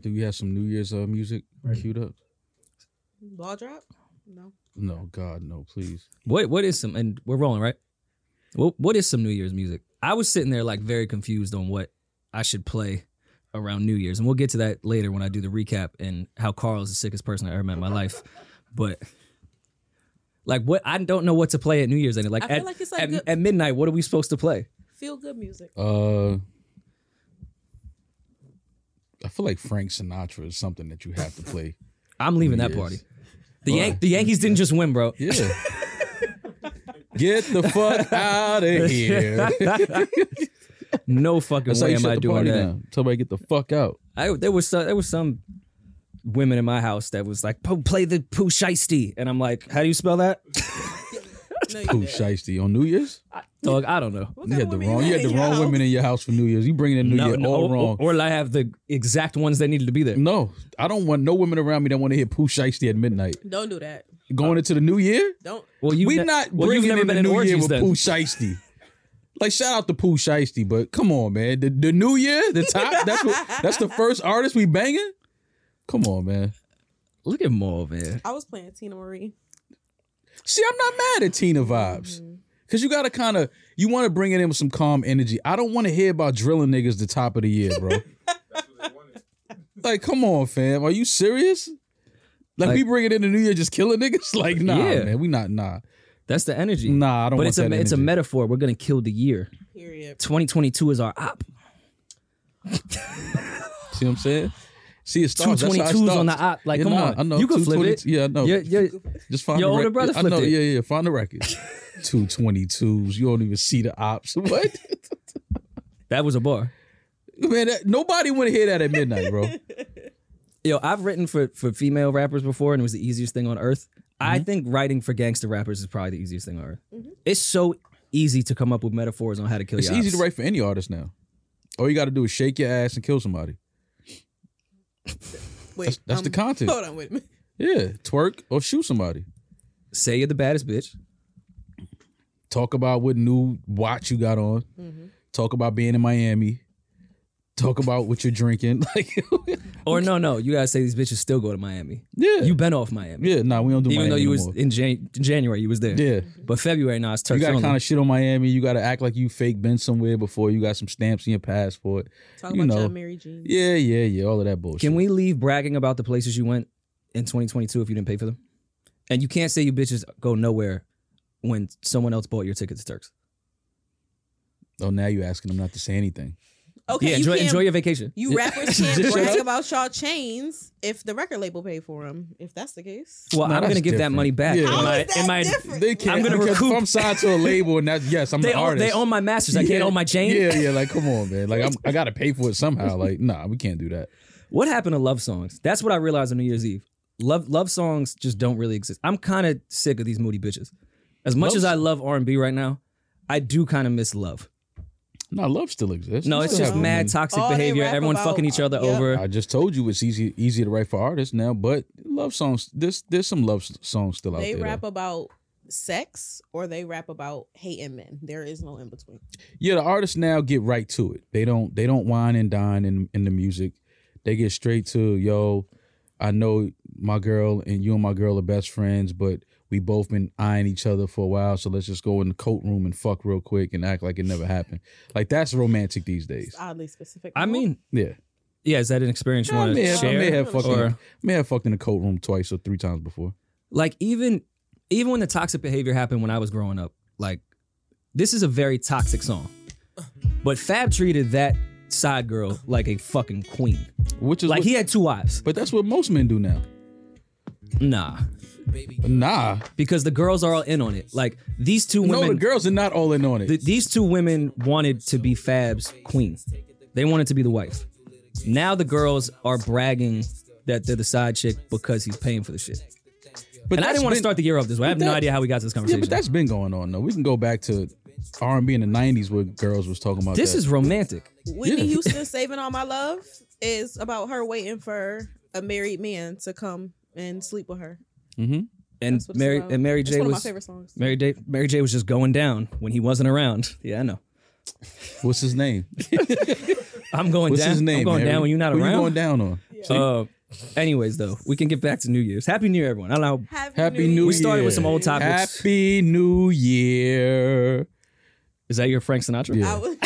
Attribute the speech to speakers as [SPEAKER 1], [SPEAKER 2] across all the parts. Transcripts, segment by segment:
[SPEAKER 1] Do we have some New Year's uh, music
[SPEAKER 2] Right.
[SPEAKER 1] queued up?
[SPEAKER 3] Ball drop? No.
[SPEAKER 1] No, God, no, please.
[SPEAKER 4] What what is some and we're rolling, right? What what is some New Year's music? I was sitting there like very confused on what I should play around New Year's. And we'll get to that later when I do the recap and how Carl is the sickest person I ever met in my life. But like what I don't know what to play at New Year's anymore. Like,
[SPEAKER 3] I feel
[SPEAKER 4] at,
[SPEAKER 3] like it's like
[SPEAKER 4] at,
[SPEAKER 3] good-
[SPEAKER 4] at midnight, what are we supposed to play?
[SPEAKER 3] Feel good music.
[SPEAKER 1] Uh, I feel like Frank Sinatra is something that you have to play.
[SPEAKER 4] I'm leaving that
[SPEAKER 1] Year's.
[SPEAKER 4] party. The,
[SPEAKER 1] Why?
[SPEAKER 4] Yan- the Yankees didn't just win, bro.
[SPEAKER 1] Yeah. Get the fuck out of here.
[SPEAKER 4] No fucking
[SPEAKER 1] That's how
[SPEAKER 4] way
[SPEAKER 1] you
[SPEAKER 4] am
[SPEAKER 1] shut
[SPEAKER 4] I
[SPEAKER 1] the
[SPEAKER 4] doing
[SPEAKER 1] party
[SPEAKER 4] that.
[SPEAKER 1] down. Tell everybody get the fuck out.
[SPEAKER 4] I there was some, there was some women in my house that was like, "Po- "Play the poo shiesty," and I'm like, "How do you spell that?"
[SPEAKER 3] No,
[SPEAKER 1] Pooh
[SPEAKER 3] you didn't.
[SPEAKER 1] Shiesty on New Year's?
[SPEAKER 4] Dog, I don't know.
[SPEAKER 3] What
[SPEAKER 1] You
[SPEAKER 3] kind
[SPEAKER 1] had
[SPEAKER 3] of
[SPEAKER 1] the
[SPEAKER 3] women
[SPEAKER 1] wrong. You had
[SPEAKER 3] in
[SPEAKER 1] the
[SPEAKER 3] your
[SPEAKER 1] wrong
[SPEAKER 3] house?
[SPEAKER 1] women in your house for New Year's. You bringing in New Year all
[SPEAKER 4] or-
[SPEAKER 1] wrong.
[SPEAKER 4] Or, I have the exact ones that needed to be there.
[SPEAKER 1] no, I don't want no women around me that want to hear Pooh Shiesty at midnight.
[SPEAKER 3] Don't do that.
[SPEAKER 4] Uh,
[SPEAKER 1] Going into the New Year,
[SPEAKER 3] Don't.
[SPEAKER 4] Well, you
[SPEAKER 1] we
[SPEAKER 4] ne-
[SPEAKER 1] not
[SPEAKER 4] well, you've
[SPEAKER 1] bringing
[SPEAKER 4] never
[SPEAKER 1] in
[SPEAKER 4] been
[SPEAKER 1] the
[SPEAKER 4] in
[SPEAKER 1] New Year
[SPEAKER 4] orgies
[SPEAKER 1] with
[SPEAKER 4] then.
[SPEAKER 1] Pooh Shiesty. Like shout out to Pooh Shiesty, but come on, man. The, the New Year, the top. That's what, that's the first artist we banging. Come on, man.
[SPEAKER 4] Look at Maul, man.
[SPEAKER 3] I was playing Tina Marie.
[SPEAKER 1] See, I'm not mad at Tina vibes.
[SPEAKER 4] Mm-hmm.
[SPEAKER 1] Cause you gotta kind of you want to bring it in with some calm energy. I don't want to hear about drilling niggas the top of the year, bro. like, come on, fam. Are you serious? Like, we
[SPEAKER 4] Like-
[SPEAKER 1] bring it in the new year, just killing niggas. Like, nah,
[SPEAKER 4] Yeah.
[SPEAKER 1] man, we not, nah,
[SPEAKER 4] That's the energy.
[SPEAKER 1] nah. I don't.
[SPEAKER 4] but
[SPEAKER 1] want
[SPEAKER 4] it's
[SPEAKER 1] that
[SPEAKER 4] a it's a
[SPEAKER 1] energy.
[SPEAKER 4] metaphor. We're gonna kill the year.
[SPEAKER 3] Period.
[SPEAKER 4] 2022 is our op.
[SPEAKER 1] See what I'm saying? See, it starts. That's how it
[SPEAKER 4] 222s on the
[SPEAKER 1] starts.
[SPEAKER 4] op. Like,
[SPEAKER 1] Yeah,
[SPEAKER 4] come
[SPEAKER 1] nah,
[SPEAKER 4] on,
[SPEAKER 1] I know.
[SPEAKER 4] you can flip
[SPEAKER 1] 222
[SPEAKER 4] it.
[SPEAKER 1] Yeah, I know.
[SPEAKER 4] You're- you're-
[SPEAKER 1] Just find
[SPEAKER 4] Your
[SPEAKER 1] the
[SPEAKER 4] older
[SPEAKER 1] record.
[SPEAKER 4] brother
[SPEAKER 1] I
[SPEAKER 4] flipped
[SPEAKER 1] know.
[SPEAKER 4] it.
[SPEAKER 1] Yeah, yeah. Find the record. Two twenty twos. You don't even see the ops. What?
[SPEAKER 4] that was a bar.
[SPEAKER 1] Man, that, nobody want to hear that at midnight, bro.
[SPEAKER 4] Yo, I've written for for female rappers before, and it was the easiest thing on earth.
[SPEAKER 1] Mm-hmm.
[SPEAKER 4] I think writing for gangster rappers is probably the easiest thing on earth.
[SPEAKER 3] Mm-hmm.
[SPEAKER 4] It's so easy to come up with metaphors on how to kill.
[SPEAKER 1] It's
[SPEAKER 4] your
[SPEAKER 1] easy
[SPEAKER 4] ops.
[SPEAKER 1] to write for any artist now. All you got to do is shake your ass and kill somebody.
[SPEAKER 3] Wait,
[SPEAKER 1] That's, that's the
[SPEAKER 3] um,
[SPEAKER 1] content.
[SPEAKER 3] Hold on, wait a minute.
[SPEAKER 1] Yeah, twerk or shoot somebody.
[SPEAKER 4] Say you're the baddest bitch.
[SPEAKER 1] Talk about what new watch you got on. Talk about being in Miami. Talk about what you're drinking. Like,
[SPEAKER 4] Or no, no, you gotta say these bitches still go to Miami.
[SPEAKER 1] yeah,
[SPEAKER 4] You been off Miami,
[SPEAKER 1] yeah. Nah, we don't do
[SPEAKER 4] even
[SPEAKER 1] Miami
[SPEAKER 4] though you
[SPEAKER 1] no
[SPEAKER 4] was
[SPEAKER 1] more.
[SPEAKER 4] in Jan- January, you was there.
[SPEAKER 1] yeah.
[SPEAKER 4] But February now it's
[SPEAKER 1] You
[SPEAKER 4] Turks
[SPEAKER 1] got to
[SPEAKER 4] only.
[SPEAKER 1] kind of shit on Miami. You got to act like you fake been somewhere before. You got some stamps in your passport.
[SPEAKER 3] Talk
[SPEAKER 1] You
[SPEAKER 3] about
[SPEAKER 1] know.
[SPEAKER 3] John Mary Jean.
[SPEAKER 1] Yeah, yeah, yeah. All of that bullshit.
[SPEAKER 4] Can we leave bragging about the places you went in 2022 if you didn't pay for them? And you can't say you bitches go nowhere when someone else bought your ticket to Turks.
[SPEAKER 1] Oh, now you're asking them not to say anything.
[SPEAKER 3] Okay,
[SPEAKER 4] yeah,
[SPEAKER 3] you
[SPEAKER 4] enjoy,
[SPEAKER 3] can't,
[SPEAKER 4] enjoy your vacation.
[SPEAKER 3] You rappers
[SPEAKER 1] Just
[SPEAKER 3] can't
[SPEAKER 1] shut
[SPEAKER 3] brag
[SPEAKER 1] up.
[SPEAKER 3] about y'all chains if the record label paid for them. If that's the case,
[SPEAKER 4] Well,
[SPEAKER 1] No,
[SPEAKER 4] I'm
[SPEAKER 1] that's
[SPEAKER 4] gonna give that
[SPEAKER 1] different.
[SPEAKER 4] money back.
[SPEAKER 1] Yeah.
[SPEAKER 4] in
[SPEAKER 1] How
[SPEAKER 4] my-
[SPEAKER 3] is that
[SPEAKER 4] in my-
[SPEAKER 3] different?
[SPEAKER 1] They can't.
[SPEAKER 4] I'm gonna
[SPEAKER 1] because
[SPEAKER 4] recoup.
[SPEAKER 1] If I'm signed to a label and that, yes, I'm
[SPEAKER 4] they,
[SPEAKER 1] an
[SPEAKER 4] own,
[SPEAKER 1] artist.
[SPEAKER 4] they own my masters. I can't own my chain.
[SPEAKER 1] Yeah, yeah. Like, come on, man. Like, I'm, I got to pay for it somehow. Like, nah, we can't do that.
[SPEAKER 4] What happened to love songs? That's what I realized on New Year's Eve. Love love songs just don't really exist. I'm kind of sick of these moody bitches. As much
[SPEAKER 1] Love-
[SPEAKER 4] as I love R&B right now, I do kind of miss love.
[SPEAKER 1] Nah, love still exists.
[SPEAKER 4] No,
[SPEAKER 1] We
[SPEAKER 4] it's
[SPEAKER 1] still
[SPEAKER 4] just
[SPEAKER 1] have
[SPEAKER 4] mad
[SPEAKER 1] women.
[SPEAKER 4] toxic
[SPEAKER 3] All Oh, they
[SPEAKER 4] behavior.
[SPEAKER 3] rap
[SPEAKER 4] Everyone
[SPEAKER 3] about- uh,
[SPEAKER 4] fucking each other
[SPEAKER 3] Yep.
[SPEAKER 4] over.
[SPEAKER 1] I just told you it's easy easy to write for artists now, but love songs. There's there's some love s- songs still out
[SPEAKER 3] they
[SPEAKER 1] there.
[SPEAKER 3] rap about sex or they rap about hating men. There is no in between.
[SPEAKER 1] yeah, the artists now get right to it. They don't they don't whine and dine in in the music. They get straight to yo. I know my girl and you and my girl are best friends, but we both been eyeing each other for a while. So let's just go in the coat room and fuck real quick and act like it never happened. Like that's romantic these days.
[SPEAKER 3] It's oddly specific.
[SPEAKER 4] I mean,
[SPEAKER 1] Yeah,
[SPEAKER 4] yeah, is that an experience you
[SPEAKER 1] I
[SPEAKER 4] want
[SPEAKER 1] may,
[SPEAKER 4] to
[SPEAKER 1] have, I
[SPEAKER 4] share?
[SPEAKER 1] may have fucked in,
[SPEAKER 4] or-
[SPEAKER 1] may have fucked in the coat room twice or three times before.
[SPEAKER 4] like even even when the toxic behavior happened when I was growing up, like this is a very toxic song. But Fab treated that side girl like a fucking queen.
[SPEAKER 1] Which is
[SPEAKER 4] Like
[SPEAKER 1] what-
[SPEAKER 4] he had two wives.
[SPEAKER 1] but that's what most men do now.
[SPEAKER 4] Nah.
[SPEAKER 1] Nah,
[SPEAKER 4] because the girls are all in on it. Like these two women,
[SPEAKER 1] no, the girls are not all in on it.
[SPEAKER 4] th- these two women wanted to be Fab's queen. They wanted to be the wife. Now the girls are bragging that they're the side chick because he's paying for the shit.
[SPEAKER 1] but
[SPEAKER 4] And I
[SPEAKER 1] that's
[SPEAKER 4] didn't want to
[SPEAKER 1] been-
[SPEAKER 4] start the year off this way. I have no
[SPEAKER 1] that-
[SPEAKER 4] idea how we got to this
[SPEAKER 1] Yeah,
[SPEAKER 4] conversation.
[SPEAKER 1] but that's been going on though. We can go back to R and B in the nineties where girls was talking about
[SPEAKER 4] this
[SPEAKER 1] that.
[SPEAKER 4] is romantic.
[SPEAKER 3] Whitney
[SPEAKER 1] yeah.
[SPEAKER 3] Houston saving all my love is about her waiting for a married man to come and sleep with her.
[SPEAKER 4] And
[SPEAKER 3] That's what it's
[SPEAKER 4] Mary
[SPEAKER 3] about.
[SPEAKER 4] and Mary
[SPEAKER 3] It's
[SPEAKER 4] J
[SPEAKER 3] one of
[SPEAKER 4] was
[SPEAKER 3] my favorite songs.
[SPEAKER 4] Mary J Mary J was just going down when he wasn't around. Yeah, I know.
[SPEAKER 1] what's his name?
[SPEAKER 4] I'm going
[SPEAKER 1] What's
[SPEAKER 4] down.
[SPEAKER 1] his name?
[SPEAKER 4] I'm going
[SPEAKER 1] Mary?
[SPEAKER 4] down when you're not
[SPEAKER 1] Who
[SPEAKER 4] around.
[SPEAKER 1] You going down on?
[SPEAKER 3] Yeah.
[SPEAKER 4] Uh, anyways, though, we can get back to New Year's. Happy New Year, everyone. I don't know.
[SPEAKER 1] Happy New Year.
[SPEAKER 4] We started with some old topics.
[SPEAKER 1] Happy New Year.
[SPEAKER 4] Is that your Frank Sinatra?
[SPEAKER 1] Yeah.
[SPEAKER 3] I was,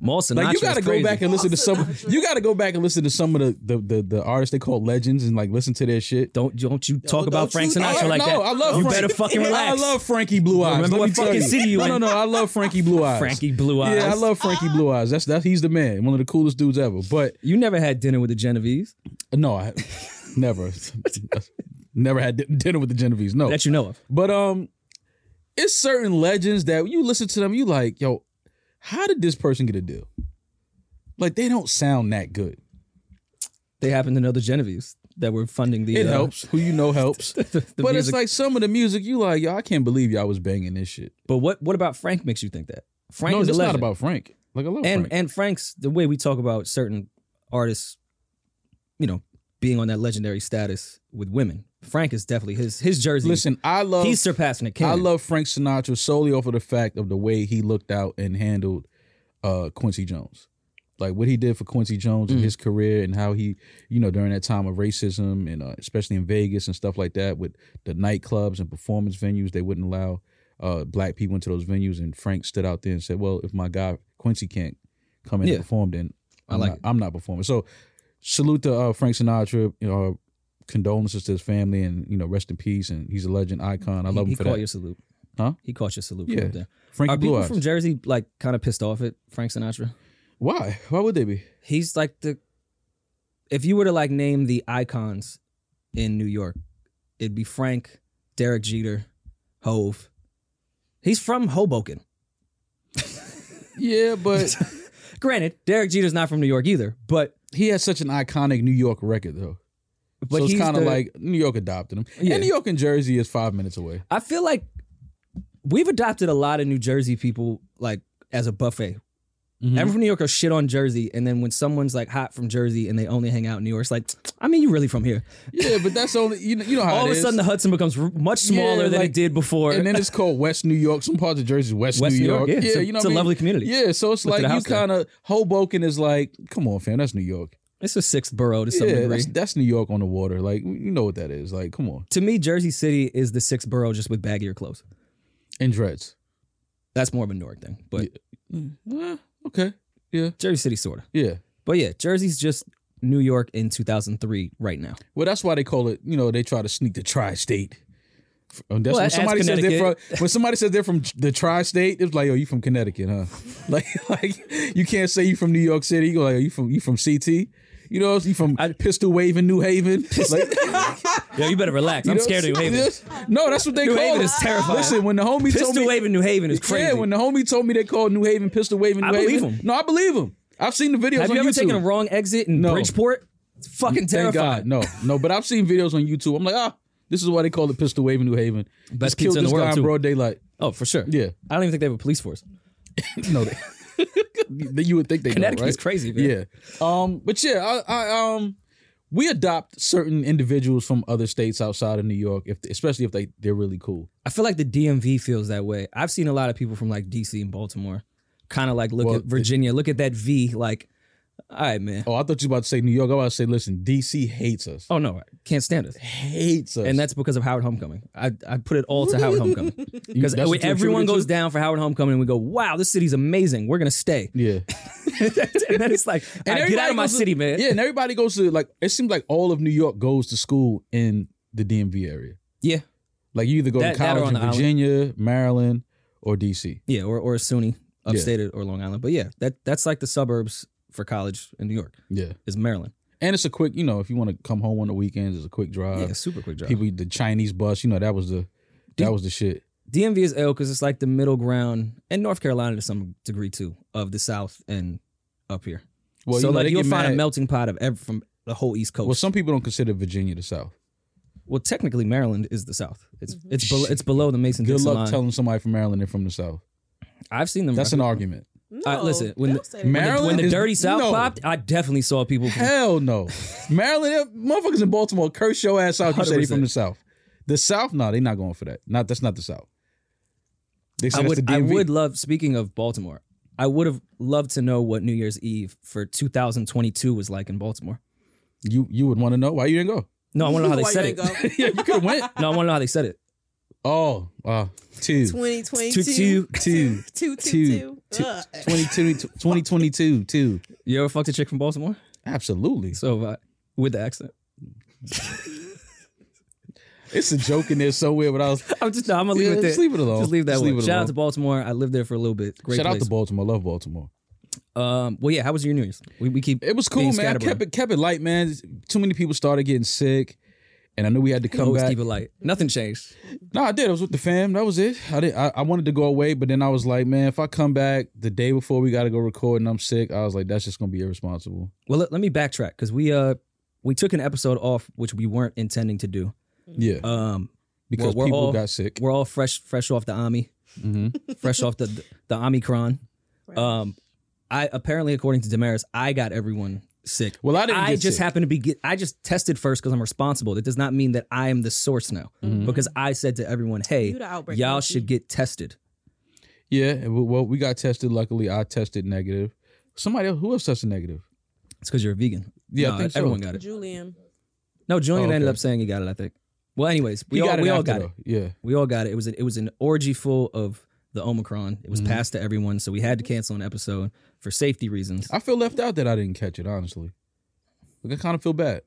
[SPEAKER 4] Maul Sinatra.
[SPEAKER 1] Like you got to
[SPEAKER 4] is
[SPEAKER 1] go
[SPEAKER 4] crazy.
[SPEAKER 1] back and listen to some. You got to go back and listen to some of the the, the the artists they call legends and like listen to their shit.
[SPEAKER 4] Don't don't you talk
[SPEAKER 3] don't
[SPEAKER 4] about Frank
[SPEAKER 3] you Oh,
[SPEAKER 4] Sinatra
[SPEAKER 3] dare.
[SPEAKER 4] like
[SPEAKER 1] Oh, no,
[SPEAKER 4] that?
[SPEAKER 1] I love
[SPEAKER 4] you
[SPEAKER 1] Frank-
[SPEAKER 4] better fucking
[SPEAKER 1] I
[SPEAKER 4] relax.
[SPEAKER 1] love Frankie Blue Eyes.
[SPEAKER 4] Remember
[SPEAKER 1] Let
[SPEAKER 4] what
[SPEAKER 1] me tell
[SPEAKER 4] fucking city you
[SPEAKER 1] No,
[SPEAKER 4] in.
[SPEAKER 1] no, no. I love Frankie Blue Eyes.
[SPEAKER 4] Frankie Blue Eyes.
[SPEAKER 1] Yeah, I love Frankie Blue Eyes. That's that. He's the man. One of the coolest dudes ever. But
[SPEAKER 4] You never had dinner with the Genovese
[SPEAKER 1] no, I never, never had di- dinner with the Genovese. No,
[SPEAKER 4] that you know of.
[SPEAKER 1] But um, it's certain legends that you listen to them, you like, yo, how did this person get a deal? Like they don't sound that good.
[SPEAKER 4] They happen to know the Genovese that were funding the.
[SPEAKER 1] It
[SPEAKER 4] uh,
[SPEAKER 1] helps. Who you know helps.
[SPEAKER 4] The, the
[SPEAKER 1] but
[SPEAKER 4] music.
[SPEAKER 1] it's like some of the music you like, yo, I can't believe y'all was banging this shit.
[SPEAKER 4] but what what about Frank makes you think that? Frank
[SPEAKER 1] no,
[SPEAKER 4] is a
[SPEAKER 1] it's not
[SPEAKER 4] legend.
[SPEAKER 1] about Frank. Like I love
[SPEAKER 4] and
[SPEAKER 1] Frank.
[SPEAKER 4] and Frank's the way we talk about certain artists, you know, being on that legendary status with women. Frank is definitely his his jersey.
[SPEAKER 1] Listen, I love
[SPEAKER 4] he's surpassing the king.
[SPEAKER 1] I love Frank Sinatra solely off of the fact of the way he looked out and handled uh, Quincy Jones. Like what he did for Quincy Jones and
[SPEAKER 4] Mm.
[SPEAKER 1] his career, and how he, you know, during that time of racism and uh, especially in Vegas and stuff like that, with the nightclubs and performance venues, they wouldn't allow uh, black people into those venues. And Frank stood out there and said, "Well, if my guy Quincy can't come in
[SPEAKER 4] Yeah.
[SPEAKER 1] and perform, then
[SPEAKER 4] I
[SPEAKER 1] I'm
[SPEAKER 4] like
[SPEAKER 1] not,
[SPEAKER 4] it.
[SPEAKER 1] I'm not performing." So salute to uh, Frank Sinatra. You know, condolences to his family, and you know, rest in peace. And he's a legend, icon. I love
[SPEAKER 4] he,
[SPEAKER 1] him for
[SPEAKER 4] He caught
[SPEAKER 1] that.
[SPEAKER 4] your salute.
[SPEAKER 1] Huh?
[SPEAKER 4] He caught your salute.
[SPEAKER 1] Yeah.
[SPEAKER 4] Yeah. There.
[SPEAKER 1] Frankie
[SPEAKER 4] Are
[SPEAKER 1] Blue
[SPEAKER 4] people
[SPEAKER 1] Eyes.
[SPEAKER 4] from Jersey like kind of pissed off at Frank Sinatra?
[SPEAKER 1] Why? Why would they be?
[SPEAKER 4] He's like the. If you were to like name the icons in New York, it'd be Frank, Derek Jeter, Hove. He's from Hoboken.
[SPEAKER 1] Yeah, but
[SPEAKER 4] Granted, Derek Jeter's not from New York either, but
[SPEAKER 1] he has such an iconic New York record, though.
[SPEAKER 4] but
[SPEAKER 1] so it's
[SPEAKER 4] he's
[SPEAKER 1] kind of
[SPEAKER 4] the-
[SPEAKER 1] like New York adopted him.
[SPEAKER 4] Yeah.
[SPEAKER 1] And New York and Jersey is five minutes away.
[SPEAKER 4] I feel like we've adopted a lot of New Jersey people like as a buffet.
[SPEAKER 1] Mm-hmm.
[SPEAKER 4] Everyone from New York will shit on Jersey, and then when someone's like hot from Jersey and they only hang out in New York, it's like, I mean, you really from here?
[SPEAKER 1] Yeah, but that's only you know, you know how
[SPEAKER 4] All
[SPEAKER 1] it
[SPEAKER 4] of a
[SPEAKER 1] is.
[SPEAKER 4] sudden, the Hudson becomes r- much smaller
[SPEAKER 1] Yeah,
[SPEAKER 4] than
[SPEAKER 1] like-
[SPEAKER 4] it did before.
[SPEAKER 1] and then it's called West New York. Some parts of Jersey is West,
[SPEAKER 4] West
[SPEAKER 1] New York.
[SPEAKER 4] yeah, it's a,
[SPEAKER 1] you know
[SPEAKER 4] it's
[SPEAKER 1] what I
[SPEAKER 4] a
[SPEAKER 1] mean?
[SPEAKER 4] lovely community.
[SPEAKER 1] Yeah, so it's
[SPEAKER 4] Looked at
[SPEAKER 1] like
[SPEAKER 4] the
[SPEAKER 1] you
[SPEAKER 4] house there.
[SPEAKER 1] kind of Hoboken is like, come on, fam, that's New York.
[SPEAKER 4] It's a sixth borough to some
[SPEAKER 1] Yeah,
[SPEAKER 4] degree.
[SPEAKER 1] that's, that's New York on the water. Like you know what that is. Like, come on,
[SPEAKER 4] To me, Jersey City is the sixth borough just with baggier clothes.
[SPEAKER 1] and dreads.
[SPEAKER 4] That's more of a Newark thing, but
[SPEAKER 1] Yeah. Mm, eh, okay, yeah,
[SPEAKER 4] Jersey City sort of.
[SPEAKER 1] yeah.
[SPEAKER 4] But yeah, Jersey's just New York in 2003 right now.
[SPEAKER 1] Well, that's why they call it. You know, they try to sneak the tri-state. And that's
[SPEAKER 4] Well,
[SPEAKER 1] when
[SPEAKER 4] that's
[SPEAKER 1] somebody says they're from.
[SPEAKER 4] Connecticut.
[SPEAKER 1] When somebody says they're from the tri-state, it's like, oh, you from Connecticut, huh? like, like you can't say you from New York City. You go like, oh, you from you from CT. You know, you from
[SPEAKER 4] I-
[SPEAKER 1] Pistol Waving New Haven. Like,
[SPEAKER 4] Yo, you better relax.
[SPEAKER 1] you
[SPEAKER 4] I'm
[SPEAKER 1] know,
[SPEAKER 4] scared of New Haven.
[SPEAKER 1] No, that's what they
[SPEAKER 4] New
[SPEAKER 1] call
[SPEAKER 4] Haven
[SPEAKER 1] it.
[SPEAKER 4] is terrifying.
[SPEAKER 1] Listen, when the homie
[SPEAKER 4] Pistol
[SPEAKER 1] told me,
[SPEAKER 4] Wave in New Haven is crazy.
[SPEAKER 1] yeah, when the homie told me they called New Haven Pistol Waving New
[SPEAKER 4] I believe
[SPEAKER 1] Haven,
[SPEAKER 4] him.
[SPEAKER 1] no, I believe him. I've seen the videos.
[SPEAKER 4] Have
[SPEAKER 1] on
[SPEAKER 4] you ever
[SPEAKER 1] YouTube.
[SPEAKER 4] taken a wrong exit in
[SPEAKER 1] No.
[SPEAKER 4] Bridgeport? It's fucking
[SPEAKER 1] Thank God.
[SPEAKER 4] terrifying.
[SPEAKER 1] No, no, but I've seen videos on YouTube. I'm like, ah, this is why they call it Pistol Wave in New Haven. Just
[SPEAKER 4] Best
[SPEAKER 1] killed
[SPEAKER 4] pizza in the
[SPEAKER 1] this
[SPEAKER 4] world,
[SPEAKER 1] guy
[SPEAKER 4] too.
[SPEAKER 1] in broad daylight.
[SPEAKER 4] Oh, for sure.
[SPEAKER 1] Yeah.
[SPEAKER 4] I don't even think they have a police force.
[SPEAKER 1] No, they, you you would think they
[SPEAKER 4] Connecticut
[SPEAKER 1] know, right?
[SPEAKER 4] is crazy, man.
[SPEAKER 1] Yeah. Um, but yeah, I, I um we adopt certain individuals from other states outside of New York, if especially if they they're really cool.
[SPEAKER 4] I feel like the DMV feels that way. I've seen a lot of people from like DC and Baltimore kind of like look
[SPEAKER 1] Well,
[SPEAKER 4] at Virginia, look at that V, like, all right, man.
[SPEAKER 1] Oh, I thought you were about to say New York. I was about to say, listen, DC hates us.
[SPEAKER 4] Oh, no, I can't stand us.
[SPEAKER 1] Hates us.
[SPEAKER 4] And that's because of Howard Homecoming. I, I put it all to Howard Homecoming. Because
[SPEAKER 1] That's what you attribute
[SPEAKER 4] everyone
[SPEAKER 1] it
[SPEAKER 4] goes
[SPEAKER 1] to?
[SPEAKER 4] down for Howard Homecoming and we go, wow, this city's amazing. We're going to stay.
[SPEAKER 1] Yeah.
[SPEAKER 4] and then it's like, all right, get
[SPEAKER 1] everybody
[SPEAKER 4] out of my
[SPEAKER 1] goes to-
[SPEAKER 4] city, man.
[SPEAKER 1] Yeah, and everybody goes to like it seems like all of New York goes to school in the DMV area.
[SPEAKER 4] Yeah.
[SPEAKER 1] Like you either go
[SPEAKER 4] That-
[SPEAKER 1] to
[SPEAKER 4] that or
[SPEAKER 1] college
[SPEAKER 4] on
[SPEAKER 1] in
[SPEAKER 4] the island.
[SPEAKER 1] Virginia, Maryland, or DC.
[SPEAKER 4] Yeah, or or SUNY
[SPEAKER 1] Yeah.
[SPEAKER 4] upstate or Long Island. But yeah, that that's like the suburbs for college in New York
[SPEAKER 1] Yeah,
[SPEAKER 4] is Maryland.
[SPEAKER 1] and it's a quick. You know, if you want to come home on the weekends, it's a quick drive.
[SPEAKER 4] yeah, super quick drive.
[SPEAKER 1] Uh, People, the Chinese bus. You know, that was the
[SPEAKER 4] Did-
[SPEAKER 1] that was the shit.
[SPEAKER 4] DMV is ill because it's like the middle ground and North Carolina to some degree too of the South and up here.
[SPEAKER 1] Well,
[SPEAKER 4] so
[SPEAKER 1] you know,
[SPEAKER 4] like
[SPEAKER 1] they
[SPEAKER 4] you'll
[SPEAKER 1] get
[SPEAKER 4] find a
[SPEAKER 1] mad-
[SPEAKER 4] melting pot of ev- from the whole East Coast.
[SPEAKER 1] Well,
[SPEAKER 4] Well,
[SPEAKER 1] some people don't consider Virginia the South.
[SPEAKER 4] technically Maryland is the South. It's
[SPEAKER 3] Mhm.
[SPEAKER 4] it's below it's below the Mason
[SPEAKER 1] Good
[SPEAKER 4] Dixon
[SPEAKER 1] luck
[SPEAKER 4] line.
[SPEAKER 1] telling somebody from Maryland they're from the South.
[SPEAKER 4] I've seen them.
[SPEAKER 1] That's an argument.
[SPEAKER 3] No,
[SPEAKER 4] All right, listen, when
[SPEAKER 3] don't
[SPEAKER 4] the-
[SPEAKER 3] say that.
[SPEAKER 4] when the-
[SPEAKER 1] Maryland
[SPEAKER 4] when the
[SPEAKER 1] is-
[SPEAKER 4] dirty South
[SPEAKER 1] no.
[SPEAKER 4] popped, I definitely saw people. From,
[SPEAKER 1] Hell no, Maryland motherfuckers in Baltimore curse your ass out. You say they
[SPEAKER 4] 100%.
[SPEAKER 1] from the South. The South, no, they're not going for that. Not that's not the South. They say
[SPEAKER 4] I
[SPEAKER 1] that's the
[SPEAKER 4] would I
[SPEAKER 1] DMV.
[SPEAKER 4] would love speaking of Baltimore. I would have loved to know what New Year's Eve for 2022 was like in Baltimore.
[SPEAKER 1] You you would want to know why you didn't go.
[SPEAKER 4] No, I want to know how they
[SPEAKER 3] Why you
[SPEAKER 4] said it.
[SPEAKER 3] ain't go?
[SPEAKER 1] yeah, you could have went.
[SPEAKER 4] No, I want to know how they said it.
[SPEAKER 1] Oh, uh, two.
[SPEAKER 3] 2022.
[SPEAKER 4] Two, two,
[SPEAKER 1] Two.
[SPEAKER 3] Two, two,
[SPEAKER 1] two,
[SPEAKER 3] two. Uh. Ugh.
[SPEAKER 1] 22, 2022, two.
[SPEAKER 4] You ever fucked a chick from Baltimore?
[SPEAKER 1] Absolutely.
[SPEAKER 4] So uh, with the accent,
[SPEAKER 1] It's a joke in there somewhere, but I was
[SPEAKER 4] I'm just. No, I'm gonna leave
[SPEAKER 1] Yeah,
[SPEAKER 4] it there.
[SPEAKER 1] Just leave it alone.
[SPEAKER 4] Just leave that one.
[SPEAKER 1] it
[SPEAKER 4] Shout out to
[SPEAKER 1] alone.
[SPEAKER 4] Baltimore. I lived there for a little bit. Great
[SPEAKER 1] Shout out
[SPEAKER 4] place.
[SPEAKER 1] to Baltimore. I love Baltimore.
[SPEAKER 4] um, well, yeah. How was your New Year's? We, we keep.
[SPEAKER 1] It was cool,
[SPEAKER 4] Being
[SPEAKER 1] man. I kept
[SPEAKER 4] scatterbrained.
[SPEAKER 1] it kept it light, man. Too many people started getting sick, and I knew we had to come
[SPEAKER 4] always
[SPEAKER 1] back.
[SPEAKER 4] keep it light. Nothing changed.
[SPEAKER 1] No, I did. I was with the fam. That was it. I did. I, I wanted to go away, but then I was like, man, if I come back the day before we got to go record and I'm sick, I was like, that's just gonna be irresponsible.
[SPEAKER 4] Well, let, let me backtrack because we uh we took an episode off which we weren't intending to do.
[SPEAKER 1] Yeah,
[SPEAKER 4] Um,
[SPEAKER 1] because
[SPEAKER 4] we're
[SPEAKER 1] people
[SPEAKER 4] all-
[SPEAKER 1] got sick.
[SPEAKER 4] we're all fresh fresh off the army,
[SPEAKER 1] hmm
[SPEAKER 4] fresh off the the Omicron.
[SPEAKER 3] Right.
[SPEAKER 4] Um, I apparently, according to Damaris, I got everyone sick.
[SPEAKER 1] Well, I didn't.
[SPEAKER 4] I
[SPEAKER 1] get
[SPEAKER 4] just
[SPEAKER 1] sick.
[SPEAKER 4] happened to be get, I just tested first because I'm responsible. That does not mean that I am the source now
[SPEAKER 1] Mhm.
[SPEAKER 4] because I said to everyone, "Hey,
[SPEAKER 3] Mm-hmm. You the outbreak
[SPEAKER 4] y'all
[SPEAKER 3] monkey.
[SPEAKER 4] should get tested."
[SPEAKER 1] Yeah, and we- well, we got tested. Luckily, I tested negative. Somebody else, who else tested negative?
[SPEAKER 4] It's because you're a vegan.
[SPEAKER 1] Yeah,
[SPEAKER 4] No,
[SPEAKER 1] I think so.
[SPEAKER 4] everyone got it.
[SPEAKER 3] Julian.
[SPEAKER 4] No, Julian
[SPEAKER 1] Oh,
[SPEAKER 4] ended
[SPEAKER 1] okay.
[SPEAKER 4] up saying he got it. I think. Well, anyways,
[SPEAKER 1] He
[SPEAKER 4] we all
[SPEAKER 1] got it
[SPEAKER 4] we all
[SPEAKER 1] after,
[SPEAKER 4] got it.
[SPEAKER 1] though. Yeah,
[SPEAKER 4] We all got it. It was it was an orgy full of the Omicron. It was
[SPEAKER 1] Mhm.
[SPEAKER 4] passed to everyone, so we had to cancel an episode for safety reasons.
[SPEAKER 1] I feel left out that I didn't catch it. Honestly, like I kind of feel bad.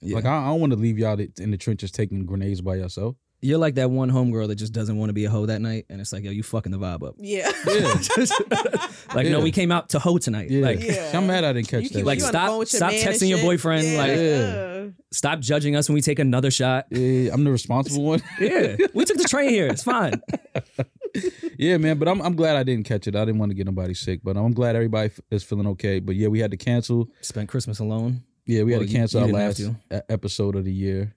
[SPEAKER 4] Yeah.
[SPEAKER 1] Like I, I don't want to leave y'all th- in the trenches taking grenades by yourself.
[SPEAKER 4] You're like that one homegirl that just doesn't want to be a hoe that night, and it's like, yo, you fucking the vibe up.
[SPEAKER 3] Yeah.
[SPEAKER 1] Yeah,
[SPEAKER 4] Like, no,
[SPEAKER 1] Yeah.
[SPEAKER 4] we came out to hoe tonight.
[SPEAKER 1] yeah.
[SPEAKER 4] Like,
[SPEAKER 3] Yeah.
[SPEAKER 1] I'm mad I didn't catch that.
[SPEAKER 3] keep-
[SPEAKER 4] Like,
[SPEAKER 3] on the
[SPEAKER 4] stop-
[SPEAKER 3] phone with
[SPEAKER 4] stop
[SPEAKER 3] man and
[SPEAKER 4] texting your
[SPEAKER 3] shit.
[SPEAKER 4] boyfriend,
[SPEAKER 3] Yeah.
[SPEAKER 4] like-
[SPEAKER 1] Yeah.
[SPEAKER 4] stop judging us when we take another shot.
[SPEAKER 1] yeah, I'm the responsible one.
[SPEAKER 4] Yeah, we took the train here. It's fine.
[SPEAKER 1] Yeah, man, but I'm I'm glad I didn't catch it. I didn't want to get nobody sick, but I'm glad everybody f- is feeling okay. But yeah, we had to cancel.
[SPEAKER 4] Spent Christmas alone.
[SPEAKER 1] Yeah, we
[SPEAKER 4] Well,
[SPEAKER 1] had to
[SPEAKER 4] you-
[SPEAKER 1] cancel
[SPEAKER 4] you
[SPEAKER 1] our
[SPEAKER 4] didn't have
[SPEAKER 1] last
[SPEAKER 4] to.
[SPEAKER 1] e- episode of the year.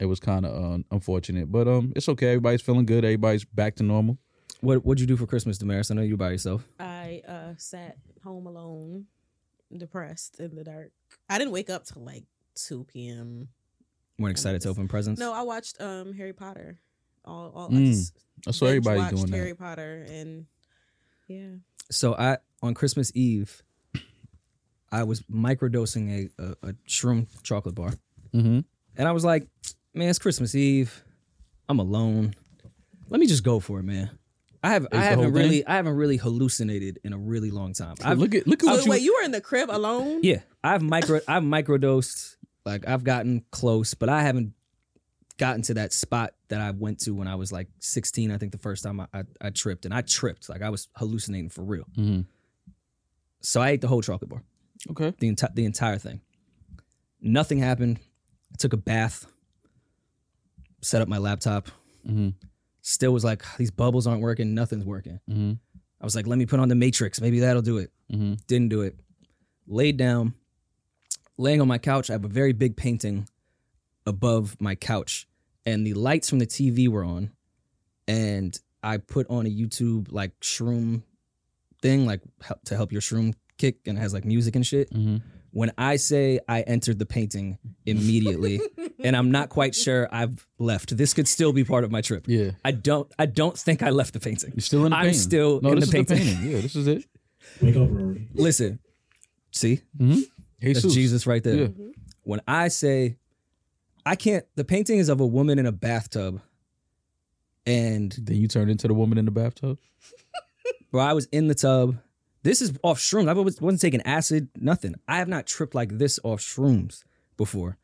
[SPEAKER 1] It was kind of uh, unfortunate, but um, it's okay. Everybody's feeling good. Everybody's back to normal.
[SPEAKER 4] What What'd you do for Christmas, Damaris? I know you were by yourself.
[SPEAKER 3] I uh, sat home alone, depressed in the dark. I didn't wake up till like 2 p.m.
[SPEAKER 4] weren't excited to open presents.
[SPEAKER 3] No, I watched um Harry Potter. All, all
[SPEAKER 1] Mm.
[SPEAKER 3] I just
[SPEAKER 1] I saw
[SPEAKER 3] binge
[SPEAKER 1] everybody
[SPEAKER 3] watched
[SPEAKER 1] doing that.
[SPEAKER 3] Harry Potter and yeah.
[SPEAKER 4] So I on Christmas Eve, I was microdosing a, a a shroom chocolate bar,
[SPEAKER 1] Mm-hmm.
[SPEAKER 4] and I was like, man, it's Christmas Eve. I'm alone. Let me just go for it, man. I have
[SPEAKER 1] the
[SPEAKER 4] I
[SPEAKER 1] whole
[SPEAKER 4] haven't
[SPEAKER 1] thing?
[SPEAKER 4] really I haven't really hallucinated in a really long time. I've
[SPEAKER 1] Look at look at
[SPEAKER 3] So
[SPEAKER 1] what
[SPEAKER 3] Oh, wait,
[SPEAKER 1] you.
[SPEAKER 3] you, were in the crib alone?
[SPEAKER 4] Yeah, I've micro I've microdosed. Like I've gotten close, but I haven't gotten to that spot that I went to when I was like 16. I think the first time I, I, I tripped, and I tripped like I was hallucinating for real.
[SPEAKER 1] Mhm.
[SPEAKER 4] So I ate the whole chocolate bar,
[SPEAKER 1] Okay.
[SPEAKER 4] the entire the entire thing. Nothing happened. I took a bath, set up my laptop.
[SPEAKER 1] Mm-hmm.
[SPEAKER 4] Still was like these bubbles aren't working. Nothing's working.
[SPEAKER 1] Mm-hmm.
[SPEAKER 4] I was like, let me put on the Matrix. Maybe that'll do it.
[SPEAKER 1] Mm-hmm.
[SPEAKER 4] Didn't do it. Laid down, laying on my couch. I have a very big painting above my couch, and the lights from the TV were on. And I put on a YouTube like shroom thing, like help, to help your shroom kick, and it has like music and shit.
[SPEAKER 1] Mm-hmm.
[SPEAKER 4] When I say I entered the painting immediately, and I'm not quite sure I've left. This could still be part of my trip.
[SPEAKER 1] Yeah.
[SPEAKER 4] I don't. I don't think I left the painting.
[SPEAKER 1] You're still in the
[SPEAKER 4] I'm
[SPEAKER 1] painting.
[SPEAKER 4] still
[SPEAKER 1] no,
[SPEAKER 4] in
[SPEAKER 1] this
[SPEAKER 4] the
[SPEAKER 1] is
[SPEAKER 4] painting.
[SPEAKER 1] the painting. Yeah, this is it.
[SPEAKER 2] Wake up, Rory.
[SPEAKER 4] Listen, see,
[SPEAKER 1] Mm-hmm.
[SPEAKER 4] that's
[SPEAKER 1] Jesus.
[SPEAKER 4] Jesus right there. Mm-hmm.
[SPEAKER 1] Yeah.
[SPEAKER 3] Mhm.
[SPEAKER 4] when I say I can't the painting is of a woman in a bathtub and
[SPEAKER 1] Then you turned into the woman in the bathtub.
[SPEAKER 4] bro, I was in the tub. This is off shrooms. I was- wasn't taking acid, nothing. I have not tripped like this off shrooms before.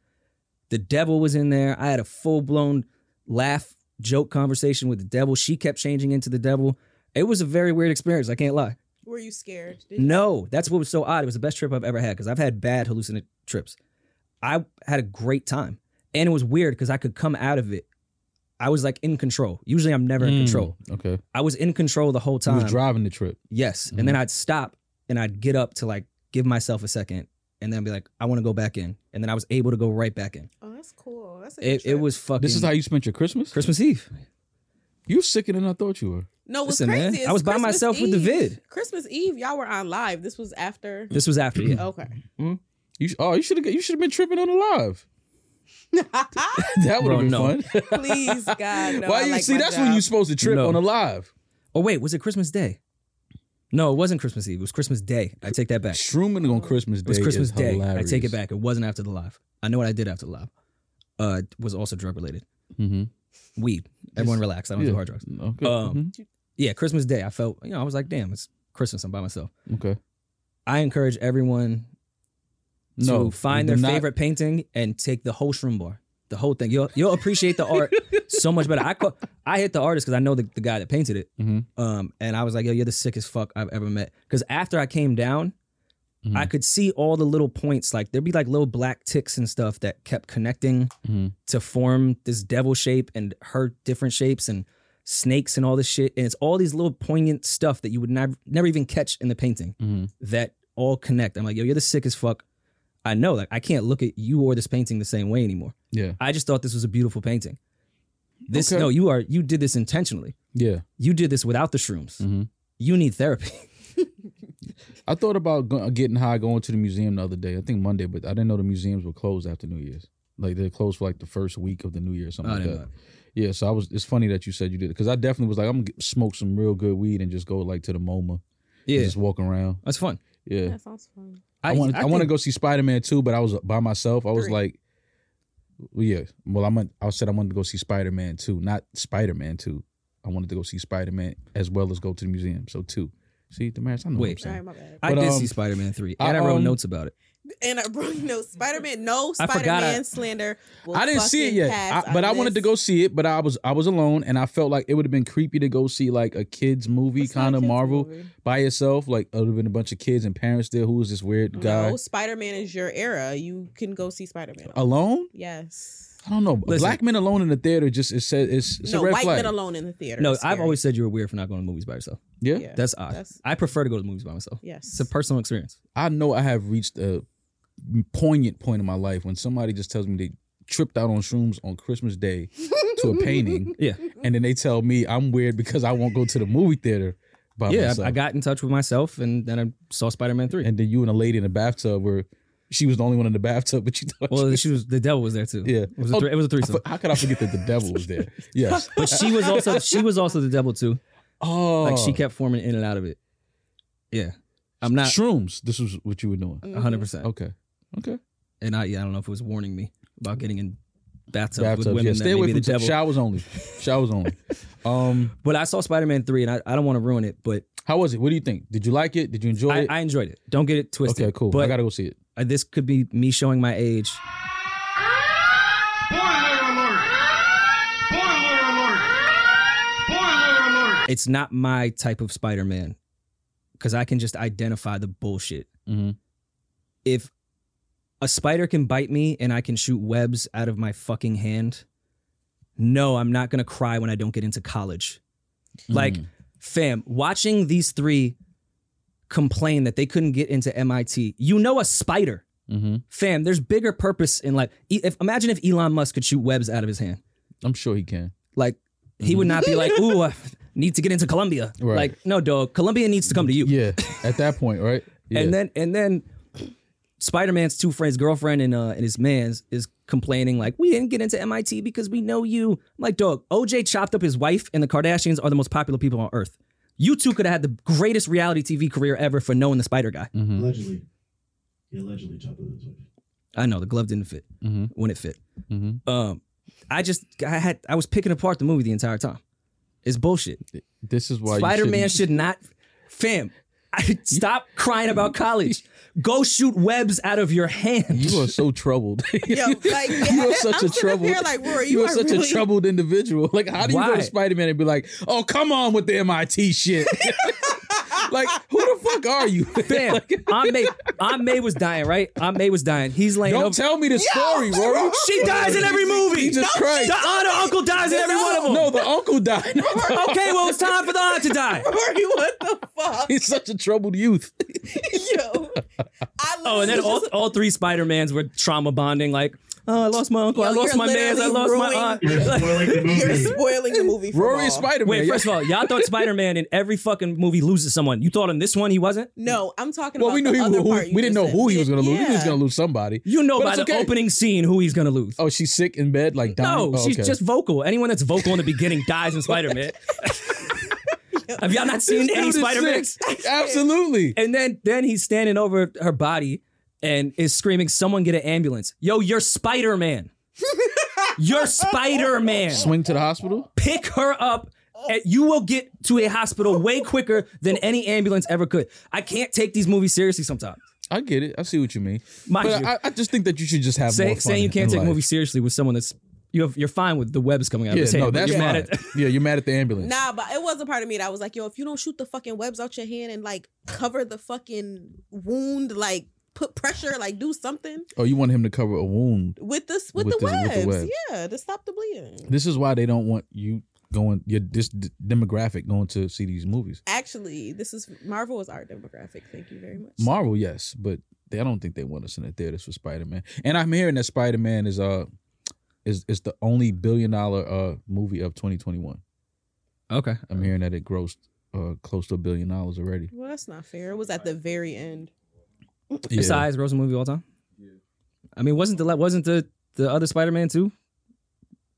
[SPEAKER 4] The devil was in there. I had a full blown laugh joke conversation with the devil. She kept changing into the devil. It was a very weird experience. I can't lie.
[SPEAKER 3] Were you scared? Did
[SPEAKER 4] No, that's what was so odd. It was the best trip I've ever had because I've had bad hallucinate trips. I had a great time, and it was weird because I could come out of it. I was like in control. Usually, I'm never in
[SPEAKER 1] Mm,
[SPEAKER 4] control.
[SPEAKER 1] Okay.
[SPEAKER 4] I was in control the whole
[SPEAKER 1] He
[SPEAKER 4] time.
[SPEAKER 1] was driving the trip.
[SPEAKER 4] yes, and then I'd stop and I'd get up to like give myself a second, and then be like, I want to go back in, and then I was able to go right back in.
[SPEAKER 3] Oh, that's cool. That's a good
[SPEAKER 4] It, it
[SPEAKER 3] trip.
[SPEAKER 4] was fucking.
[SPEAKER 1] This is how you spent your Christmas.
[SPEAKER 4] Christmas Eve.
[SPEAKER 1] You were sicker than I thought you were.
[SPEAKER 3] No, what's
[SPEAKER 4] Listen,
[SPEAKER 3] crazy
[SPEAKER 4] man,
[SPEAKER 3] is
[SPEAKER 4] I was by
[SPEAKER 3] Christmas
[SPEAKER 4] myself with the
[SPEAKER 3] Eve-
[SPEAKER 4] vid.
[SPEAKER 3] Christmas Eve, y'all were on live. This was after.
[SPEAKER 4] This was after. Yeah.
[SPEAKER 3] Okay.
[SPEAKER 1] You sh- oh, you should have you should have been tripping on the live. That would
[SPEAKER 4] Bro,
[SPEAKER 1] have been
[SPEAKER 4] no.
[SPEAKER 1] fun.
[SPEAKER 3] Please, God. No,
[SPEAKER 1] Why
[SPEAKER 3] I
[SPEAKER 1] you
[SPEAKER 3] like
[SPEAKER 1] see?
[SPEAKER 3] my
[SPEAKER 1] That's
[SPEAKER 3] job.
[SPEAKER 1] when you're supposed to trip
[SPEAKER 4] No.
[SPEAKER 1] on a live.
[SPEAKER 4] Oh wait, was it Christmas Day? No, it wasn't Christmas Eve. It was Christmas Day. I take that back.
[SPEAKER 1] Shrooming on Christmas Day.
[SPEAKER 4] It was Christmas
[SPEAKER 1] is
[SPEAKER 4] Day. I
[SPEAKER 1] Hilarious.
[SPEAKER 4] take it back. It wasn't after the live. I know what I did after the lab. Uh, was also drug related.
[SPEAKER 1] Mm-hmm.
[SPEAKER 4] Weed. Everyone
[SPEAKER 1] Yes.
[SPEAKER 4] relax. I don't do hard drugs.
[SPEAKER 1] Okay.
[SPEAKER 4] Um, Yeah, Christmas Day. I felt you know I was like, damn, it's Christmas. I'm by myself.
[SPEAKER 1] mhm. Okay.
[SPEAKER 4] I encourage everyone
[SPEAKER 1] No.
[SPEAKER 4] to find
[SPEAKER 1] do
[SPEAKER 4] their
[SPEAKER 1] not-
[SPEAKER 4] favorite painting and take the whole shroom bar, the whole thing. You'll you'll appreciate the art so much better. I call, I hit the artist because I know the, the guy that painted it,
[SPEAKER 1] Mhm.
[SPEAKER 4] um, and I was like, yo, you're the sickest fuck I've ever met. Because after I came down,
[SPEAKER 1] Mhm.
[SPEAKER 4] I could see all the little points. Like there'd be like little black ticks and stuff that kept connecting
[SPEAKER 1] Mhm.
[SPEAKER 4] to form this devil shape and her different shapes and snakes and all this shit. And it's all these little poignant stuff that you would never never even catch in the painting
[SPEAKER 1] Mhm.
[SPEAKER 4] that all connect. I'm like, yo, you're the sickest fuck. I know. Like I can't look at you or this painting the same way anymore.
[SPEAKER 1] Yeah.
[SPEAKER 4] I just thought this was a beautiful painting. This
[SPEAKER 1] Okay.
[SPEAKER 4] no, you are you did this intentionally.
[SPEAKER 1] Yeah.
[SPEAKER 4] You did this without the shrooms.
[SPEAKER 1] Mhm.
[SPEAKER 4] You need therapy.
[SPEAKER 1] I thought about go- getting high, going to the museum the other day. I think Monday, but I didn't know the museums were closed after New Year's. Like they're closed for like the first week of the New Year or something
[SPEAKER 4] I
[SPEAKER 1] like
[SPEAKER 4] didn't
[SPEAKER 1] that.
[SPEAKER 4] know.
[SPEAKER 1] Yeah, so I was. It's funny that you said you did it because I definitely was like, I'm gonna get- smoke some real good weed and just go like to the MoMA, and
[SPEAKER 4] Yeah,
[SPEAKER 1] just walk around.
[SPEAKER 4] that's fun.
[SPEAKER 1] Yeah,
[SPEAKER 3] That sounds fun.
[SPEAKER 1] I want. I, want to
[SPEAKER 4] think-
[SPEAKER 1] go see Spider Man too, but I was by myself. I was
[SPEAKER 3] Three.
[SPEAKER 1] like, well, yeah. Well, I'm. I said I wanted to go see Spider Man two, not Spider Man two. I wanted to go see Spider Man as well as go to the museum. So two. See the match. I know what I'm
[SPEAKER 4] Wait.
[SPEAKER 1] saying.
[SPEAKER 3] All right, my bad.
[SPEAKER 4] I
[SPEAKER 1] But,
[SPEAKER 4] did
[SPEAKER 1] um,
[SPEAKER 4] see Spider Man three,
[SPEAKER 1] I,
[SPEAKER 4] and I, wrote
[SPEAKER 1] um,
[SPEAKER 4] notes about it.
[SPEAKER 3] And I brought no Spider Man. No
[SPEAKER 4] I forgot
[SPEAKER 3] Spider
[SPEAKER 4] I-
[SPEAKER 3] Man slander. will
[SPEAKER 1] I didn't see it
[SPEAKER 3] fucking
[SPEAKER 1] yet,
[SPEAKER 3] pass
[SPEAKER 1] I- but
[SPEAKER 3] our
[SPEAKER 1] I wanted to
[SPEAKER 3] list.
[SPEAKER 1] go see it. But I was I was alone, and I felt like it would have been creepy to go see like a kids movie
[SPEAKER 3] It's not a
[SPEAKER 1] kind of
[SPEAKER 3] kids'
[SPEAKER 1] Marvel
[SPEAKER 3] movie.
[SPEAKER 1] by yourself. Like it would have been a bunch of kids and parents there. Who is this weird guy
[SPEAKER 3] No, Spider Man is your era. You can go see Spider Man.
[SPEAKER 1] alone?
[SPEAKER 3] yes.
[SPEAKER 1] I don't know.
[SPEAKER 4] Listen.
[SPEAKER 1] Black men alone in the theater just it says it's, it's
[SPEAKER 3] no,
[SPEAKER 1] a red
[SPEAKER 3] white
[SPEAKER 1] flag.
[SPEAKER 3] men alone in the theater.
[SPEAKER 4] No,
[SPEAKER 3] is
[SPEAKER 4] I've
[SPEAKER 3] scary.
[SPEAKER 4] always said you were weird for not going to movies by yourself.
[SPEAKER 1] yeah?
[SPEAKER 3] Yeah.
[SPEAKER 4] That's odd.
[SPEAKER 3] That's-
[SPEAKER 4] I prefer to go to movies by myself.
[SPEAKER 3] yes.
[SPEAKER 4] It's a personal experience.
[SPEAKER 1] I know I have reached a poignant point in my life when somebody just tells me they tripped out on shrooms on Christmas Day to a painting,
[SPEAKER 4] Yeah.
[SPEAKER 1] and then they tell me I'm weird because I won't go to the movie theater by
[SPEAKER 4] yeah, I-
[SPEAKER 1] myself.
[SPEAKER 4] I got in touch with myself and then I saw Spider Man 3.
[SPEAKER 1] and then you and a lady in the bathtub where she was the only one in the bathtub, but you thought she
[SPEAKER 4] well,
[SPEAKER 1] was-
[SPEAKER 4] she was the devil was there too.
[SPEAKER 1] Yeah.
[SPEAKER 4] It was a,
[SPEAKER 1] Oh,
[SPEAKER 4] three, it was a
[SPEAKER 1] I
[SPEAKER 4] threesome.
[SPEAKER 1] for- how could I forget that the devil was there? Yes.
[SPEAKER 4] but she was also she was also the devil too.
[SPEAKER 1] Oh,
[SPEAKER 4] Like she kept forming in and out of it. Yeah. I'm not
[SPEAKER 1] shrooms. This was what you were doing.
[SPEAKER 4] 100%.
[SPEAKER 1] Okay. Okay.
[SPEAKER 4] And I yeah, I don't know if it was warning me about getting in bathtubs with
[SPEAKER 1] Bathtubs.
[SPEAKER 4] women
[SPEAKER 1] Yeah.
[SPEAKER 4] that
[SPEAKER 1] Stay
[SPEAKER 4] may
[SPEAKER 1] away
[SPEAKER 4] be
[SPEAKER 1] from
[SPEAKER 4] the devil.
[SPEAKER 1] showers only. Showers only. Um,
[SPEAKER 4] But I saw Spider Man 3 and I, I don't want to ruin it, but
[SPEAKER 1] how was it? What do you think? Did you like it? Did you enjoy
[SPEAKER 4] I,
[SPEAKER 1] it?
[SPEAKER 4] I enjoyed it. Don't get it twisted.
[SPEAKER 1] okay, cool. I
[SPEAKER 4] But
[SPEAKER 1] gotta go see it.
[SPEAKER 4] uh, this could be me showing my age.
[SPEAKER 2] Boiler alert! Boiler alert! Boiler alert!
[SPEAKER 4] it's not my type of Spider-Man because I can just identify the bullshit.
[SPEAKER 1] hmm
[SPEAKER 4] Mm-hmm. If a spider can bite me and I can shoot webs out of my fucking hand, no, I'm not gonna cry when I don't get into college. Like, fam, watching these three complain that they couldn't get into MIT, you know, a spider,
[SPEAKER 1] hmm
[SPEAKER 4] fam. There's bigger purpose in life. E- If imagine if Elon Musk could shoot webs out of his hand,
[SPEAKER 1] I'm sure he can.
[SPEAKER 4] like he would not be like, ooh, I need to get into Columbia.
[SPEAKER 1] Right.
[SPEAKER 4] Like, no, dog, Columbia needs to come to you.
[SPEAKER 1] Yeah. At that point, right? Yeah.
[SPEAKER 4] And then and then Spider Man's two friends, girlfriend and uh and his man's is complaining like we didn't get into MIT because we know you. I'm like, dog, OJ chopped up his wife and the Kardashians are the most popular people on earth. You two could have had the greatest reality TV career ever for knowing the spider guy.
[SPEAKER 3] Hmm.
[SPEAKER 1] Mhm.
[SPEAKER 5] Allegedly. He allegedly chopped it his way.
[SPEAKER 4] I know the glove didn't fit
[SPEAKER 1] Mhm.
[SPEAKER 4] when it fit.
[SPEAKER 1] Mhm.
[SPEAKER 4] Um I just I had I was picking apart the movie the entire time. It's bullshit.
[SPEAKER 1] This is why you
[SPEAKER 4] Spider Man
[SPEAKER 1] shouldn't-
[SPEAKER 4] should not, fam. I, stop crying about college. Go shoot webs out of your hand.
[SPEAKER 1] You are so troubled.
[SPEAKER 3] Yo, like
[SPEAKER 1] you are such
[SPEAKER 3] a
[SPEAKER 1] a troubled.
[SPEAKER 3] Like Rory,
[SPEAKER 1] you,
[SPEAKER 3] you,
[SPEAKER 1] are such
[SPEAKER 3] really,
[SPEAKER 1] a troubled individual. Like, how do you go
[SPEAKER 4] Why?
[SPEAKER 1] to Spider Man and be like, "Oh, come on with the MIT shit"? like, who the fuck are you?
[SPEAKER 4] Fam,
[SPEAKER 1] Like,
[SPEAKER 4] Aunt May, Aunt May was dying, right? Aunt May was dying. He's laying
[SPEAKER 1] don't
[SPEAKER 4] over.
[SPEAKER 1] tell me the story, Rory.
[SPEAKER 4] she dies in every movie.
[SPEAKER 1] Jesus Christ.
[SPEAKER 4] The aunt or uncle dies in every one of them.
[SPEAKER 1] No, the uncle died. No, the uncle-
[SPEAKER 4] Okay, well, it's time for the aunt to die.
[SPEAKER 3] Rory, what the fuck?
[SPEAKER 1] He's such a troubled youth.
[SPEAKER 3] Yo, I
[SPEAKER 4] Oh, and then
[SPEAKER 3] literally
[SPEAKER 4] all,
[SPEAKER 3] just-
[SPEAKER 4] all three Spider Mans were trauma bonding. Like, oh, I lost my uncle.
[SPEAKER 3] Yo,
[SPEAKER 4] I lost
[SPEAKER 3] you're
[SPEAKER 4] my mans. I lost
[SPEAKER 3] literally
[SPEAKER 4] my aunt.
[SPEAKER 5] You're spoiling the
[SPEAKER 3] you're
[SPEAKER 5] movie.
[SPEAKER 3] spoiling the movie. For
[SPEAKER 1] Rory is
[SPEAKER 3] all.
[SPEAKER 1] Spider Man.
[SPEAKER 4] Wait, first of all, Oh, y'all thought Spider Man in every fucking movie loses someone. You thought in this one he wasn't.
[SPEAKER 3] No, I'm talking
[SPEAKER 1] well,
[SPEAKER 3] about.
[SPEAKER 1] we knew
[SPEAKER 3] the
[SPEAKER 1] he
[SPEAKER 3] other
[SPEAKER 1] who,
[SPEAKER 3] part you
[SPEAKER 1] we didn't
[SPEAKER 3] just
[SPEAKER 1] know
[SPEAKER 3] said.
[SPEAKER 1] who he was gonna lose. We knew he was
[SPEAKER 3] Yeah.
[SPEAKER 1] gonna lose somebody.
[SPEAKER 4] You know
[SPEAKER 1] But
[SPEAKER 4] by
[SPEAKER 1] it's
[SPEAKER 4] the
[SPEAKER 1] okay.
[SPEAKER 4] opening scene who he's gonna lose.
[SPEAKER 1] Oh, she's sick in bed, like dying.
[SPEAKER 4] No,
[SPEAKER 1] Oh,
[SPEAKER 4] she's
[SPEAKER 1] okay.
[SPEAKER 4] just vocal. Anyone that's vocal in the beginning dies in Spider Man. Have y'all not seen
[SPEAKER 1] This
[SPEAKER 4] any
[SPEAKER 1] dude is
[SPEAKER 4] Spider Man?
[SPEAKER 1] sick. Absolutely.
[SPEAKER 4] And then then he's standing over her body and is screaming, "Someone get an ambulance!" Yo, you're Spider Man. you're Spider Man.
[SPEAKER 1] Swing to the hospital.
[SPEAKER 4] Pick her up. And you will get to a hospital way quicker than any ambulance ever could. I can't take these movies seriously sometimes.
[SPEAKER 1] I get it. I see what you mean.
[SPEAKER 4] Mind
[SPEAKER 1] but
[SPEAKER 4] you,
[SPEAKER 1] I, I just think that you should just have more
[SPEAKER 4] say,
[SPEAKER 1] fun
[SPEAKER 4] saying you
[SPEAKER 1] in
[SPEAKER 4] can't take
[SPEAKER 1] life.
[SPEAKER 4] movies seriously with someone that's you have, you're fine with the webs coming out of
[SPEAKER 1] Yeah,
[SPEAKER 4] his hand.
[SPEAKER 1] no,
[SPEAKER 4] but
[SPEAKER 1] that's
[SPEAKER 4] you're
[SPEAKER 1] fine.
[SPEAKER 4] mad at
[SPEAKER 1] yeah, you're mad at the ambulance.
[SPEAKER 3] Nah, but it was a part of me that was like, yo, if you don't shoot the fucking webs out your hand and like cover the fucking wound, like put pressure, like do something
[SPEAKER 1] Oh, you want him to cover a wound.
[SPEAKER 3] with this with,
[SPEAKER 1] With
[SPEAKER 3] the,
[SPEAKER 1] the- with
[SPEAKER 3] webs.
[SPEAKER 1] the webs.
[SPEAKER 3] yeah, to stop the bleeding.
[SPEAKER 1] This is why they don't want you going. Your this d- demographic going to see these movies.
[SPEAKER 3] Actually, this is Marvel is our demographic. Thank you very much.
[SPEAKER 1] Marvel, yes, but they, I don't think they want us in the theaters for Spider Man. And I'm hearing that Spider Man is uh is is the only billion dollar uh movie of 2021.
[SPEAKER 4] Okay,
[SPEAKER 1] I'm hearing that it grossed uh close to a billion dollars already.
[SPEAKER 3] well, that's not fair. It was at the very end.
[SPEAKER 4] it's the highest grossing movie of all time. I mean, wasn't the la- wasn't the the other Spider Man too?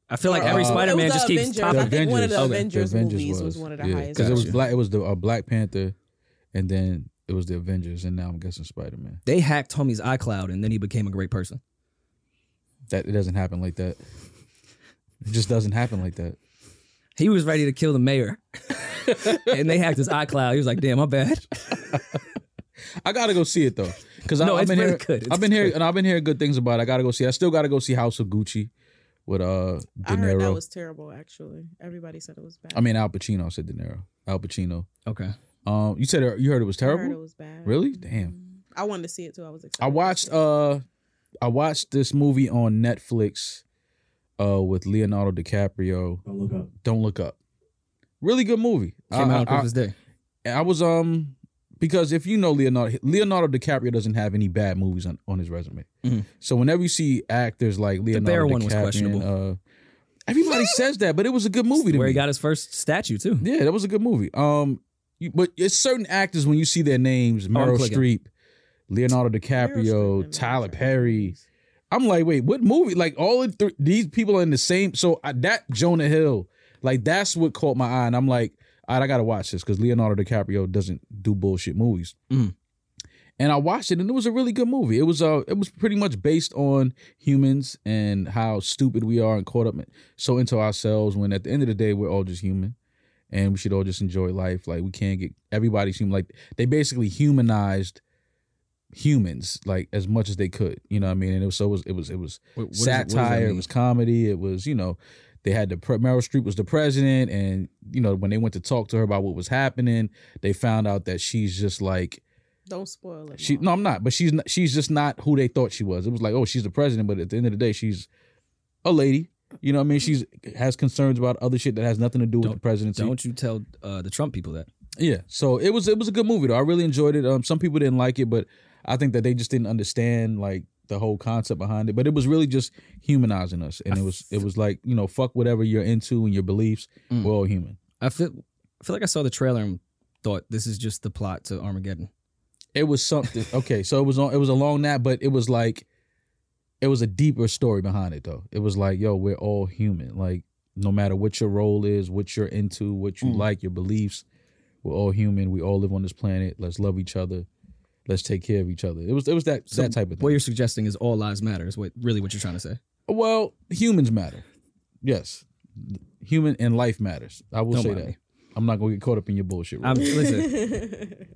[SPEAKER 4] I feel like every
[SPEAKER 1] Uh,
[SPEAKER 4] Spider Man
[SPEAKER 3] It was
[SPEAKER 4] just
[SPEAKER 3] the
[SPEAKER 4] keeps
[SPEAKER 3] Avengers.
[SPEAKER 1] The
[SPEAKER 4] topping.
[SPEAKER 3] I think one of the
[SPEAKER 4] Okay.
[SPEAKER 3] Avengers,
[SPEAKER 1] The Avengers
[SPEAKER 3] movies was, one of the highest.
[SPEAKER 1] because it was
[SPEAKER 4] Gotcha.
[SPEAKER 1] black. It was the uh, Black Panther, and then it was the Avengers, and now I'm guessing Spider Man.
[SPEAKER 4] They hacked homie's iCloud and then he became a great person.
[SPEAKER 1] That it doesn't happen like that. It just doesn't happen like that.
[SPEAKER 4] He was ready to kill the mayor, and they hacked his iCloud. He was like, "Damn, my bad."
[SPEAKER 1] I gotta go see it though, because
[SPEAKER 4] No,
[SPEAKER 1] I've
[SPEAKER 4] it's
[SPEAKER 1] been
[SPEAKER 4] really
[SPEAKER 1] hearing,
[SPEAKER 4] good. It's
[SPEAKER 1] I've been hearing, and I've been hearing good things about. it. I gotta go see. I still gotta go see House of Gucci with uh De
[SPEAKER 3] I heard that
[SPEAKER 1] Niro.
[SPEAKER 3] was terrible. Actually, everybody said it was bad.
[SPEAKER 1] I mean Al Pacino. I said De Niro. Al Pacino.
[SPEAKER 4] Okay,
[SPEAKER 1] Um, you said it- you heard it was
[SPEAKER 3] I heard it
[SPEAKER 1] terrible.
[SPEAKER 3] was bad.
[SPEAKER 1] Really? Damn.
[SPEAKER 3] Mhm. I wanted to see it too. I was excited.
[SPEAKER 1] I watched uh, I watched this movie on Netflix, uh, with Leonardo DiCaprio.
[SPEAKER 5] Don't look up.
[SPEAKER 1] Don't Look Up. Really good movie.
[SPEAKER 4] came
[SPEAKER 1] I,
[SPEAKER 4] out on
[SPEAKER 1] I-
[SPEAKER 4] Christmas Day.
[SPEAKER 1] I, I was um because if you know Leonardo Leonardo DiCaprio doesn't have any bad movies on, on his resume.
[SPEAKER 4] Mhm.
[SPEAKER 1] So whenever you see actors like Leonardo
[SPEAKER 4] Bear
[SPEAKER 1] DiCaprio,
[SPEAKER 4] one was
[SPEAKER 1] and,
[SPEAKER 4] questionable.
[SPEAKER 1] uh, everybody says that, but it was a good movie to
[SPEAKER 4] Where
[SPEAKER 1] me.
[SPEAKER 4] he got his first statue too.
[SPEAKER 1] yeah, that was a good movie. Um, you, but it's certain actors when you see their names,
[SPEAKER 4] Oh, I'm
[SPEAKER 1] Meryl
[SPEAKER 4] clicking.
[SPEAKER 1] Streep, Leonardo
[SPEAKER 3] Meryl Streep
[SPEAKER 1] DiCaprio,
[SPEAKER 3] and
[SPEAKER 1] Tyler
[SPEAKER 3] Meryl Streep.
[SPEAKER 1] Perry. I'm like, wait, what movie? Like all the three these people are in the same. So I, that Jonah Hill, like that's what caught my eye, and I'm like, all right, I gotta watch this because Leonardo DiCaprio doesn't do bullshit movies.
[SPEAKER 4] Mhm.
[SPEAKER 1] And I watched it, and it was a really good movie. It was uh, it was pretty much based on humans and how stupid we are and caught up in- so into ourselves. When at the end of the day, we're all just human, and we should all just enjoy life. Like we can't get everybody's human. Like they basically humanized humans like as much as they could. You know what I mean? And it was so it was it was it was
[SPEAKER 4] What- what is- what does that
[SPEAKER 1] satire. It
[SPEAKER 4] mean?
[SPEAKER 1] was comedy. It was you know they had the pre- Meryl Streep was the president, and you know when they went to talk to her about what was happening, they found out that she's just like
[SPEAKER 3] Don't spoil it.
[SPEAKER 1] she.
[SPEAKER 3] Mom.
[SPEAKER 1] No, I'm not. But she's not, she's just not who they thought she was. It was like oh she's the president, but at the end of the day she's a lady. You know what I mean? She's has concerns about other shit that has nothing to do with
[SPEAKER 4] Don't-
[SPEAKER 1] the presidency.
[SPEAKER 4] Don't you tell uh, the Trump people that.
[SPEAKER 1] Yeah. So it was it was a good movie though. I really enjoyed it. Um, some people didn't like it, but I think that they just didn't understand like the whole concept behind it. But it was really just humanizing us, and it was it was like you know fuck whatever you're into and your beliefs.
[SPEAKER 4] Mm.
[SPEAKER 1] We're all human.
[SPEAKER 4] I feel I feel like I saw the trailer and thought this is just the plot to Armageddon.
[SPEAKER 1] It was something. okay, so it was on. It was along that, but it was like it was a deeper story behind it though. It was like yo, we're all human. Like no matter what your role is, what you're into, what you
[SPEAKER 4] Mm.
[SPEAKER 1] like, your beliefs, we're all human. We all live on this planet. Let's love each other. Let's take care of each other. It was it was that
[SPEAKER 4] So
[SPEAKER 1] that type of thing.
[SPEAKER 4] What you're suggesting is all lives matter. Is what really what you're trying to say?
[SPEAKER 1] Well, humans matter. Yes. Human and life matters. I will
[SPEAKER 4] Don't
[SPEAKER 1] say
[SPEAKER 4] mind
[SPEAKER 1] that.
[SPEAKER 4] me.
[SPEAKER 1] I'm not gonna get caught up in your bullshit.
[SPEAKER 4] I'm,
[SPEAKER 1] Rory.
[SPEAKER 4] listen,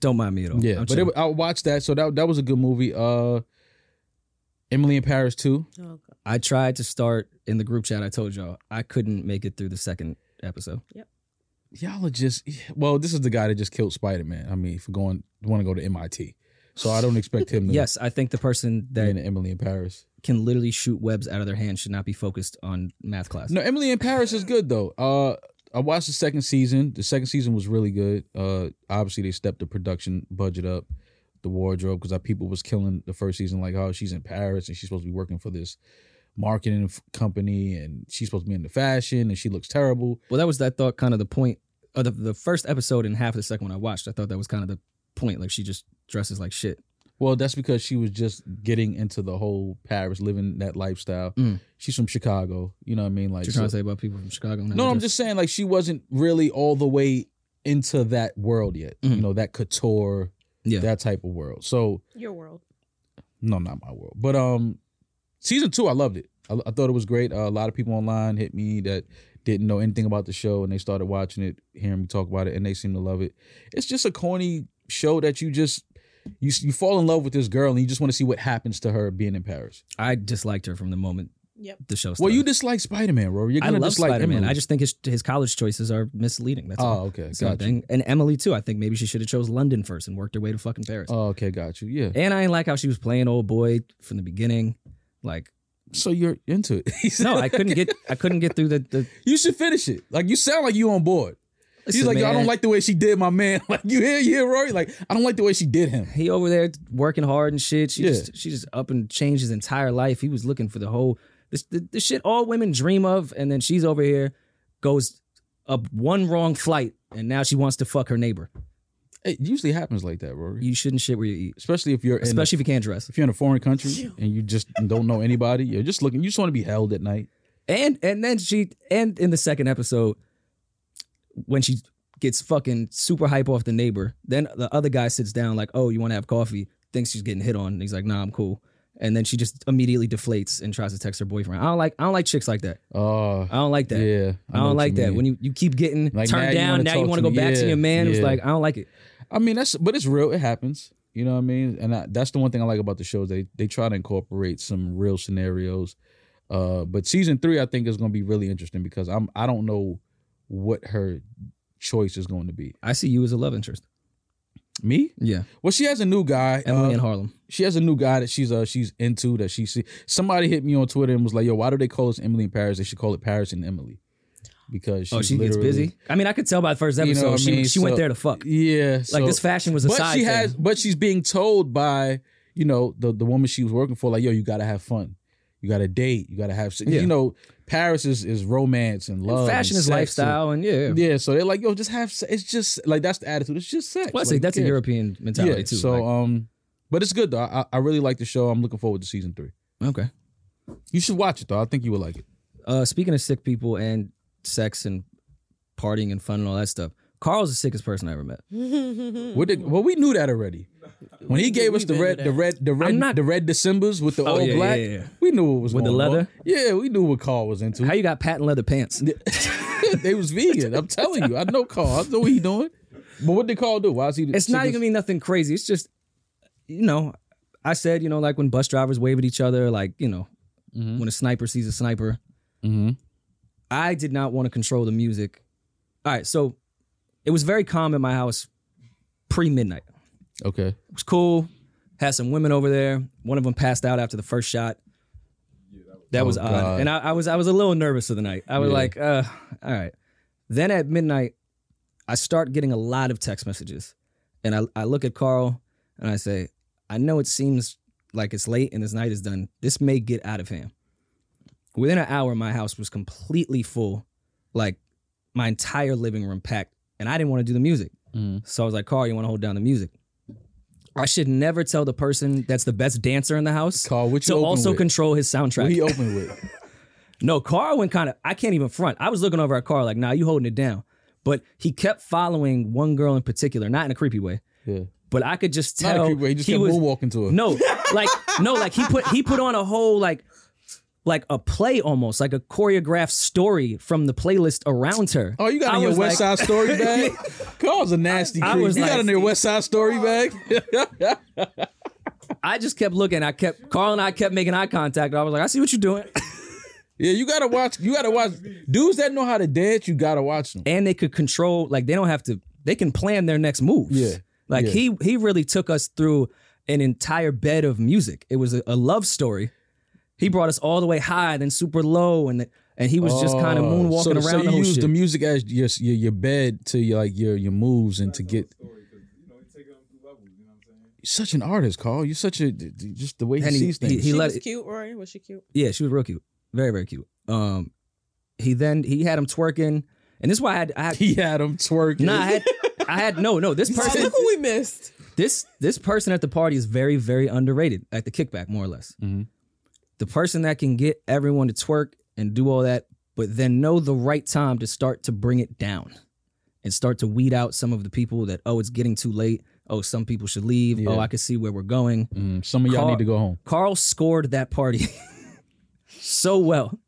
[SPEAKER 4] don't mind me at all.
[SPEAKER 1] yeah,
[SPEAKER 4] I'm
[SPEAKER 1] but
[SPEAKER 4] chill.
[SPEAKER 1] it, I watched that, so that that was a good movie. Uh, Emily in Paris too.
[SPEAKER 3] oh, God.
[SPEAKER 4] I tried to start in the group chat. I told y'all I couldn't make it through the second episode.
[SPEAKER 1] Y'all are just well. This is the guy that just killed Spider Man. I mean, for going want to go to MIT, so I don't expect him to
[SPEAKER 4] Yes, I think the person
[SPEAKER 1] be
[SPEAKER 4] that
[SPEAKER 1] in Emily in Paris.
[SPEAKER 4] can literally shoot webs out of their hand should not be focused on math class.
[SPEAKER 1] No, Emily in Paris is good though. Uh, I watched the second season. The second season was really good. Uh, obviously they stepped the production budget up, the wardrobe because people was killing the first season like, oh, she's in Paris and she's supposed to be working for this marketing f- company and she's supposed to be in the fashion and she looks terrible.
[SPEAKER 4] Well, that was that thought kind of the point of the, the first episode and half of the second one I watched. I thought that was kind of the point. Like she just dresses like shit.
[SPEAKER 1] Well, that's because she was just getting into the whole Paris, living that lifestyle.
[SPEAKER 4] Mm.
[SPEAKER 1] She's from Chicago, you know what I mean? Like
[SPEAKER 4] What you trying
[SPEAKER 1] so-
[SPEAKER 4] to say about people from Chicago? and how
[SPEAKER 1] No,
[SPEAKER 4] they
[SPEAKER 1] I'm
[SPEAKER 4] dress?
[SPEAKER 1] just saying like she wasn't really all the way into that world yet.
[SPEAKER 4] Mhm.
[SPEAKER 1] You know that couture
[SPEAKER 4] Yeah.
[SPEAKER 1] that type of world. So
[SPEAKER 3] Your world.
[SPEAKER 1] no, not my world. But um, season two, I loved it. I, I thought it was great. Uh, a lot of people online hit me that didn't know anything about the show, and they started watching it, hearing me talk about it, and they seem to love it. It's just a corny show that you just you you fall in love with this girl, and you just want to see what happens to her being in Paris.
[SPEAKER 4] I disliked her from the moment
[SPEAKER 3] Yep.
[SPEAKER 4] the show started.
[SPEAKER 1] Well, you dislike Spider Man, Rory. You're
[SPEAKER 4] I
[SPEAKER 1] gonna
[SPEAKER 4] love
[SPEAKER 1] dislike
[SPEAKER 4] Spider Man.
[SPEAKER 1] Emily.
[SPEAKER 4] I just think his, his college choices are misleading. That's all.
[SPEAKER 1] oh, okay,
[SPEAKER 4] That's the
[SPEAKER 1] got
[SPEAKER 4] only
[SPEAKER 1] you.
[SPEAKER 4] thing. And Emily too. I think maybe she should have chose London first and worked her way to fucking Paris.
[SPEAKER 1] Oh, okay, got you. Yeah.
[SPEAKER 4] and I didn't like how she was playing old boy from the beginning. Like
[SPEAKER 1] So you're into it.
[SPEAKER 4] no, I couldn't get I couldn't get through the. the
[SPEAKER 1] You should finish it. Like you sound like you on board. She's
[SPEAKER 4] Listen,
[SPEAKER 1] like, yo, I
[SPEAKER 4] man,
[SPEAKER 1] don't like the way she did my man. Like you hear, you hear, Rory. Like I don't like the way she did him.
[SPEAKER 4] He over there working hard and shit. She
[SPEAKER 1] Yeah.
[SPEAKER 4] just she just up and changed his entire life. He was looking for the whole this the, the shit all women dream of, and then she's over here goes up one wrong flight, and now she wants to fuck her neighbor.
[SPEAKER 1] It usually happens like that, Rory.
[SPEAKER 4] You shouldn't shit where you eat,
[SPEAKER 1] especially if you're
[SPEAKER 4] especially
[SPEAKER 1] especially
[SPEAKER 4] if you can't dress.
[SPEAKER 1] if you're in a foreign country and you just don't know anybody. You're just looking. You just want to be held at night.
[SPEAKER 4] And and then she and in the second episode, when she gets fucking super hype off the neighbor, then the other guy sits down like, "Oh, you want to have coffee?" Thinks she's getting hit on, and he's like, "Nah, I'm cool." And then she just immediately deflates and tries to text her boyfriend. I don't like I don't like chicks like that.
[SPEAKER 1] Oh,
[SPEAKER 4] I don't like that.
[SPEAKER 1] yeah.
[SPEAKER 4] I, don't like that. When you, you keep getting
[SPEAKER 1] Like, now
[SPEAKER 4] turned
[SPEAKER 1] you
[SPEAKER 4] down,
[SPEAKER 1] wanna
[SPEAKER 4] now you
[SPEAKER 1] talk
[SPEAKER 4] want to
[SPEAKER 1] to
[SPEAKER 4] go
[SPEAKER 1] me.
[SPEAKER 4] back to
[SPEAKER 1] Yeah,
[SPEAKER 4] your man. It's
[SPEAKER 1] yeah.
[SPEAKER 4] like I don't like it.
[SPEAKER 1] I mean, that's but it's real. It happens. You know what I mean? And I, that's the one thing I like about the show. is They they try to incorporate some real scenarios. Uh, but season three, I think, is going to be really interesting because I'm I don't know what her choice is going to be.
[SPEAKER 4] I see you as a love interest.
[SPEAKER 1] Me?
[SPEAKER 4] Yeah,
[SPEAKER 1] Well, she has a new guy. uh,
[SPEAKER 4] Emily in Harlem.
[SPEAKER 1] she has a new guy that she's uh she's into that she see. Somebody hit me on Twitter and was like, "Yo, why do they call us Emily in Paris? They should call it Paris and Emily." Because she's
[SPEAKER 4] Oh, she gets
[SPEAKER 1] literally-
[SPEAKER 4] busy. I mean, I could tell by the first
[SPEAKER 1] You know
[SPEAKER 4] episode
[SPEAKER 1] what I
[SPEAKER 4] she
[SPEAKER 1] mean?
[SPEAKER 4] she went
[SPEAKER 1] So-
[SPEAKER 4] there to fuck.
[SPEAKER 1] Yeah,
[SPEAKER 4] like
[SPEAKER 1] so-
[SPEAKER 4] this fashion was a
[SPEAKER 1] but
[SPEAKER 4] side
[SPEAKER 1] she
[SPEAKER 4] thing.
[SPEAKER 1] has but she's being told by you know the the woman she was working for like yo you gotta have fun you gotta date you gotta have se-
[SPEAKER 4] Yeah.
[SPEAKER 1] you know paris is is romance and
[SPEAKER 4] And
[SPEAKER 1] love
[SPEAKER 4] fashion
[SPEAKER 1] and
[SPEAKER 4] is
[SPEAKER 1] sex
[SPEAKER 4] lifestyle, and yeah, yeah.
[SPEAKER 1] and- yeah so they're like yo just have se- it's just like that's the attitude it's just sex
[SPEAKER 4] Well, I
[SPEAKER 1] like,
[SPEAKER 4] say that's
[SPEAKER 1] yeah.
[SPEAKER 4] a European mentality
[SPEAKER 1] yeah
[SPEAKER 4] too.
[SPEAKER 1] so
[SPEAKER 4] like-
[SPEAKER 1] um but it's good though I, I really like the show i'm looking forward to season three
[SPEAKER 4] okay.
[SPEAKER 1] you should watch it though i think you would like it
[SPEAKER 4] um, Uh, speaking of sick people and sex and partying and fun and all that stuff, Carl's the sickest person I ever met. Mm.
[SPEAKER 1] What did- well we knew that already when he gave us the
[SPEAKER 3] been to
[SPEAKER 1] red, the
[SPEAKER 3] that.
[SPEAKER 1] red, the red,
[SPEAKER 4] not-
[SPEAKER 1] the red December's with the
[SPEAKER 4] Oh,
[SPEAKER 1] old
[SPEAKER 4] yeah,
[SPEAKER 1] black,
[SPEAKER 4] yeah, yeah.
[SPEAKER 1] we knew what was
[SPEAKER 4] With the
[SPEAKER 1] going on.
[SPEAKER 4] leather?
[SPEAKER 1] Yeah, we knew what Carl was into.
[SPEAKER 4] How you got patent leather pants?
[SPEAKER 1] they was vegan. I'm telling you. I know Carl. I know what he doing. But what did Carl do? Why is he? the
[SPEAKER 4] It's not
[SPEAKER 1] sickest-
[SPEAKER 4] even gonna be nothing crazy. It's just, you know, I said, you know, like when bus drivers wave at each other, like you know,
[SPEAKER 1] Mhm.
[SPEAKER 4] when a sniper sees a sniper.
[SPEAKER 1] Mhm.
[SPEAKER 4] I did not want to control the music. All right, so it was very calm in my house pre midnight.
[SPEAKER 1] Okay.
[SPEAKER 4] It was cool. Had some women over there. One of them passed out after the first shot. That was
[SPEAKER 1] Oh,
[SPEAKER 4] odd,
[SPEAKER 1] God.
[SPEAKER 4] and I, I was I was a little nervous of the night. I was
[SPEAKER 1] Yeah.
[SPEAKER 4] like, uh, all right. Then at midnight, I start getting a lot of text messages, and I I look at Carl and I say, I know it seems like it's late and this night is done. This may get out of hand. Within an hour, my house was completely full, like my entire living room packed, and I didn't want to do the music.
[SPEAKER 1] Mhm.
[SPEAKER 4] So I was like, Carl, you want to hold down the music? I should never tell the person that's the best dancer in the house
[SPEAKER 1] Carl, what you
[SPEAKER 4] to
[SPEAKER 1] open
[SPEAKER 4] also
[SPEAKER 1] with?
[SPEAKER 4] control his
[SPEAKER 1] What
[SPEAKER 4] soundtrack.
[SPEAKER 1] he opened with?
[SPEAKER 4] no, Carl went kind of. I can't even front. I was looking over at Carl like, nah, you holding it down. But he kept following one girl in particular, not in a creepy way.
[SPEAKER 1] Yeah.
[SPEAKER 4] But I could just
[SPEAKER 1] Not
[SPEAKER 4] tell
[SPEAKER 1] a creep, way. He just kept
[SPEAKER 4] was
[SPEAKER 1] moonwalking to her.
[SPEAKER 4] no, like no, like he put he put on a whole like like a play almost like a choreographed story from the playlist around her.
[SPEAKER 1] Oh, you
[SPEAKER 4] I
[SPEAKER 1] got in your
[SPEAKER 4] was
[SPEAKER 1] West
[SPEAKER 4] like-
[SPEAKER 1] Side Story bag? Carl's a nasty
[SPEAKER 4] I
[SPEAKER 1] creep.
[SPEAKER 4] was
[SPEAKER 1] you
[SPEAKER 4] like-
[SPEAKER 1] got in your West Side Story bag?
[SPEAKER 4] I just kept looking. I kept Carl and I kept making eye contact. I was like, I see what you're doing.
[SPEAKER 1] yeah, you gotta watch. You gotta watch dudes that know how to dance. You gotta watch them.
[SPEAKER 4] and they could control like they don't have to they can plan their next moves
[SPEAKER 1] Yeah,
[SPEAKER 4] like
[SPEAKER 1] yeah.
[SPEAKER 4] he he really took us through an entire bed of music it was a, a love story he brought us all the way high then super low and and he was just kind of
[SPEAKER 1] Oh,
[SPEAKER 4] moonwalking
[SPEAKER 1] so,
[SPEAKER 4] around
[SPEAKER 1] so you
[SPEAKER 4] the whole
[SPEAKER 1] use
[SPEAKER 4] shit.
[SPEAKER 1] the music as your your, your bed to your, like your your moves and to get. You're such an artist, Carl. You're such a d- d- just the way he
[SPEAKER 4] And he-
[SPEAKER 1] sees things.
[SPEAKER 4] he-
[SPEAKER 3] she
[SPEAKER 4] let
[SPEAKER 3] was
[SPEAKER 4] it-
[SPEAKER 3] cute, Rory. Was she cute?
[SPEAKER 4] yeah she was real cute very very cute um he then he had him twerking and this is why I had I had,
[SPEAKER 1] He had him twerking.
[SPEAKER 4] nah, I had I had no no this
[SPEAKER 3] Oh,
[SPEAKER 4] person
[SPEAKER 3] look who we missed.
[SPEAKER 4] this this person at the party is very very underrated at the kickback more or less
[SPEAKER 1] Mhm.
[SPEAKER 4] the person that can get everyone to twerk and do all that but then know the right time to start to bring it down and start to weed out some of the people that oh it's getting too late oh, some people should leave.
[SPEAKER 1] Yeah.
[SPEAKER 4] Oh, I can see where we're going.
[SPEAKER 1] Mm, some of y'all
[SPEAKER 4] Carl-
[SPEAKER 1] need to go home.
[SPEAKER 4] Carl scored that party so well.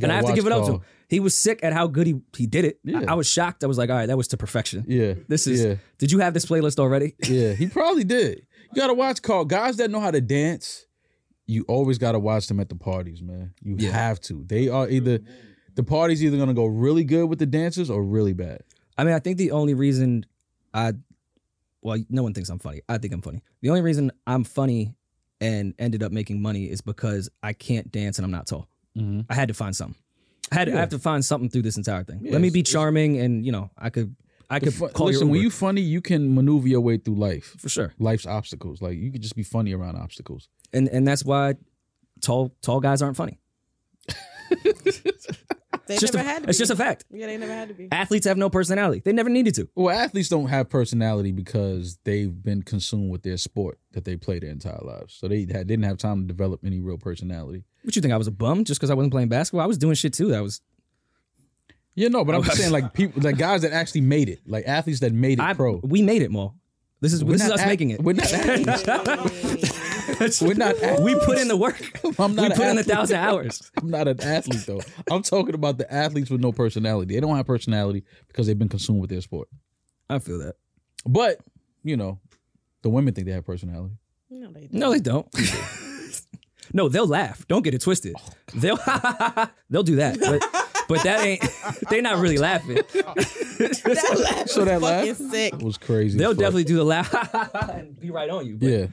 [SPEAKER 4] and I have to give it up to him. He was sick at how good he, he did it. I-
[SPEAKER 1] Yeah.
[SPEAKER 4] I, was shocked. I was like, all right, that was to perfection.
[SPEAKER 1] Yeah.
[SPEAKER 4] This is
[SPEAKER 1] Yeah.
[SPEAKER 4] did you have this playlist already?
[SPEAKER 1] Yeah, he probably did. You gotta watch Carl. Guys that know how to dance, you always gotta watch them at the parties, man. You
[SPEAKER 4] Yeah.
[SPEAKER 1] have to. They are either the party's either gonna go really good with the dancers or really bad.
[SPEAKER 4] I mean, I think the only reason I, well, no one thinks I'm funny. I think I'm funny. The only reason I'm funny and ended up making money is because I can't dance and I'm not tall.
[SPEAKER 1] Mm-hmm.
[SPEAKER 4] I had to find something. I had I
[SPEAKER 1] Yeah.
[SPEAKER 4] have to find something through this entire thing.
[SPEAKER 1] Yeah,
[SPEAKER 4] Let me
[SPEAKER 1] it's-
[SPEAKER 4] be
[SPEAKER 1] it's-
[SPEAKER 4] charming and you know I could I could call
[SPEAKER 1] listen,
[SPEAKER 4] your
[SPEAKER 1] when
[SPEAKER 4] Uber.
[SPEAKER 1] you funny, you can maneuver your way through life,
[SPEAKER 4] for sure.
[SPEAKER 1] life's obstacles. Like you could just be funny around obstacles.
[SPEAKER 4] And and that's why tall tall guys aren't funny.
[SPEAKER 3] They
[SPEAKER 4] It's just a,
[SPEAKER 3] never had to
[SPEAKER 4] it's
[SPEAKER 3] be.
[SPEAKER 4] just a fact.
[SPEAKER 3] Yeah, they never had to be.
[SPEAKER 4] Athletes have no personality. They never needed to.
[SPEAKER 1] Well, athletes don't have personality because they've been consumed with their sport that they play their entire lives. So they had, didn't have time to develop any real personality.
[SPEAKER 4] What you think I was a bum just because I wasn't playing basketball? I was doing shit too. That was
[SPEAKER 1] Yeah, no,
[SPEAKER 4] Oh,
[SPEAKER 1] but I'm just saying like people, like guys that actually made it, like athletes that made it
[SPEAKER 4] I,
[SPEAKER 1] pro.
[SPEAKER 4] We made it, Mo. This is
[SPEAKER 1] We're
[SPEAKER 4] this is
[SPEAKER 1] not
[SPEAKER 4] us
[SPEAKER 1] act-
[SPEAKER 4] making it.
[SPEAKER 1] We're not. act- we're not act-
[SPEAKER 4] We put in the work.
[SPEAKER 1] I'm
[SPEAKER 4] we
[SPEAKER 1] not.
[SPEAKER 4] put
[SPEAKER 1] an
[SPEAKER 4] in a
[SPEAKER 1] athlete.
[SPEAKER 4] thousand hours.
[SPEAKER 1] I'm not an athlete though. I'm talking about the athletes with no personality. They don't have personality because they've been consumed with their sport.
[SPEAKER 4] I feel that.
[SPEAKER 1] But you know, the women think they have personality.
[SPEAKER 3] No, they don't.
[SPEAKER 4] No, they don't. no, they'll laugh. Don't get it twisted. they'll they'll do that. But but that ain't they're not really laughing.
[SPEAKER 3] That laugh
[SPEAKER 1] So that
[SPEAKER 3] was fucking
[SPEAKER 1] laugh
[SPEAKER 3] sick.
[SPEAKER 1] was crazy. as
[SPEAKER 4] they'll
[SPEAKER 1] fuck.
[SPEAKER 4] definitely do the laugh and be right on you. But,
[SPEAKER 1] Yeah.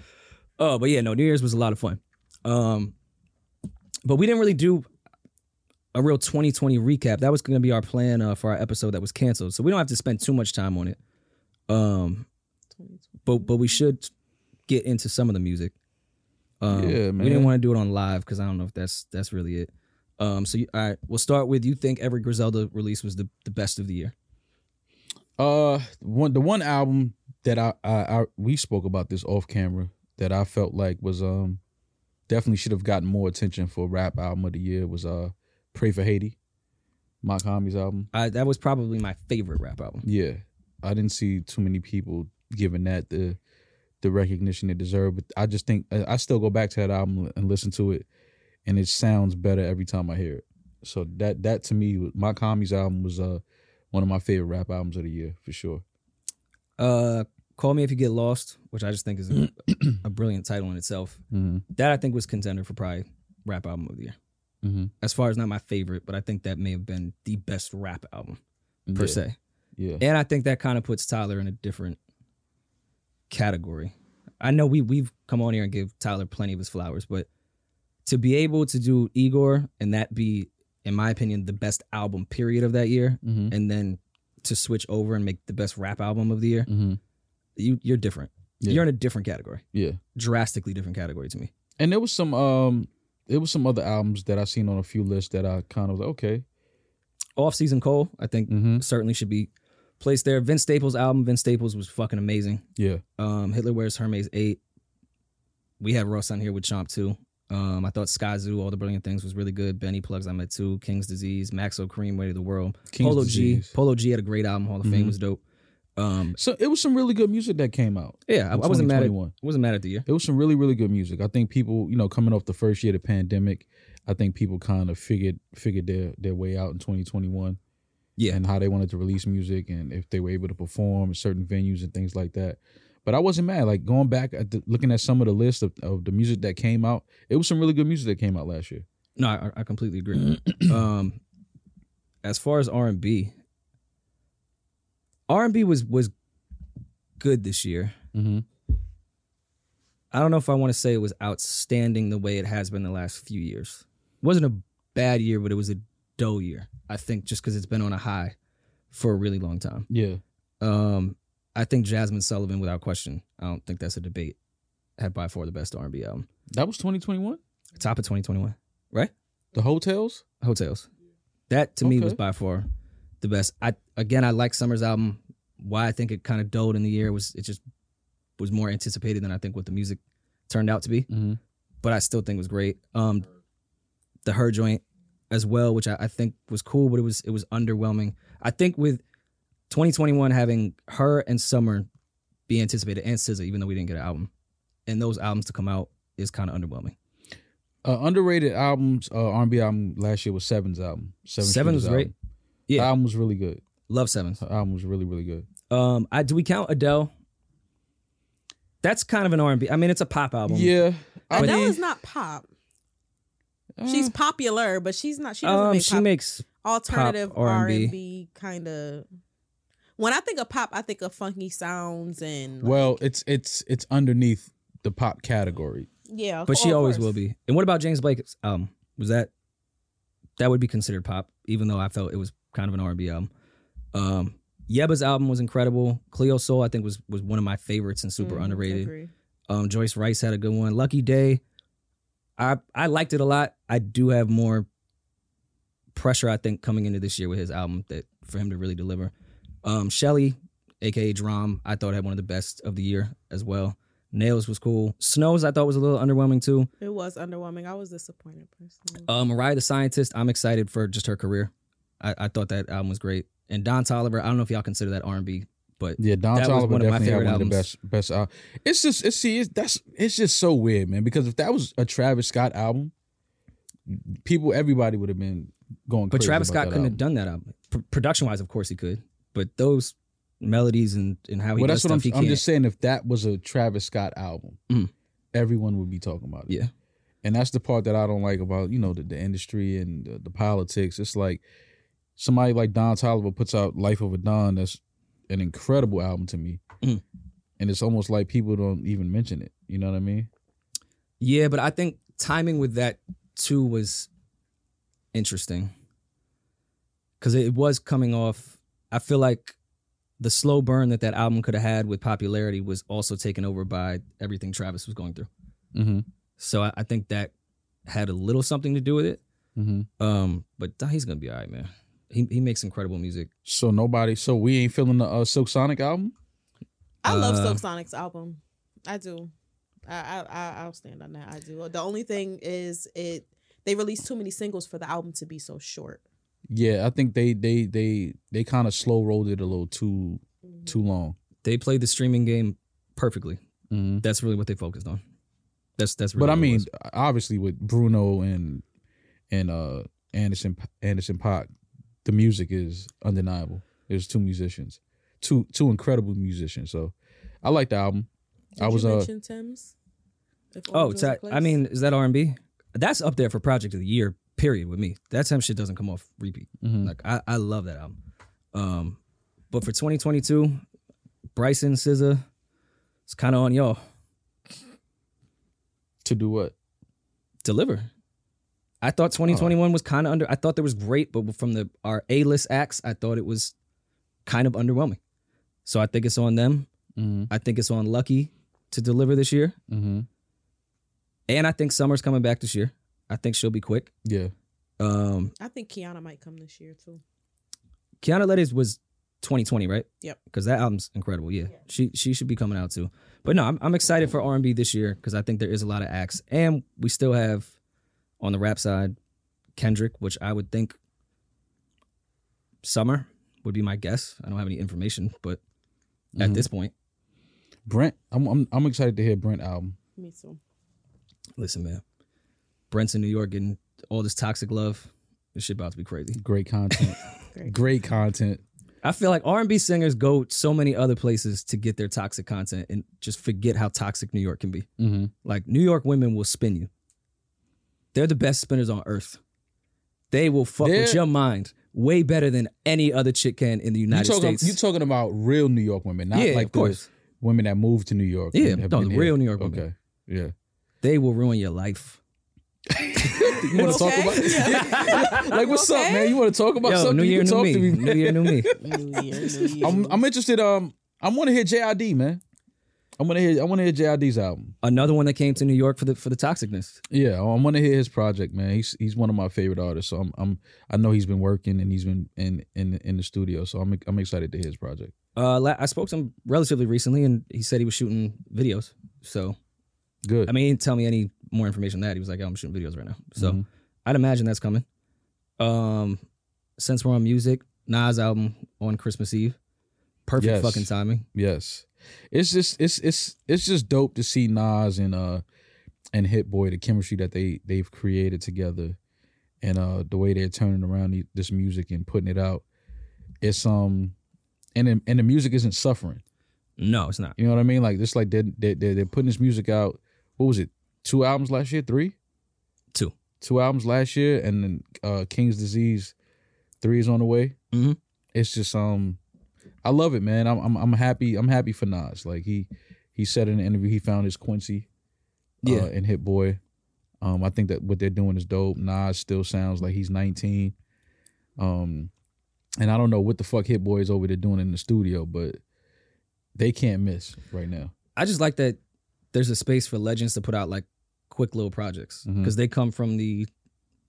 [SPEAKER 4] Oh, but yeah, no, New Year's was a lot of fun. Um but we didn't really do a real 2020 recap. That was going to be our plan uh, for our episode that was canceled. So we don't have to spend too much time on it. Um but but we should get into some of the music. Um,
[SPEAKER 1] Yeah,
[SPEAKER 4] We
[SPEAKER 1] man.
[SPEAKER 4] didn't want to do it on live because I don't know if that's that's really it. Um, so you, all right, we'll start with you think every Griselda release was the, the best of the year.
[SPEAKER 1] Uh, one the one album that I, I I we spoke about this off camera that I felt like was um definitely should have gotten more attention for rap album of the year was uh Pray for Haiti, Mock Hami's album.
[SPEAKER 4] I, that was probably my favorite rap album.
[SPEAKER 1] Yeah, I didn't see too many people giving that the the recognition it deserved. But I just think I I still go back to that album and listen to it, and it sounds better every time I hear it. So that that to me, was- my Kami's album was uh one of my favorite rap albums of the year for sure.
[SPEAKER 4] Uh, Call Me If You Get Lost, which I just think is a, a brilliant title in itself.
[SPEAKER 1] Mm-hmm.
[SPEAKER 4] That I think was contender for probably rap album of the year.
[SPEAKER 1] Mhm.
[SPEAKER 4] As far as not my favorite, but I think that may have been the best rap album per se.
[SPEAKER 1] Yeah.
[SPEAKER 4] And I think that kind of puts Tyler in a different category. I know we we've come on here and give Tyler plenty of his flowers, but to be able to do Igor and that be, in my opinion, the best album period of that year,
[SPEAKER 1] Mm-hmm.
[SPEAKER 4] and then to switch over and make the best rap album of the year,
[SPEAKER 1] Mm-hmm.
[SPEAKER 4] you you're different.
[SPEAKER 1] Yeah.
[SPEAKER 4] You're in a different category,
[SPEAKER 1] Yeah.
[SPEAKER 4] drastically different category to me.
[SPEAKER 1] And there was some um there was some other albums that I seen on a few lists that I kind of was like, okay.
[SPEAKER 4] Off season Cole, I think
[SPEAKER 1] Mm-hmm.
[SPEAKER 4] certainly should be placed there. Vince Staples album, Vince Staples was fucking amazing.
[SPEAKER 1] Yeah.
[SPEAKER 4] Um, Hitler Wears Hermes 8. We had Russ on here with Chomp too. Um, I thought Sky Zoo, All the Brilliant Things was really good. Benny Plugs, I met too. King's Disease, Maxo Cream, Way to the World.
[SPEAKER 1] King's
[SPEAKER 4] Polo
[SPEAKER 1] Disease.
[SPEAKER 4] G. Polo G had a great album. Hall of Fame
[SPEAKER 1] Mhm.
[SPEAKER 4] was dope. Um,
[SPEAKER 1] So it was some really good music that came out.
[SPEAKER 4] yeah, I, I
[SPEAKER 1] in
[SPEAKER 4] wasn't mad at
[SPEAKER 1] 2021.
[SPEAKER 4] wasn't mad at the year.
[SPEAKER 1] It was some really, really good music. I think people, you know, coming off the first year of the pandemic, I think people kind of figured figured their their way out in 2021
[SPEAKER 4] Yeah.
[SPEAKER 1] and how they wanted to release music and if they were able to perform in certain venues and things like that. But I wasn't mad. Like going back at the, looking at some of the list of, of the music that came out, it was some really good music that came out last year.
[SPEAKER 4] No, I, I completely agree. um, as far as R and B, R and B was was good this year.
[SPEAKER 1] Mm-hmm.
[SPEAKER 4] I don't know if I want to say it was outstanding the way it has been the last few years. It wasn't a bad year, but it was a dull year. I think just because it's been on a high for a really long time.
[SPEAKER 1] Yeah.
[SPEAKER 4] Um, I think Jasmine Sullivan, without question, I don't think that's a debate, had by far the best R and B album.
[SPEAKER 1] That was 2021?
[SPEAKER 4] Top of twenty twenty one.
[SPEAKER 1] The hotels?
[SPEAKER 4] hotels. That to me
[SPEAKER 1] Okay.
[SPEAKER 4] was by far the best. I again, I like Summer's album. Why I think it kind of dulled in the year was it just was more anticipated than I think what the music turned out to be.
[SPEAKER 1] Mm-hmm.
[SPEAKER 4] But I still think it was great. Um, the her joint as well, which I, I think was cool, but it was it was underwhelming. I think with 2021 having her and Summer be anticipated and SZA, even though we didn't get an album, and those albums to come out is kind of underwhelming.
[SPEAKER 1] Uh, underrated albums, uh, R&B album last year was Seven's album. Seven
[SPEAKER 4] Seven
[SPEAKER 1] Street's
[SPEAKER 4] was great.
[SPEAKER 1] album.
[SPEAKER 4] Yeah.
[SPEAKER 1] The album was really good.
[SPEAKER 4] Love Sevens.
[SPEAKER 1] The album was really really good.
[SPEAKER 4] Um, I, do we count Adele? That's kind of an R and I mean, it's a pop album.
[SPEAKER 1] Yeah, I
[SPEAKER 3] Adele
[SPEAKER 1] mean,
[SPEAKER 3] is not pop.
[SPEAKER 1] uh,
[SPEAKER 3] She's popular, but she's not. She doesn't
[SPEAKER 4] Mm. um,
[SPEAKER 3] make
[SPEAKER 4] she
[SPEAKER 3] pop.
[SPEAKER 4] makes
[SPEAKER 3] alternative
[SPEAKER 4] pop,
[SPEAKER 3] R
[SPEAKER 4] R&B.
[SPEAKER 3] and B kind of. When I think of pop, I think of funky sounds and
[SPEAKER 1] well, it's it's it's underneath the pop category.
[SPEAKER 3] yeah.
[SPEAKER 4] but she
[SPEAKER 3] of
[SPEAKER 4] always
[SPEAKER 3] course.
[SPEAKER 4] will be. And what about James Blake's album? Was that that would be considered pop, even though I felt it was kind of an R and B album. Um, Yeba's album was incredible. Cleo Soul, I think, was was one of my favorites and super
[SPEAKER 3] Mhm,
[SPEAKER 4] underrated.
[SPEAKER 3] agree.
[SPEAKER 4] Um, Joyce Rice had a good one. Lucky Day, I I liked it a lot. I do have more pressure, I think, coming into this year with his album that for him to really deliver. Um, Shelly, aka Drum, I thought had one of the best of the year as well. Nails was cool. Snows, I thought was a little underwhelming too.
[SPEAKER 3] It was underwhelming. I was disappointed personally.
[SPEAKER 4] Uh, Mariah the Scientist, I'm excited for just her career. I, I thought that album was great. And Don Tolliver, I don't know if y'all consider that R&B, but
[SPEAKER 1] Yeah, Don
[SPEAKER 4] That was
[SPEAKER 1] Toliver
[SPEAKER 4] one of
[SPEAKER 1] definitely
[SPEAKER 4] my
[SPEAKER 1] had
[SPEAKER 4] favorite
[SPEAKER 1] one of the
[SPEAKER 4] albums.
[SPEAKER 1] best best. Al- it's just it's see it's, that's it's just so weird, man. Because if that was a Travis Scott album, people everybody would have been going.
[SPEAKER 4] but
[SPEAKER 1] crazy
[SPEAKER 4] Travis
[SPEAKER 1] about
[SPEAKER 4] Scott
[SPEAKER 1] that
[SPEAKER 4] couldn't
[SPEAKER 1] album.
[SPEAKER 4] have done that album. production wise, of course he could, but those melodies and, and how he
[SPEAKER 1] well,
[SPEAKER 4] does
[SPEAKER 1] that's what
[SPEAKER 4] stuff,
[SPEAKER 1] I'm,
[SPEAKER 4] he
[SPEAKER 1] I'm
[SPEAKER 4] can't.
[SPEAKER 1] just saying. If that was a Travis Scott album,
[SPEAKER 4] Mm.
[SPEAKER 1] everyone would be talking about it.
[SPEAKER 4] Yeah.
[SPEAKER 1] and that's the part that I don't like about you know the, the industry and the, the politics. It's like somebody like Don Tolliver puts out "Life of a Don." That's an incredible album to me,
[SPEAKER 4] Mm.
[SPEAKER 1] and it's almost like people don't even mention it. You know what I mean?
[SPEAKER 4] Yeah, but I think timing with that too was interesting because it was coming off. I feel like the slow burn that that album could have had with popularity was also taken over by everything Travis was going through.
[SPEAKER 1] Mm-hmm.
[SPEAKER 4] So I, I think that had a little something to do with it.
[SPEAKER 1] Mm-hmm.
[SPEAKER 4] Um, but nah, he's gonna be all right, man. He he makes incredible music.
[SPEAKER 1] So nobody. So we ain't feeling the uh, Silk Sonic album.
[SPEAKER 3] I love
[SPEAKER 4] Uh,
[SPEAKER 3] Silk Sonic's album. I do. I, I I I'll stand on that. I do. The only thing is it they released too many singles for the album to be so short.
[SPEAKER 1] Yeah, I think they they they they kind of slow rolled it a little too
[SPEAKER 3] Mhm.
[SPEAKER 1] too long.
[SPEAKER 4] They played the streaming game perfectly.
[SPEAKER 1] Mm-hmm.
[SPEAKER 4] That's really what they focused on. That's that's. Really
[SPEAKER 1] But I
[SPEAKER 4] what it
[SPEAKER 1] mean,
[SPEAKER 4] was.
[SPEAKER 1] obviously with Bruno and and uh Anderson Anderson Pac, the music is undeniable. There's two musicians, two two incredible musicians. So I like the album.
[SPEAKER 3] Did
[SPEAKER 1] I was,
[SPEAKER 3] you
[SPEAKER 1] uh,
[SPEAKER 3] mention Tim's. If
[SPEAKER 4] Oh,
[SPEAKER 3] Orange Was
[SPEAKER 4] it's
[SPEAKER 3] the
[SPEAKER 4] that, I
[SPEAKER 3] Place?
[SPEAKER 4] mean, is that R and B? That's up there for project of the year. Period with me. That time shit doesn't come off repeat.
[SPEAKER 1] Mhm.
[SPEAKER 4] Like I, I love that album. Um, but for 2022, Bryson SZA, it's kind of on y'all.
[SPEAKER 1] To do what?
[SPEAKER 4] Deliver. I thought 2021 was kind of under. I thought there was great, but from the our A list acts, I thought it was kind of underwhelming. So I think it's on them.
[SPEAKER 1] Mm-hmm.
[SPEAKER 4] I think it's on Lucky to deliver this year,
[SPEAKER 1] Mm-hmm.
[SPEAKER 4] and I think Summer's coming back this year. I think she'll be quick.
[SPEAKER 1] Yeah.
[SPEAKER 4] Um,
[SPEAKER 3] I think Kiana might come this year too.
[SPEAKER 4] Kiana Letters was 2020, right?
[SPEAKER 3] Yep.
[SPEAKER 4] Because that album's incredible. Yeah. She she should be coming out too. But no, I'm, I'm excited for R&B this year because I think there is a lot of acts, and we still have on the rap side Kendrick, which I would think summer would be my guess. I don't have any information, but at
[SPEAKER 1] Mhm.
[SPEAKER 4] this point,
[SPEAKER 1] Brent, I'm, I'm I'm excited to hear Brent album.
[SPEAKER 3] Me too.
[SPEAKER 4] listen, man, Brent's in New York getting all this toxic love. This shit about to be crazy.
[SPEAKER 1] Great content.
[SPEAKER 3] Great.
[SPEAKER 1] Great content.
[SPEAKER 4] I feel like R&B singers go so many other places to get their toxic content and just forget how toxic New York can be.
[SPEAKER 1] Mm-hmm.
[SPEAKER 4] Like New York women will spin you. They're the best spinners on earth. They will fuck with
[SPEAKER 1] They're-
[SPEAKER 4] your mind way better than any other chick can in the United
[SPEAKER 1] you talking,
[SPEAKER 4] States.
[SPEAKER 1] You talking about real New York women, not
[SPEAKER 4] yeah,
[SPEAKER 1] like
[SPEAKER 4] of
[SPEAKER 1] the
[SPEAKER 4] course.
[SPEAKER 1] women that moved to New York.
[SPEAKER 4] Yeah,
[SPEAKER 1] and have
[SPEAKER 4] no,
[SPEAKER 1] been
[SPEAKER 4] the
[SPEAKER 1] here.
[SPEAKER 4] real New York women.
[SPEAKER 1] Okay. Yeah.
[SPEAKER 4] They will ruin your life.
[SPEAKER 1] You want to talk
[SPEAKER 3] okay?
[SPEAKER 1] about?
[SPEAKER 3] Yeah.
[SPEAKER 1] like, what's up,
[SPEAKER 3] okay?
[SPEAKER 1] man? You want to talk about
[SPEAKER 4] Yo,
[SPEAKER 1] something?
[SPEAKER 4] new
[SPEAKER 1] you
[SPEAKER 4] year,
[SPEAKER 1] can
[SPEAKER 4] new
[SPEAKER 1] talk
[SPEAKER 4] me.
[SPEAKER 1] to me.
[SPEAKER 4] New year, new me.
[SPEAKER 3] New year, new year.
[SPEAKER 1] I'm, I'm interested. Um, I want to hear JID, man. I want to hear. I want to hear JID's album.
[SPEAKER 4] Another one that came to New York for the for the toxicness.
[SPEAKER 1] Yeah, I want to hear his project, man. He's he's one of my favorite artists. So I'm I'm I know he's been working and he's been in in in the studio. So I'm I'm excited to hear his project.
[SPEAKER 4] Uh, la- I spoke to him relatively recently, and he said he was shooting videos. So
[SPEAKER 1] Good.
[SPEAKER 4] I mean, he didn't tell me any more information than that. He was like, "Yo, I'm shooting videos right now. So
[SPEAKER 1] Mhm.
[SPEAKER 4] I'd imagine that's coming. Um, since we're on music, Nas album on Christmas Eve. Perfect
[SPEAKER 1] Yes.
[SPEAKER 4] fucking timing.
[SPEAKER 1] yes. It's just it's it's it's just dope to see Nas and uh and Hit Boy the chemistry that they they've created together, and uh the way they're turning around the- this music and putting it out. It's um, and the- and the music isn't suffering.
[SPEAKER 4] No, it's not.
[SPEAKER 1] You know what I mean? Like this, like they they they they're putting this music out. What was it? Two albums last year, three,
[SPEAKER 4] Two.
[SPEAKER 1] two albums last year, and then uh King's Disease three is on the way.
[SPEAKER 4] Mhm.
[SPEAKER 1] It's just um, I love it, man. I'm, I'm I'm happy. I'm happy for Nas. Like he he said in an interview, he found his Quincy,
[SPEAKER 4] Yeah.
[SPEAKER 1] uh, and Hit Boy. Um, I think that what they're doing is dope. Nas still sounds like he's 19. Um, and I don't know what the fuck Hit Boy is over there doing in the studio, but they can't miss right now.
[SPEAKER 4] I just like that there's a space for legends to put out like quick little projects
[SPEAKER 1] Mhm.
[SPEAKER 4] because they come from the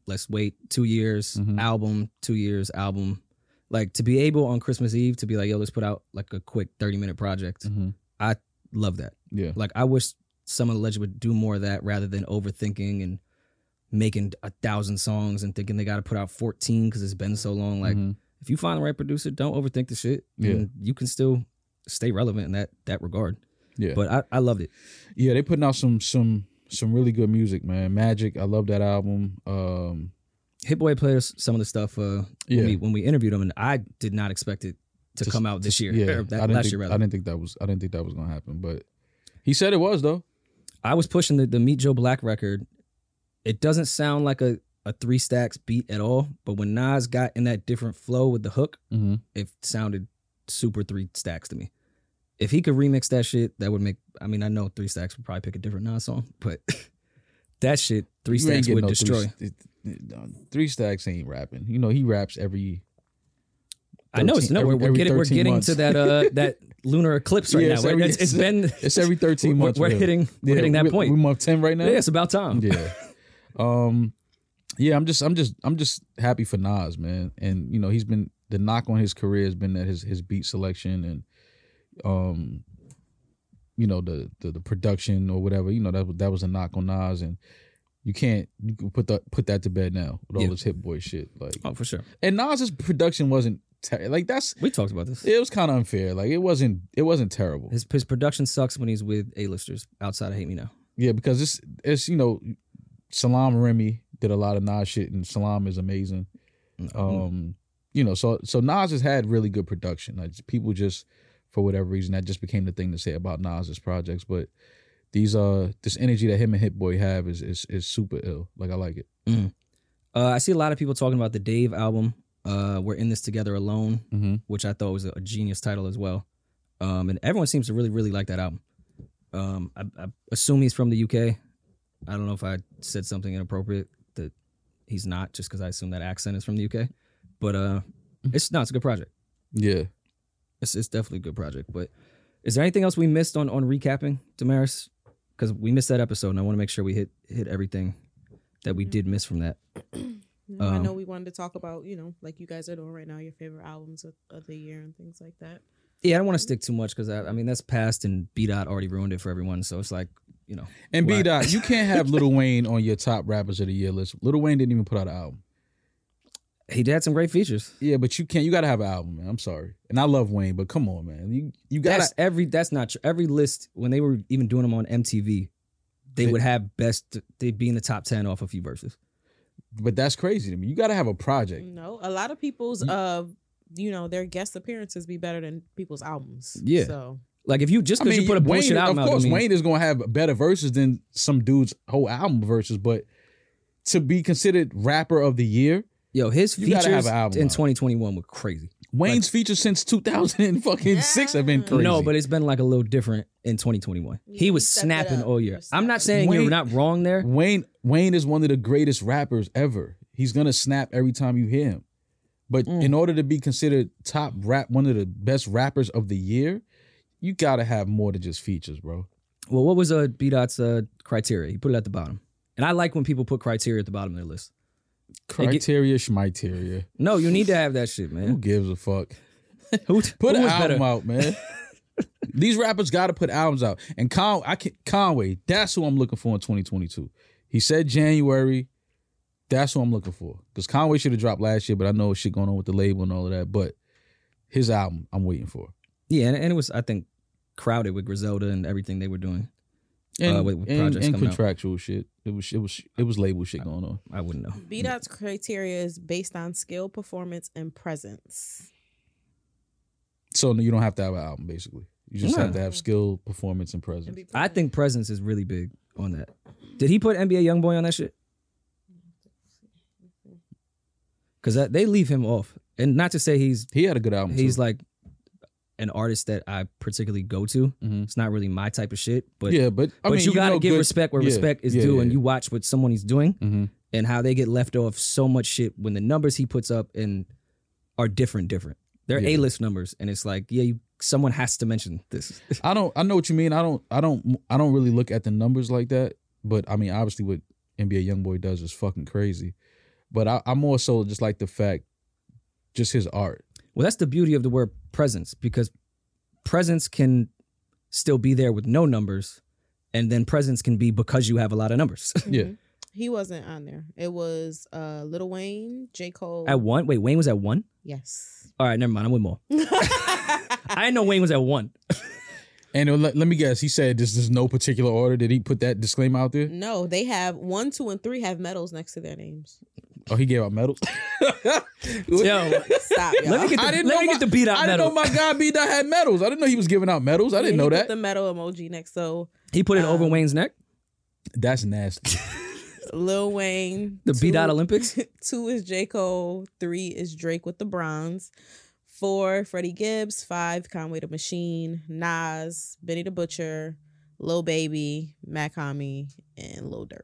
[SPEAKER 4] let's wait two years
[SPEAKER 1] Mhm.
[SPEAKER 4] album, two years album. Like to be able on Christmas Eve to be like, yo, let's put out like a quick 30 minute project. Love that.
[SPEAKER 1] Yeah.
[SPEAKER 4] Like I wish some of the legend would do more of that rather than overthinking and making a thousand songs and thinking they got to put out 14 because it's been so long. Like
[SPEAKER 1] Mhm.
[SPEAKER 4] if you find the right producer, don't overthink the shit.
[SPEAKER 1] Yeah.
[SPEAKER 4] And you can still stay relevant in that that regard.
[SPEAKER 1] yeah,
[SPEAKER 4] But I, I loved it.
[SPEAKER 1] yeah, they putting out some some some really good music, man. Magic, I love that album. Um,
[SPEAKER 4] Hit Boy played us some of the stuff uh,
[SPEAKER 1] yeah,
[SPEAKER 4] when, we, when we interviewed him, and I did not expect it to
[SPEAKER 1] Just-
[SPEAKER 4] come out this year.
[SPEAKER 1] yeah.
[SPEAKER 4] or that-
[SPEAKER 1] I didn't
[SPEAKER 4] last
[SPEAKER 1] think,
[SPEAKER 4] year, rather.
[SPEAKER 1] I
[SPEAKER 4] I,
[SPEAKER 1] didn't think that was I didn't think that was gonna happen, but he said it was though.
[SPEAKER 4] was pushing the, the Meet Joe Black record. It doesn't sound like a, a three stacks beat at all, but when Nas got in that different flow with the hook,
[SPEAKER 1] Mm-hmm.
[SPEAKER 4] it sounded super three stacks to me. If he could remix that shit, that would make. I mean, I know three stacks would probably pick a different Nas song, but that shit, three stacks would destroy.
[SPEAKER 1] Three, uh, three stacks ain't rapping. You know he raps every.
[SPEAKER 4] I know it's
[SPEAKER 1] 13
[SPEAKER 4] no. we're
[SPEAKER 1] every-
[SPEAKER 4] we're
[SPEAKER 1] every
[SPEAKER 4] getting we're
[SPEAKER 1] 13
[SPEAKER 4] getting
[SPEAKER 1] months.
[SPEAKER 4] to that uh that lunar eclipse right
[SPEAKER 1] Yeah,
[SPEAKER 4] now.
[SPEAKER 1] it's
[SPEAKER 4] We're-
[SPEAKER 1] every-
[SPEAKER 4] it's- it's been
[SPEAKER 1] It's every thirteen
[SPEAKER 4] we're,
[SPEAKER 1] months.
[SPEAKER 4] we're
[SPEAKER 1] man.
[SPEAKER 4] hitting we're
[SPEAKER 1] Yeah,
[SPEAKER 4] hitting that
[SPEAKER 1] we-
[SPEAKER 4] point.
[SPEAKER 1] We month ten right now.
[SPEAKER 4] yeah, it's about time.
[SPEAKER 1] yeah. Um yeah, I'm just I'm just I'm just happy for Nas, man. And you know, he's been the knock on his career has been that his his beat selection and um you know the the, the production or whatever, you know, that was- that was a knock on Nas and you can't you can put that put that to bed now with all
[SPEAKER 4] Yeah.
[SPEAKER 1] this hip boy shit. Like
[SPEAKER 4] Oh, for sure.
[SPEAKER 1] and Nas's production wasn't ter- like that's
[SPEAKER 4] We talked about this.
[SPEAKER 1] it was kind of unfair. Like it wasn't it wasn't terrible.
[SPEAKER 4] His his production sucks when he's with A-listers outside of Hate Me Now.
[SPEAKER 1] Yeah, because it's it's you know, Salam Remy did a lot of Nas shit, and Salam is amazing. Um, you know, so so Nas has had really good production. Like people just for whatever reason that just became the thing to say about Nas's projects. But these uh this energy that him and Hit Boy have is is is super ill. Like I like it.
[SPEAKER 4] Uh, I see a lot of people talking about the Dave album. Uh, we're in this together alone,
[SPEAKER 1] Mm-hmm.
[SPEAKER 4] which I thought was a, a genius title as well. Um, and everyone seems to really really like that album. Um, I, I assume he's from the UK. I don't know if I said something inappropriate that he's not, just because I assume that accent is from the UK. But uh, it's no, it's a good project.
[SPEAKER 1] Yeah.
[SPEAKER 4] It's, it's definitely a good project. But is there anything else we missed on on recapping Damaris? Because we missed that episode, and I want to make sure we hit hit everything that we did miss from that.
[SPEAKER 3] No, I
[SPEAKER 4] Um,
[SPEAKER 3] know we wanted to talk about, you know, like you guys are doing right now, your favorite albums of, of the year and things like that.
[SPEAKER 4] Yeah, I don't want to stick too much because I, I mean that's past, and B dot already ruined it for everyone. So it's like you know,
[SPEAKER 1] And B
[SPEAKER 4] Right.
[SPEAKER 1] Dot, you can't have Lil Wayne on your top rappers of the year list. Lil Wayne didn't even put out an album.
[SPEAKER 4] he did have some great features.
[SPEAKER 1] Yeah, but you can't. You gotta have an album, man. I'm sorry, and I love Wayne, but come on, man. You you gotta.
[SPEAKER 4] That's every that's not true. Every list when they were even doing them on MTV, they
[SPEAKER 1] They-
[SPEAKER 4] would have best. They'd be in the top ten off a few verses.
[SPEAKER 1] but that's crazy to me. You gotta have a project.
[SPEAKER 3] No, a lot of people's, uh, you know, their guest appearances be better than people's albums.
[SPEAKER 1] Yeah.
[SPEAKER 3] So
[SPEAKER 4] Like if you just because you put a bullshit
[SPEAKER 1] Wayne,
[SPEAKER 4] album
[SPEAKER 1] of
[SPEAKER 4] out,
[SPEAKER 1] course,
[SPEAKER 4] I mean,
[SPEAKER 1] Wayne is gonna have better verses than some dude's whole album verses, but to be considered rapper of the year,
[SPEAKER 4] yo, his
[SPEAKER 1] You gotta have
[SPEAKER 4] features
[SPEAKER 1] an album
[SPEAKER 4] in
[SPEAKER 1] out.
[SPEAKER 4] 2021 were crazy.
[SPEAKER 1] Wayne's features since two thousand and fucking six have been
[SPEAKER 3] Yeah.
[SPEAKER 1] crazy.
[SPEAKER 4] No, but it's been like a little different in 2021. He
[SPEAKER 3] Yeah,
[SPEAKER 4] was
[SPEAKER 3] he stepped it
[SPEAKER 4] snapping
[SPEAKER 3] up.
[SPEAKER 4] all
[SPEAKER 3] He
[SPEAKER 4] year.
[SPEAKER 3] was
[SPEAKER 4] I'm not saying
[SPEAKER 3] snapping.
[SPEAKER 4] you're
[SPEAKER 1] Wayne-
[SPEAKER 4] not wrong there.
[SPEAKER 1] Wayne Wayne is one of the greatest rappers ever. He's gonna snap every time you hear him. But
[SPEAKER 4] Mm.
[SPEAKER 1] in order to be considered top rap, one of the best rappers of the year, you gotta have more than just features, bro.
[SPEAKER 4] Well, what was uh, B Dot's uh, criteria? He put it at the bottom. And I like when people put criteria at the bottom of their list.
[SPEAKER 1] Criteria, schmiteria.
[SPEAKER 4] No, you need to have that shit,
[SPEAKER 1] Who
[SPEAKER 4] man.
[SPEAKER 1] gives a fuck?
[SPEAKER 4] Who,
[SPEAKER 1] Put
[SPEAKER 4] who
[SPEAKER 1] an
[SPEAKER 4] was
[SPEAKER 1] album
[SPEAKER 4] better?
[SPEAKER 1] out, man. These rappers got to put albums out. And Con- I can- Conway, that's who I'm looking for in 2022. He said January. That's who I'm looking for. Because Conway should have dropped last year, but I know shit going on with the label and all of that. But his album, I'm waiting for.
[SPEAKER 4] Yeah, and, and it was I think crowded with Griselda and everything they were doing.
[SPEAKER 1] and,
[SPEAKER 4] with- with
[SPEAKER 1] and,
[SPEAKER 4] Uh, projects
[SPEAKER 1] and
[SPEAKER 4] coming out.
[SPEAKER 1] contractual shit. It was it was it was label shit going on.
[SPEAKER 4] I wouldn't know.
[SPEAKER 3] B dot's criteria is based on skill, performance, and presence.
[SPEAKER 1] So no, you don't have to have an album. Basically, you just have
[SPEAKER 4] Yeah.
[SPEAKER 1] to have skill, performance, and presence.
[SPEAKER 4] I think presence is really big on that. Did he put NBA YoungBoy on that shit? Because they leave him off, and not to say he's
[SPEAKER 1] He had a good album.
[SPEAKER 4] he's
[SPEAKER 1] too.
[SPEAKER 4] like an artist that I particularly go to.
[SPEAKER 1] Mhm.
[SPEAKER 4] It's not really my type of shit, but
[SPEAKER 1] yeah, but I
[SPEAKER 4] but
[SPEAKER 1] mean,
[SPEAKER 4] you gotta
[SPEAKER 1] know
[SPEAKER 4] give
[SPEAKER 1] good-
[SPEAKER 4] respect where
[SPEAKER 1] yeah,
[SPEAKER 4] respect is
[SPEAKER 1] yeah,
[SPEAKER 4] due,
[SPEAKER 1] yeah,
[SPEAKER 4] and
[SPEAKER 1] yeah.
[SPEAKER 4] you watch what someone he's doing
[SPEAKER 1] Mhm.
[SPEAKER 4] and how they get left off so much shit when the numbers he puts up and are different, different. They're
[SPEAKER 1] Yeah.
[SPEAKER 4] A list numbers, and it's like, yeah, you, someone has to mention this.
[SPEAKER 1] I don't. I know what you mean. I don't. I don't. I don't really look at the numbers like that. But I mean, obviously, what NBA YoungBoy does is fucking crazy. But I, I more so just like the fact, just his art.
[SPEAKER 4] Well, that's the beauty of the word presence because presence can still be there with no numbers, and then presence can be because you have a lot of numbers.
[SPEAKER 1] Yeah.
[SPEAKER 3] Mhm. He wasn't on there. It was uh Lil Wayne, J. Cole.
[SPEAKER 4] at one, wait, Wayne was at one.
[SPEAKER 3] yes.
[SPEAKER 4] All right, never mind. I'm with Mo. I didn't know Wayne was at one.
[SPEAKER 1] And it- let, let me guess. He said this is no particular order. Did he put that disclaimer out there?
[SPEAKER 3] no, they have one, two, and three have medals next to their names.
[SPEAKER 1] Oh, he gave out medals.
[SPEAKER 4] Yo,
[SPEAKER 3] Stop. Y'all.
[SPEAKER 4] let me get the,
[SPEAKER 1] I didn't
[SPEAKER 4] let
[SPEAKER 1] know
[SPEAKER 4] me
[SPEAKER 1] my-
[SPEAKER 4] get the beat out
[SPEAKER 1] I didn't
[SPEAKER 4] medal.
[SPEAKER 1] know my guy B Dot had medals. I didn't know he was giving out medals. I didn't
[SPEAKER 3] He
[SPEAKER 1] know
[SPEAKER 3] put
[SPEAKER 1] that.
[SPEAKER 3] the medal emoji next. So
[SPEAKER 4] he put it over
[SPEAKER 3] Um,
[SPEAKER 4] Wayne's neck.
[SPEAKER 1] That's nasty.
[SPEAKER 3] Lil Wayne.
[SPEAKER 4] The B dot
[SPEAKER 3] two-
[SPEAKER 4] Olympics.
[SPEAKER 3] Two is J. Cole. Three is Drake with the bronze. Four, Freddie Gibbs. Five, Conway the Machine. Nas, Benny the Butcher, Lil Baby, Mac Homie, and Lil Durk.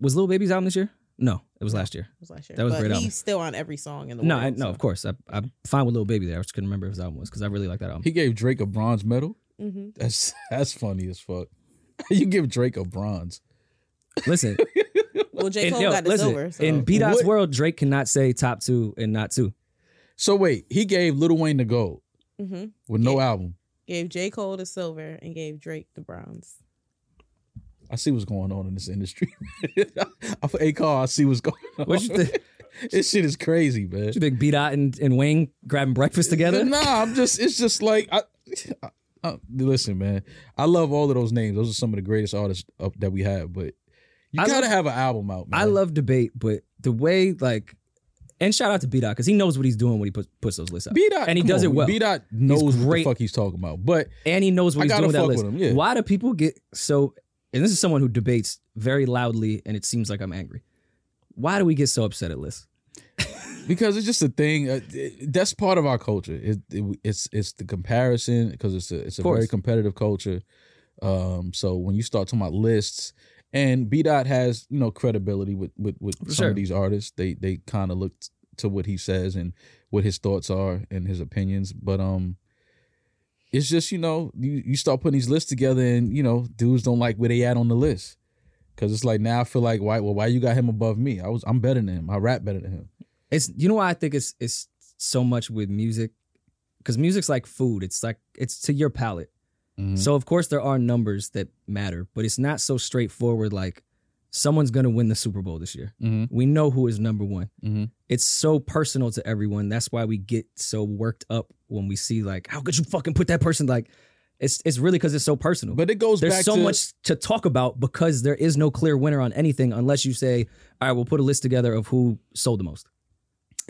[SPEAKER 4] Was Lil Baby's album this year? No, it was last year.
[SPEAKER 3] It was last year.
[SPEAKER 4] That was a
[SPEAKER 3] but
[SPEAKER 4] great
[SPEAKER 3] he's
[SPEAKER 4] album.
[SPEAKER 3] still on every song in the
[SPEAKER 4] No,
[SPEAKER 3] world.
[SPEAKER 4] I, no, of course. I, I'm fine with Lil Baby there. I just couldn't remember if his album was because I really like that album.
[SPEAKER 1] He gave Drake a bronze medal.
[SPEAKER 3] hmm
[SPEAKER 1] That's that's funny as fuck. You give Drake a bronze.
[SPEAKER 4] Listen,
[SPEAKER 3] Well, J.
[SPEAKER 4] in,
[SPEAKER 3] Cole
[SPEAKER 4] yo,
[SPEAKER 3] got the
[SPEAKER 4] listen,
[SPEAKER 3] silver. So.
[SPEAKER 4] in B Dot's
[SPEAKER 1] What-
[SPEAKER 4] world, Drake cannot say top two and not two.
[SPEAKER 1] So wait, he gave Lil Wayne the gold
[SPEAKER 3] hmm
[SPEAKER 1] with no album.
[SPEAKER 3] Gave J. Cole the silver and gave Drake the bronze.
[SPEAKER 1] I see what's going on in this industry. I for a call, I see what's going on.
[SPEAKER 4] What you think?
[SPEAKER 1] this shit is crazy, man.
[SPEAKER 4] You think B Dot and, and Wayne grabbing breakfast together?
[SPEAKER 1] Nah, I'm just. It's just like I, I, I- listen, man. I love all of those names. Those are some of the greatest artists up that we have. But you
[SPEAKER 4] I
[SPEAKER 1] gotta
[SPEAKER 4] love-
[SPEAKER 1] have an album out. Man.
[SPEAKER 4] I love debate, but the way like, and shout out to B Dot because he knows what he's doing when he puts puts those lists out,
[SPEAKER 1] B dot,
[SPEAKER 4] And he does it well.
[SPEAKER 1] B dot knows what the
[SPEAKER 4] great.
[SPEAKER 1] fuck he's talking about. But
[SPEAKER 4] and he knows what
[SPEAKER 1] I
[SPEAKER 4] he's
[SPEAKER 1] gotta
[SPEAKER 4] doing with that
[SPEAKER 1] fuck
[SPEAKER 4] list.
[SPEAKER 1] with him, yeah.
[SPEAKER 4] Why do people get so? And this is someone who debates very loudly, and it seems like I'm angry. Why do we get so upset at lists?
[SPEAKER 1] because it's just a thing uh, it- that's part of our culture it, it- it's it's the comparison because it's a it's a
[SPEAKER 4] Of course.
[SPEAKER 1] very competitive culture um so when you start talking about lists and b dot has you know credibility with with, with
[SPEAKER 4] For
[SPEAKER 1] some
[SPEAKER 4] sure.
[SPEAKER 1] of these artists they they kind of look t- to what he says and what his thoughts are and his opinions but um it's just you know you, you start putting these lists together and you know dudes don't like where they at on the list because it's like now i feel like why well why you got him above me i was i'm better than him i rap better than him
[SPEAKER 4] It's you know why I think it's it's so much with music because music's like food. It's like it's to your palate.
[SPEAKER 1] Mm-hmm.
[SPEAKER 4] So of course there are numbers that matter, but it's not so straightforward like someone's going to win the Super Bowl this year.
[SPEAKER 1] Mhm.
[SPEAKER 4] We know who is number 1.
[SPEAKER 1] Mhm.
[SPEAKER 4] It's so personal to everyone. That's why we get so worked up when we see like how could you fucking put that person like it's it's really cuz it's so personal.
[SPEAKER 1] But it goes
[SPEAKER 4] there's
[SPEAKER 1] back
[SPEAKER 4] so
[SPEAKER 1] to
[SPEAKER 4] much to talk about because there is no clear winner on anything unless you say, "All right, we'll put a list together of who sold the most."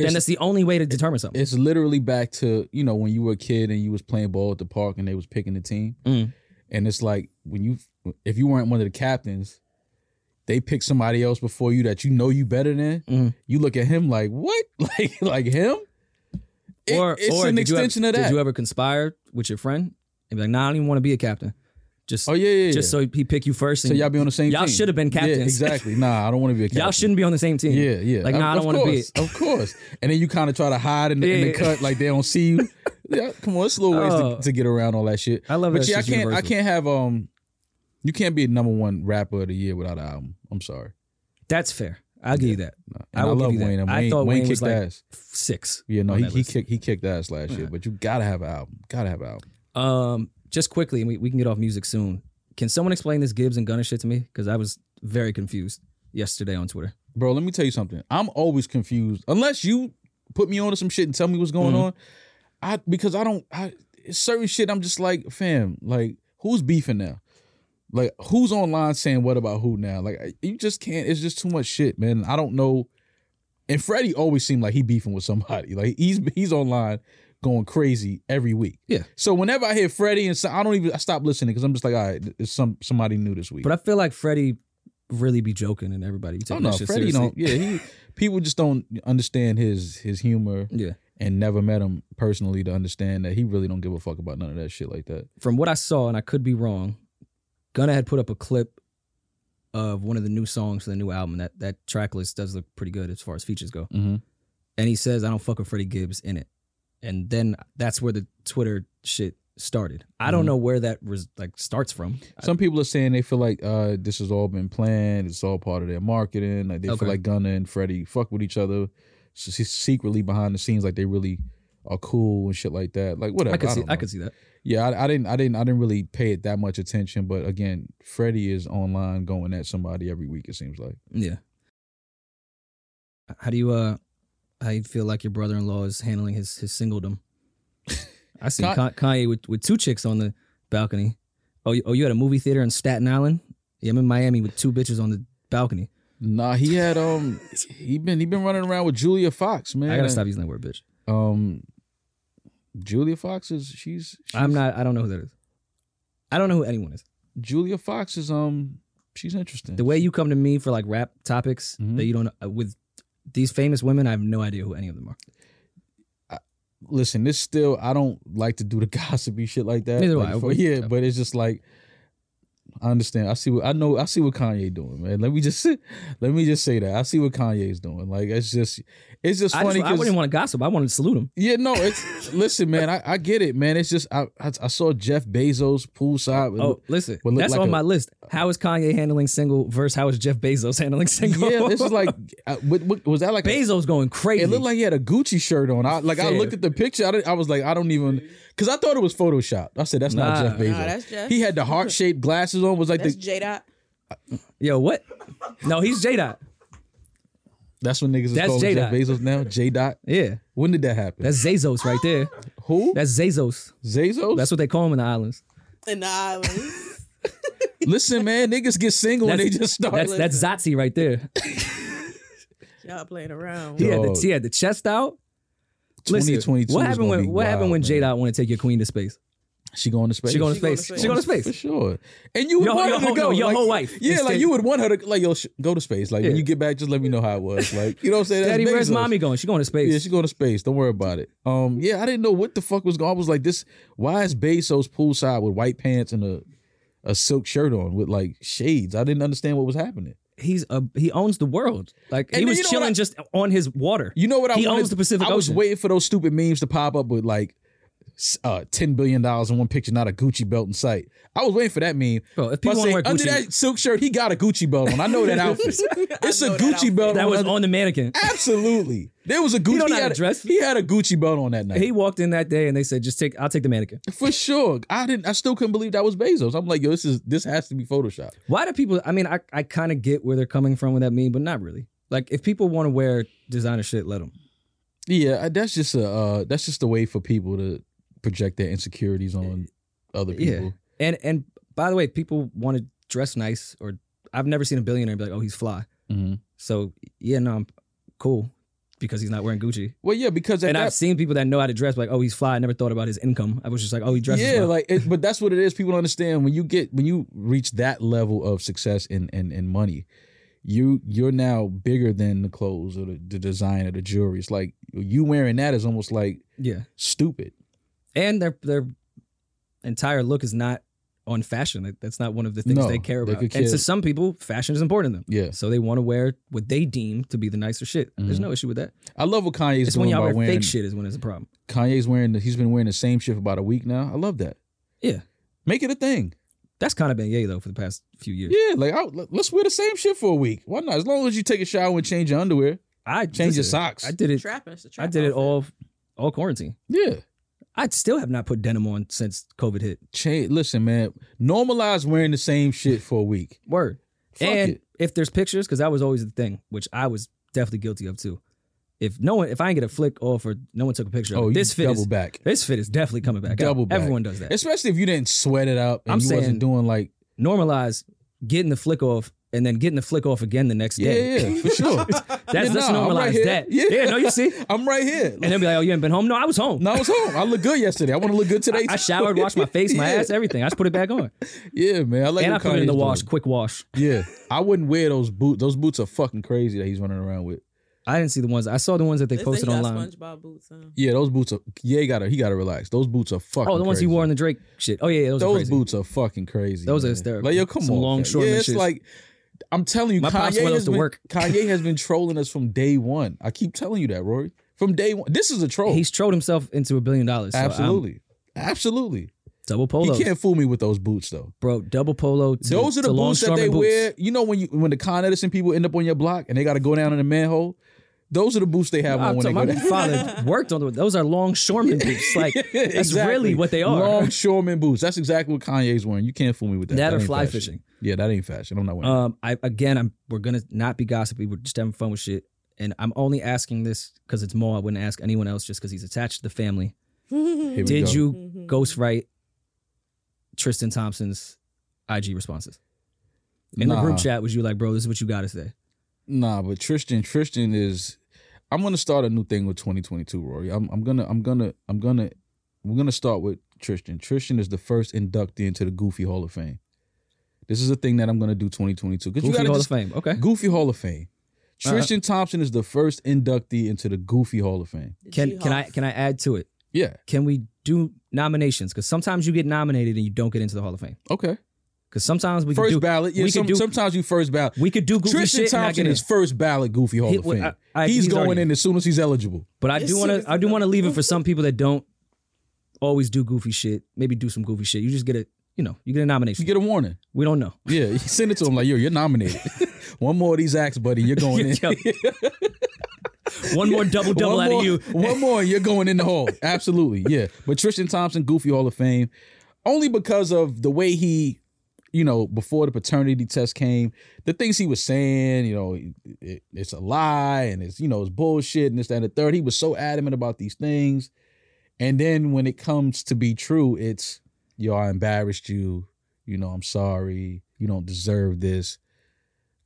[SPEAKER 1] It's-
[SPEAKER 4] Then that's the only way to determine something.
[SPEAKER 1] It's literally back to you know when you were a kid and you was playing ball at the park and they was picking the team,
[SPEAKER 4] Mm.
[SPEAKER 1] and it's like when you if you weren't one of the captains, they pick somebody else before you that you know you better than.
[SPEAKER 4] Mhm.
[SPEAKER 1] You look at him like what, like like him. It- it's an
[SPEAKER 4] did you ever-
[SPEAKER 1] extension of that.
[SPEAKER 4] Did you ever conspire with your friend and be like, "Nah, I don't even want to be a captain." Just
[SPEAKER 1] oh yeah, yeah, yeah.
[SPEAKER 4] just so he pick you first.
[SPEAKER 1] so
[SPEAKER 4] and-
[SPEAKER 1] y'all be on the same.
[SPEAKER 4] Y'all
[SPEAKER 1] team.
[SPEAKER 4] should have been captains.
[SPEAKER 1] Yeah, exactly. Nah, I don't want to be a captain.
[SPEAKER 4] Y'all shouldn't be on the same team.
[SPEAKER 1] Yeah, yeah.
[SPEAKER 4] Like, nah,
[SPEAKER 1] Of-
[SPEAKER 4] I don't wanna be
[SPEAKER 1] of course, Of course. And then you kind of try to hide in the, in the
[SPEAKER 4] Yeah.
[SPEAKER 1] cut, like they don't see you. Yeah, come on, it's little ways
[SPEAKER 4] Oh.
[SPEAKER 1] to, to get around all that shit.
[SPEAKER 4] I love
[SPEAKER 1] but
[SPEAKER 4] that
[SPEAKER 1] yeah, I
[SPEAKER 4] shit's
[SPEAKER 1] can't. I
[SPEAKER 4] universal.
[SPEAKER 1] can't have um. You can't be a number one rapper of the year without an album. I'm sorry.
[SPEAKER 4] That's fair. I'll give you that.
[SPEAKER 1] No. And
[SPEAKER 4] I
[SPEAKER 1] I,
[SPEAKER 4] will give
[SPEAKER 1] love
[SPEAKER 4] you that.
[SPEAKER 1] Wayne. and
[SPEAKER 4] I
[SPEAKER 1] Wayne,
[SPEAKER 4] thought
[SPEAKER 1] Wayne
[SPEAKER 4] Wayne was
[SPEAKER 1] kicked
[SPEAKER 4] like-
[SPEAKER 1] ass.
[SPEAKER 4] Six.
[SPEAKER 1] Yeah, no,
[SPEAKER 4] on
[SPEAKER 1] he,
[SPEAKER 4] that
[SPEAKER 1] he
[SPEAKER 4] list.
[SPEAKER 1] kicked he kicked ass last year. But you gotta have an album. Gotta have an album.
[SPEAKER 4] Um, just quickly, and we, we can get off music soon. Can someone explain this Gibbs and Gunner shit to me? Because I was very confused yesterday on Twitter.
[SPEAKER 1] Bro, let me tell you something. I'm always confused unless you put me onto some shit and tell me what's going on. I because I don't. I certain shit I'm just like, fam, like who's beefing now? Like who's online saying what about who now? Like I- you just can't. It's just too much shit, man. I don't know. And Freddie always seemed like he beefing with somebody. Like he's he's online going crazy every week.
[SPEAKER 4] Yeah.
[SPEAKER 1] So whenever I hear Freddie and so I don't even I stop listening because I'm just like, all right, it's some somebody new this week.
[SPEAKER 4] But I feel like Freddie really be joking and everybody be
[SPEAKER 1] I
[SPEAKER 4] taking
[SPEAKER 1] don't know.
[SPEAKER 4] that shit
[SPEAKER 1] Oh, Freddie
[SPEAKER 4] seriously.
[SPEAKER 1] don't. Yeah, he people just don't understand his his humor
[SPEAKER 4] Yeah.
[SPEAKER 1] and never met him personally to understand that he really don't give a fuck about none of that shit like that.
[SPEAKER 4] From what I saw, and I could be wrong, Gunna had put up a clip of one of the new songs for the new album. That that track list does look pretty good as far as features go.
[SPEAKER 1] Mm-hmm.
[SPEAKER 4] And he says, I don't fuck with Freddie Gibbs in it. And then that's where the Twitter shit started. I don't
[SPEAKER 1] Mhm.
[SPEAKER 4] know where that res- like starts from. I-
[SPEAKER 1] Some people are saying they feel like uh, this has all been planned. It's all part of their marketing. Like they
[SPEAKER 4] Okay.
[SPEAKER 1] feel like Gunna and Freddie fuck with each other s- s- secretly behind the scenes. Like they really are cool and shit like that. Like whatever.
[SPEAKER 4] I could see.
[SPEAKER 1] don't
[SPEAKER 4] I
[SPEAKER 1] know.
[SPEAKER 4] could see that.
[SPEAKER 1] Yeah, I, I didn't. I didn't. I didn't really pay it that much attention. But again, Freddie is online going at somebody every week. It seems like.
[SPEAKER 4] Yeah. How do you uh? How you feel like your brother-in-law is handling his his singledom? I see
[SPEAKER 1] Con-
[SPEAKER 4] Kanye with with two chicks on the balcony. Oh, you, oh, you had a movie theater in Staten Island. Yeah, I'm in Miami with two bitches on the balcony.
[SPEAKER 1] Nah, he had um. he been he been running around with Julia Fox, man.
[SPEAKER 4] I gotta stop using that word, bitch.
[SPEAKER 1] Um, Julia Fox is she's, she's
[SPEAKER 4] I'm not. I don't know who that is. I don't know who anyone is.
[SPEAKER 1] Julia Fox is um she's interesting.
[SPEAKER 4] The way you come to me for like rap topics
[SPEAKER 1] Mhm.
[SPEAKER 4] that you don't uh, with these famous women, I have no idea who any of them are.
[SPEAKER 1] listen, this still I don't like to do the gossipy shit like that.
[SPEAKER 4] Neither do
[SPEAKER 1] Like,
[SPEAKER 4] I.
[SPEAKER 1] for- yeah, but it's just like I understand. I see what I know. I see what Kanye doing, man. Let me just let me just say that I see what Kanye is doing. Like it's just it's just
[SPEAKER 4] I,
[SPEAKER 1] funny
[SPEAKER 4] just, I
[SPEAKER 1] because
[SPEAKER 4] wouldn't want to gossip. I wanted to salute them.
[SPEAKER 1] yeah, no, it's listen, man. I, I get it, man. It's just I I, I saw Jeff Bezos poolside. with-
[SPEAKER 4] Oh, listen,
[SPEAKER 1] what looked
[SPEAKER 4] that's
[SPEAKER 1] like
[SPEAKER 4] on
[SPEAKER 1] a-
[SPEAKER 4] my list. How is Kanye handling single versus how is Jeff Bezos handling single?
[SPEAKER 1] yeah, this is like uh, what, what, was that like a-
[SPEAKER 4] Bezos going crazy.
[SPEAKER 1] It looked like he had a Gucci shirt on. I like I
[SPEAKER 4] Yeah.
[SPEAKER 1] looked at the picture. I, didn't, I was like, I don't even because I thought it was photoshopped. I said that's not
[SPEAKER 4] Nah.
[SPEAKER 1] Jeff Bezos.
[SPEAKER 3] Nah, that's Jeff.
[SPEAKER 1] He had the heart shaped glasses on. Was like
[SPEAKER 3] That's
[SPEAKER 1] the,
[SPEAKER 3] J Dot.
[SPEAKER 4] Yo, what? No, he's J Dot.
[SPEAKER 1] that's when niggas is
[SPEAKER 4] That's
[SPEAKER 1] called Jeff
[SPEAKER 4] J-Dot.
[SPEAKER 1] Bezos now. J dot.
[SPEAKER 4] Yeah,
[SPEAKER 1] When did that happen?
[SPEAKER 4] that's Zazos right there.
[SPEAKER 1] who?
[SPEAKER 4] That's Zazos.
[SPEAKER 1] Zazos.
[SPEAKER 4] That's what they call him in the islands.
[SPEAKER 3] In the islands.
[SPEAKER 1] Listen, man, niggas get single and
[SPEAKER 4] That's,
[SPEAKER 1] they just start.
[SPEAKER 4] That's, that's Zotzi right there.
[SPEAKER 3] Y'all playing around.
[SPEAKER 4] He had, the,
[SPEAKER 1] Dog.
[SPEAKER 4] he had the chest out. Listen,
[SPEAKER 1] 2022
[SPEAKER 4] what
[SPEAKER 1] is
[SPEAKER 4] happened
[SPEAKER 1] gonna
[SPEAKER 4] when
[SPEAKER 1] be
[SPEAKER 4] What happened
[SPEAKER 1] wild,
[SPEAKER 4] when
[SPEAKER 1] man.
[SPEAKER 4] J Dot want to take your queen to space?
[SPEAKER 1] She going to space.
[SPEAKER 4] She going to
[SPEAKER 3] She going to
[SPEAKER 4] space.
[SPEAKER 3] space.
[SPEAKER 4] She going to
[SPEAKER 1] for
[SPEAKER 4] space.
[SPEAKER 1] sure. And you would
[SPEAKER 4] Your-
[SPEAKER 1] want
[SPEAKER 4] your
[SPEAKER 1] her to
[SPEAKER 4] whole-
[SPEAKER 1] go.
[SPEAKER 4] no, your
[SPEAKER 1] like,
[SPEAKER 4] whole wife.
[SPEAKER 1] Yeah,
[SPEAKER 4] It's
[SPEAKER 1] like
[SPEAKER 4] the-
[SPEAKER 1] you would want her to like yo sh- go to space. Like
[SPEAKER 4] Yeah.
[SPEAKER 1] when you get back, just let me know how it was. Like you know what I'm saying? That's
[SPEAKER 4] Daddy, where's
[SPEAKER 1] Bezos.
[SPEAKER 4] mommy going? She going to
[SPEAKER 1] Yeah,
[SPEAKER 4] space.
[SPEAKER 1] she's going to space. Don't worry about it. Um, yeah, I didn't know what the fuck was going. I was like, this. Why is Bezos poolside with white pants and a a silk shirt on with like shades? I didn't understand what was happening.
[SPEAKER 4] he's a he owns the world. Like
[SPEAKER 1] And
[SPEAKER 4] he
[SPEAKER 1] then
[SPEAKER 4] was
[SPEAKER 1] you know what
[SPEAKER 4] chilling
[SPEAKER 1] I-
[SPEAKER 4] just on his water.
[SPEAKER 1] You know what I?
[SPEAKER 4] He
[SPEAKER 1] wanted-
[SPEAKER 4] owns the Pacific
[SPEAKER 1] I was
[SPEAKER 4] Ocean.
[SPEAKER 1] waiting for those stupid memes to pop up with like. s- Uh, ten billion dollars in one picture, not a Gucci belt in sight. I was waiting for that meme.
[SPEAKER 4] Bro, if
[SPEAKER 1] But
[SPEAKER 4] people want to
[SPEAKER 1] say,
[SPEAKER 4] wear
[SPEAKER 1] under
[SPEAKER 4] Gucci,
[SPEAKER 1] that silk shirt, he got a Gucci belt on. I know that outfit. it's
[SPEAKER 3] I
[SPEAKER 1] a
[SPEAKER 3] know that
[SPEAKER 1] Gucci
[SPEAKER 3] outfit.
[SPEAKER 1] belt.
[SPEAKER 4] that was
[SPEAKER 1] another-
[SPEAKER 4] on the mannequin.
[SPEAKER 1] Absolutely, there was a Gucci.
[SPEAKER 4] don't know how to
[SPEAKER 1] had a-
[SPEAKER 4] dress.
[SPEAKER 1] He had a Gucci belt on that night.
[SPEAKER 4] He walked in that day and they said, "Just take, I'll take the mannequin."
[SPEAKER 1] For sure. I didn't I still couldn't believe that was Bezos. I'm like, yo, this is this has to be Photoshop.
[SPEAKER 4] Why do people? I mean, I, I kind of get where they're coming from with that meme, but not really. Like, if people want to wear designer shit, let them.
[SPEAKER 1] Yeah, I- that's just a uh that's just a way for people to project their insecurities on other
[SPEAKER 4] Yeah.
[SPEAKER 1] people.
[SPEAKER 4] And and by the way, people want to dress nice, or I've never seen a billionaire be like, "Oh, he's fly."
[SPEAKER 1] Mhm.
[SPEAKER 4] So yeah, no, I'm cool because he's not wearing Gucci.
[SPEAKER 1] Well, yeah, because at
[SPEAKER 4] and I've
[SPEAKER 1] that,
[SPEAKER 4] seen people that know how to dress, like, "Oh, he's fly." I never thought about his income. I was just like, "Oh, he dresses."
[SPEAKER 1] yeah,
[SPEAKER 4] well."
[SPEAKER 1] like it, but that's what it is. People don't understand when you get when you reach that level of success and and and money, you you're now bigger than the clothes or the, the design or the jewelry. It's like you wearing that is almost like
[SPEAKER 4] yeah.
[SPEAKER 1] stupid.
[SPEAKER 4] and their their entire look is not on fashion. That- That's not one of the things
[SPEAKER 1] No,
[SPEAKER 4] they care
[SPEAKER 1] they
[SPEAKER 4] about.
[SPEAKER 1] could
[SPEAKER 4] and
[SPEAKER 1] care-
[SPEAKER 4] to some people, fashion is important to them.
[SPEAKER 1] Yeah.
[SPEAKER 4] So they want to wear what they deem to be the nicer shit. There's no issue with that.
[SPEAKER 1] I love what Kanye's
[SPEAKER 4] It's
[SPEAKER 1] doing
[SPEAKER 4] when y'all
[SPEAKER 1] by
[SPEAKER 4] wear
[SPEAKER 1] wearing
[SPEAKER 4] fake shit is when it's a problem.
[SPEAKER 1] Kanye's wearing the, he's been wearing the same shit for about a week now. I love that.
[SPEAKER 4] Yeah.
[SPEAKER 1] Make it a thing.
[SPEAKER 4] That's kind of been yay though for the past few years.
[SPEAKER 1] Yeah, like I, let- let's wear the same shit for a week. Why not? As long as you take a shower and change your underwear,
[SPEAKER 4] I
[SPEAKER 1] change your
[SPEAKER 4] listen,
[SPEAKER 1] socks.
[SPEAKER 4] I did it.
[SPEAKER 3] Trapping. It's a trap
[SPEAKER 4] I did it
[SPEAKER 3] outfit.
[SPEAKER 4] all all quarantine.
[SPEAKER 1] yeah.
[SPEAKER 4] I still have not put denim on since COVID hit.
[SPEAKER 1] Change. Listen, man. Normalize wearing the same shit for a week.
[SPEAKER 4] Word.
[SPEAKER 1] Fuck
[SPEAKER 4] and
[SPEAKER 1] it.
[SPEAKER 4] if there's pictures, because that was always the thing, which I was definitely guilty of too. if no one, if I didn't get a flick off or no one took a picture, of
[SPEAKER 1] oh,
[SPEAKER 4] it,
[SPEAKER 1] you
[SPEAKER 4] this fit
[SPEAKER 1] double
[SPEAKER 4] is,
[SPEAKER 1] back.
[SPEAKER 4] this fit is definitely coming back. out.
[SPEAKER 1] Double back.
[SPEAKER 4] Everyone does that.
[SPEAKER 1] Especially if you didn't sweat it out and
[SPEAKER 4] I'm
[SPEAKER 1] you
[SPEAKER 4] saying-
[SPEAKER 1] wasn't doing like
[SPEAKER 4] Normalize getting the flick off and then getting the flick off again the next
[SPEAKER 1] yeah,
[SPEAKER 4] day.
[SPEAKER 1] yeah, for sure.
[SPEAKER 4] That's,
[SPEAKER 1] Yeah,
[SPEAKER 4] let's
[SPEAKER 1] nah, I'm
[SPEAKER 4] normalize
[SPEAKER 1] right here.
[SPEAKER 4] that.
[SPEAKER 1] Yeah.
[SPEAKER 4] yeah, no, you see.
[SPEAKER 1] I'm right here.
[SPEAKER 4] And they'll be like, "Oh, you ain't been home." No, I was home.
[SPEAKER 1] no, I was home. I look good yesterday. I want to look good today.
[SPEAKER 4] I
[SPEAKER 1] too.
[SPEAKER 4] showered, washed my face, my
[SPEAKER 1] Yeah.
[SPEAKER 4] ass, everything. I just put it back on,
[SPEAKER 1] Yeah, man. I like
[SPEAKER 4] and I
[SPEAKER 1] what
[SPEAKER 4] put it in the
[SPEAKER 1] Kanye's
[SPEAKER 4] wash,
[SPEAKER 1] doing.
[SPEAKER 4] quick wash.
[SPEAKER 1] Yeah, I wouldn't wear those boots. Those boots are fucking crazy that he's running around with.
[SPEAKER 4] I didn't see the ones. I saw the ones that they
[SPEAKER 3] They
[SPEAKER 4] posted
[SPEAKER 3] say he got
[SPEAKER 4] online.
[SPEAKER 3] SpongeBob boots on.
[SPEAKER 1] Yeah, those boots are. Yeah, he gotta he gotta relax. Those boots are fucking.
[SPEAKER 4] Oh, the ones he
[SPEAKER 1] crazy.
[SPEAKER 4] wore in the Drake shit. Oh yeah, yeah, those,
[SPEAKER 1] Those,
[SPEAKER 4] are crazy.
[SPEAKER 1] boots are fucking crazy.
[SPEAKER 4] Those are
[SPEAKER 1] man.
[SPEAKER 4] hysterical.
[SPEAKER 1] Like yo, come
[SPEAKER 4] Some
[SPEAKER 1] on,
[SPEAKER 4] long
[SPEAKER 1] fam.
[SPEAKER 4] shortman
[SPEAKER 1] Yeah, it's
[SPEAKER 4] shoes.
[SPEAKER 1] like I'm telling you,
[SPEAKER 4] My pops wear
[SPEAKER 1] Kanye
[SPEAKER 4] those
[SPEAKER 1] has
[SPEAKER 4] to
[SPEAKER 1] been,
[SPEAKER 4] work.
[SPEAKER 1] Kanye has been trolling us from day one. I keep telling you that, Rory. From day one, this is a troll.
[SPEAKER 4] He's trolled himself into a billion dollars. so I'm-
[SPEAKER 1] absolutely, absolutely.
[SPEAKER 4] double polo,
[SPEAKER 1] He can't fool me with those boots though.
[SPEAKER 4] bro. Double polo. To,
[SPEAKER 1] Those are
[SPEAKER 4] to
[SPEAKER 1] the
[SPEAKER 4] long
[SPEAKER 1] boots that
[SPEAKER 4] Charmin
[SPEAKER 1] they
[SPEAKER 4] boots.
[SPEAKER 1] wear. You know when you when the Con Edison people end up on your block and they got to go down in the manhole. Those are the boots they have
[SPEAKER 4] Ah, I'm
[SPEAKER 1] on when they
[SPEAKER 4] talking-
[SPEAKER 1] go
[SPEAKER 4] my
[SPEAKER 1] down.
[SPEAKER 4] father worked on the, those are longshoreman boots. Like that's
[SPEAKER 1] Exactly.
[SPEAKER 4] really what they are.
[SPEAKER 1] Longshoreman boots. That's exactly what Kanye's wearing. You can't fool me with that.
[SPEAKER 4] that, or
[SPEAKER 1] ain't
[SPEAKER 4] fly
[SPEAKER 1] fashion.
[SPEAKER 4] fishing.
[SPEAKER 1] Yeah, that ain't fashion. I'm not wearing.
[SPEAKER 4] Um, I again, I'm we're gonna not be gossipy. We're just having fun with shit. And I'm only asking this because it's Mo. I wouldn't ask anyone else just because he's attached to the family.
[SPEAKER 1] Here we
[SPEAKER 4] Did
[SPEAKER 1] go.
[SPEAKER 4] you
[SPEAKER 3] Mhm.
[SPEAKER 4] ghostwrite Tristan Thompson's IG responses? In the
[SPEAKER 1] Nah.
[SPEAKER 4] group chat, was you like, bro, this is what you got to say?
[SPEAKER 1] Nah, but Tristan, Tristan is. I'm gonna start a new thing with 2022, Rory. I'm, I'm gonna, I'm gonna, I'm gonna, we're gonna start with Tristan. Tristan is the first inductee into the Goofy Hall of Fame. This is a thing that I'm gonna do 2022. 'Cause you
[SPEAKER 4] Goofy
[SPEAKER 1] gotta
[SPEAKER 4] Hall
[SPEAKER 1] just
[SPEAKER 4] of Fame. Okay.
[SPEAKER 1] Goofy Hall of Fame.
[SPEAKER 4] Uh,
[SPEAKER 1] Tristan Thompson is the first inductee into the Goofy Hall of Fame.
[SPEAKER 3] The
[SPEAKER 4] Can can I
[SPEAKER 3] G-Hawk.
[SPEAKER 4] can I add to it?
[SPEAKER 1] Yeah.
[SPEAKER 4] Can we do nominations? Because sometimes you get nominated and you don't get into the Hall of Fame.
[SPEAKER 1] Okay.
[SPEAKER 4] Because sometimes we
[SPEAKER 1] first
[SPEAKER 4] could do
[SPEAKER 1] ballot. Yeah.
[SPEAKER 4] we could
[SPEAKER 1] some-
[SPEAKER 4] do-
[SPEAKER 1] sometimes you first ballot.
[SPEAKER 4] we could do goofy
[SPEAKER 1] Tristan
[SPEAKER 4] shit. and not
[SPEAKER 1] Thompson
[SPEAKER 4] get in.
[SPEAKER 1] is first ballot Goofy Hall
[SPEAKER 4] He-
[SPEAKER 1] of
[SPEAKER 4] well,
[SPEAKER 1] Fame.
[SPEAKER 4] I- I-
[SPEAKER 1] he's, going
[SPEAKER 4] already
[SPEAKER 1] in as soon as he's eligible.
[SPEAKER 4] But I
[SPEAKER 3] Yes,
[SPEAKER 4] do want
[SPEAKER 3] yes,
[SPEAKER 4] to. I do
[SPEAKER 3] yes.
[SPEAKER 4] want to leave it for some people that don't always do goofy shit. Maybe do some goofy shit. You just get a, you know, you get a
[SPEAKER 1] You
[SPEAKER 4] nomination.
[SPEAKER 1] get a warning.
[SPEAKER 4] We don't know.
[SPEAKER 1] Yeah, you send it to him like, yo, you're nominated. One more of these acts, buddy. You're going in.
[SPEAKER 4] Yo. One more double double
[SPEAKER 1] one
[SPEAKER 4] out
[SPEAKER 1] more,
[SPEAKER 4] of you.
[SPEAKER 1] One more, you're going in the hole. Absolutely, yeah. But Tristan Thompson, Goofy Hall of Fame, only because of the way he, you know, before the paternity test came, the things he was saying, you know, it, it's a lie and it's you know it's bullshit and this that and the third. He was so adamant about these things, and then when it comes to be true, it's yo, I embarrassed you. You know, I'm sorry. You don't deserve this.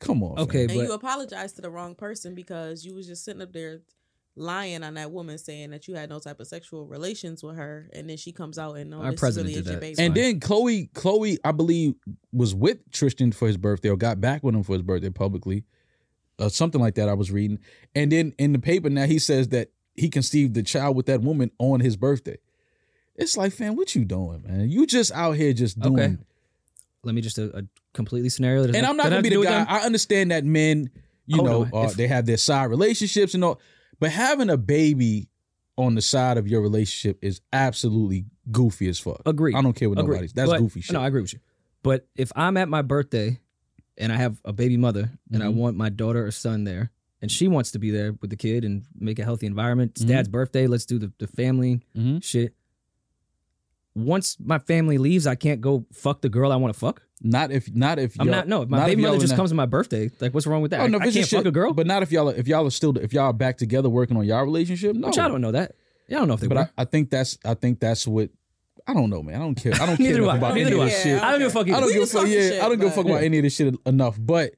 [SPEAKER 1] Come on. fam.
[SPEAKER 4] Okay,
[SPEAKER 3] And you
[SPEAKER 4] but
[SPEAKER 3] apologized to the wrong person because you was just sitting up there lying on that woman saying that you had no type of sexual relations with her, and then she comes out and no,
[SPEAKER 4] Our
[SPEAKER 3] this
[SPEAKER 4] president
[SPEAKER 3] really
[SPEAKER 4] did
[SPEAKER 3] is your
[SPEAKER 4] that.
[SPEAKER 3] baby.
[SPEAKER 4] It's
[SPEAKER 1] And
[SPEAKER 4] fine.
[SPEAKER 1] then Chloe, Chloe, I believe, was with Tristan for his birthday or got back with him for his birthday publicly, uh, something like that. I was reading, and then in the paper now he says that he conceived the child with that woman on his birthday. It's like, fam, what you doing, man? You just out here just doing.
[SPEAKER 4] Okay. let me just uh, a, a completely scenario. That
[SPEAKER 1] And I'm not
[SPEAKER 4] that I
[SPEAKER 1] gonna be
[SPEAKER 4] have
[SPEAKER 1] the
[SPEAKER 4] to do
[SPEAKER 1] guy.
[SPEAKER 4] again.
[SPEAKER 1] I understand that men, you
[SPEAKER 4] Oh,
[SPEAKER 1] know,
[SPEAKER 4] no,
[SPEAKER 1] uh,
[SPEAKER 4] if-
[SPEAKER 1] they have their side relationships and all, but having a baby on the side of your relationship is absolutely goofy as fuck.
[SPEAKER 4] Agreed.
[SPEAKER 1] I don't care what
[SPEAKER 4] Agree.
[SPEAKER 1] nobody's. That's
[SPEAKER 4] But-
[SPEAKER 1] goofy shit.
[SPEAKER 4] No, I agree with you. But if I'm at my birthday and I have a baby mother and I
[SPEAKER 1] Mhm.
[SPEAKER 4] want my daughter or son there and she wants to be there with the kid and make a healthy environment, it's
[SPEAKER 1] Mhm.
[SPEAKER 4] dad's birthday, let's do the, the family
[SPEAKER 1] Mhm.
[SPEAKER 4] shit. Once my family leaves, I can't go fuck the girl I want to fuck.
[SPEAKER 1] Not if not if
[SPEAKER 4] I'm
[SPEAKER 1] y'all-
[SPEAKER 4] not no. If my
[SPEAKER 1] not
[SPEAKER 4] baby
[SPEAKER 1] y'all
[SPEAKER 4] mother
[SPEAKER 1] in
[SPEAKER 4] just
[SPEAKER 1] that-
[SPEAKER 4] comes to my birthday, like what's wrong with that?
[SPEAKER 1] Oh, no, if
[SPEAKER 4] I, I
[SPEAKER 1] it's
[SPEAKER 4] can't
[SPEAKER 1] just
[SPEAKER 4] fuck
[SPEAKER 1] shit-
[SPEAKER 4] a girl.
[SPEAKER 1] But not if y'all if y'all are still if y'all are back together working on y'all relationship. No,
[SPEAKER 4] which I don't know that. Yeah, I don't know if they
[SPEAKER 1] But
[SPEAKER 4] were.
[SPEAKER 1] I, I think that's I think that's what I don't know, man. I don't care. I don't
[SPEAKER 4] Neither
[SPEAKER 1] care
[SPEAKER 4] do
[SPEAKER 1] enough
[SPEAKER 4] I.
[SPEAKER 1] about
[SPEAKER 4] Neither
[SPEAKER 1] any of
[SPEAKER 4] do I.
[SPEAKER 1] this
[SPEAKER 3] Yeah,
[SPEAKER 1] shit.
[SPEAKER 4] I don't give a fuck.
[SPEAKER 1] I
[SPEAKER 4] either.
[SPEAKER 1] don't
[SPEAKER 3] We
[SPEAKER 1] give a
[SPEAKER 3] just
[SPEAKER 1] fuck.
[SPEAKER 3] talking
[SPEAKER 1] Yeah,
[SPEAKER 3] shit,
[SPEAKER 1] I don't give a fuck
[SPEAKER 3] but-
[SPEAKER 1] about any of this shit enough. But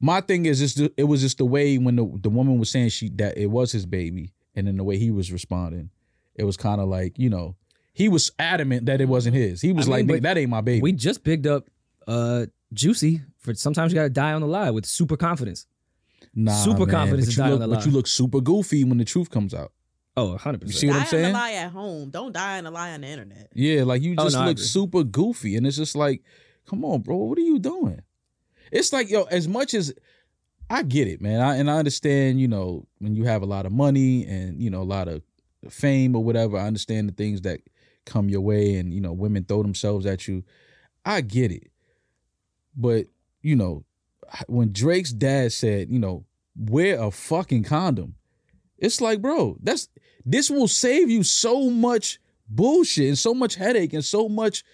[SPEAKER 1] my thing is, just the- it was just the way when the the woman was saying she that it was his baby, and then the way he was responding, it was kind of like you know he was adamant that it wasn't his. He was
[SPEAKER 4] I
[SPEAKER 1] like,
[SPEAKER 4] mean,
[SPEAKER 1] "Nigga,
[SPEAKER 4] but
[SPEAKER 1] that ain't my baby.
[SPEAKER 4] We just picked up uh Juicy for sometimes you gotta die on the lie with super confidence.
[SPEAKER 1] nah,
[SPEAKER 4] super
[SPEAKER 1] man,
[SPEAKER 4] confidence
[SPEAKER 1] but
[SPEAKER 4] is
[SPEAKER 1] you
[SPEAKER 4] dying
[SPEAKER 1] look-
[SPEAKER 4] on the
[SPEAKER 1] But you
[SPEAKER 4] lie.
[SPEAKER 1] look super goofy when the truth comes out.
[SPEAKER 4] Oh, 100 percent.
[SPEAKER 1] You see what
[SPEAKER 3] die
[SPEAKER 1] I'm saying?
[SPEAKER 3] on a lie at home. Don't die on a lie on the internet.
[SPEAKER 1] Yeah, like you
[SPEAKER 4] Oh,
[SPEAKER 1] just
[SPEAKER 4] no, I
[SPEAKER 1] look
[SPEAKER 4] agree.
[SPEAKER 1] super goofy, and it's just like, come on, bro, what are you doing? It's like, yo, as much as I get it, man, I, and I understand, you know, when you have a lot of money and you know a lot of fame or whatever, I understand the things that come your way, and you know, women throw themselves at you. I get it, but you know, when Drake's dad said, you know, wear a fucking condom, it's like, bro, that's this will save you so much bullshit and so much headache and so much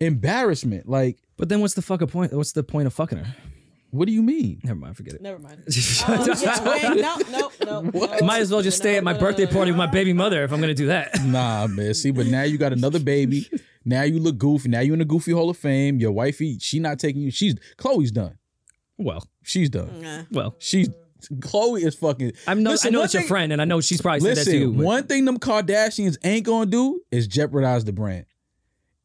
[SPEAKER 1] embarrassment. Like,
[SPEAKER 4] But then what's the fucking point? What's the point of fucking her?
[SPEAKER 1] What do you mean?
[SPEAKER 4] Never mind, forget it.
[SPEAKER 3] Never mind. Um, yeah, wait, no, no, no,
[SPEAKER 1] What?
[SPEAKER 3] no.
[SPEAKER 4] Might as well just
[SPEAKER 3] We're
[SPEAKER 4] stay
[SPEAKER 3] not
[SPEAKER 4] at my
[SPEAKER 3] gonna-
[SPEAKER 4] birthday party with my baby mother if I'm gonna do that.
[SPEAKER 1] Nah, man. See, but now you got another baby. Now you look goofy. Now you in the goofy hall of fame. Your wifey, she not taking you. She's Chloe's done.
[SPEAKER 4] Well,
[SPEAKER 1] She's done.
[SPEAKER 3] Nah. uh,
[SPEAKER 4] well,
[SPEAKER 1] She's Chloe is fucking.
[SPEAKER 4] I'm no,
[SPEAKER 1] Listen,
[SPEAKER 4] I know
[SPEAKER 1] one
[SPEAKER 4] it's your
[SPEAKER 1] thing-
[SPEAKER 4] friend, and I know she's probably said that to you.
[SPEAKER 1] Listen,
[SPEAKER 4] but-
[SPEAKER 1] one thing them Kardashians ain't gonna do is jeopardize the brand.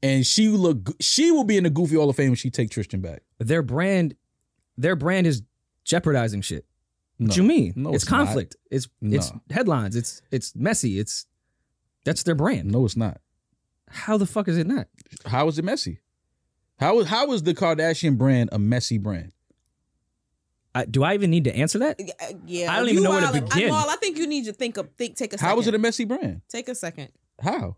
[SPEAKER 1] And she look. She will be in the goofy hall of fame when she take Tristan back.
[SPEAKER 4] their brand their brand is jeopardizing shit.
[SPEAKER 1] No.
[SPEAKER 4] What you mean?
[SPEAKER 1] No,
[SPEAKER 4] it's,
[SPEAKER 1] it's not.
[SPEAKER 4] conflict. It's it's
[SPEAKER 1] No.
[SPEAKER 4] headlines. It's it's messy. It's that's their brand.
[SPEAKER 1] No, it's not.
[SPEAKER 4] How the fuck is it not?
[SPEAKER 1] How is it messy? How is how is the Kardashian brand a messy brand?
[SPEAKER 4] I, do I even need to answer that?
[SPEAKER 3] Yeah,
[SPEAKER 4] I don't even
[SPEAKER 3] you
[SPEAKER 4] know where to
[SPEAKER 3] wildin'. I'm
[SPEAKER 4] begin.
[SPEAKER 3] all- I think you need to think of think take a second.
[SPEAKER 1] How is it a messy brand?
[SPEAKER 3] take a second?
[SPEAKER 1] How?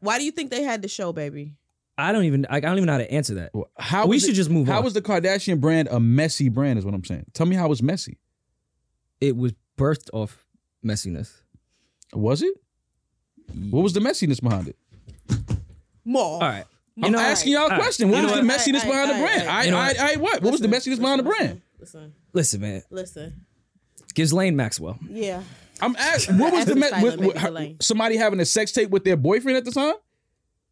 [SPEAKER 3] Why do you think they had the show, baby?
[SPEAKER 4] I don't even I, I don't even know how to answer that.
[SPEAKER 1] How
[SPEAKER 4] we
[SPEAKER 1] is
[SPEAKER 4] should
[SPEAKER 1] it-
[SPEAKER 4] just move
[SPEAKER 1] How
[SPEAKER 4] on.
[SPEAKER 1] was the Kardashian brand a messy brand? Is what I'm saying. Tell me how it's messy.
[SPEAKER 4] it was birthed off messiness.
[SPEAKER 1] Was it? What was the messiness behind it?
[SPEAKER 3] More.
[SPEAKER 4] All right.
[SPEAKER 1] I'm
[SPEAKER 4] know-
[SPEAKER 1] asking y'all
[SPEAKER 4] all
[SPEAKER 1] a
[SPEAKER 4] right.
[SPEAKER 1] question.
[SPEAKER 4] You
[SPEAKER 1] What
[SPEAKER 4] know
[SPEAKER 1] was the
[SPEAKER 3] what?
[SPEAKER 1] messiness
[SPEAKER 3] All right,
[SPEAKER 1] behind the
[SPEAKER 3] all right,
[SPEAKER 1] brand?
[SPEAKER 3] all right.
[SPEAKER 1] I,
[SPEAKER 4] You know
[SPEAKER 1] I,
[SPEAKER 4] what?
[SPEAKER 1] I, what? What was the messiness behind the brand?
[SPEAKER 3] Listen,
[SPEAKER 4] Listen, man.
[SPEAKER 3] listen.
[SPEAKER 4] Ghislaine Maxwell.
[SPEAKER 3] Yeah.
[SPEAKER 1] I'm asking. What was the
[SPEAKER 3] Asking
[SPEAKER 1] me-
[SPEAKER 3] Tyler,
[SPEAKER 1] with,
[SPEAKER 3] maybe
[SPEAKER 1] with her-
[SPEAKER 3] Delane.
[SPEAKER 1] somebody having a sex tape with their boyfriend at the time?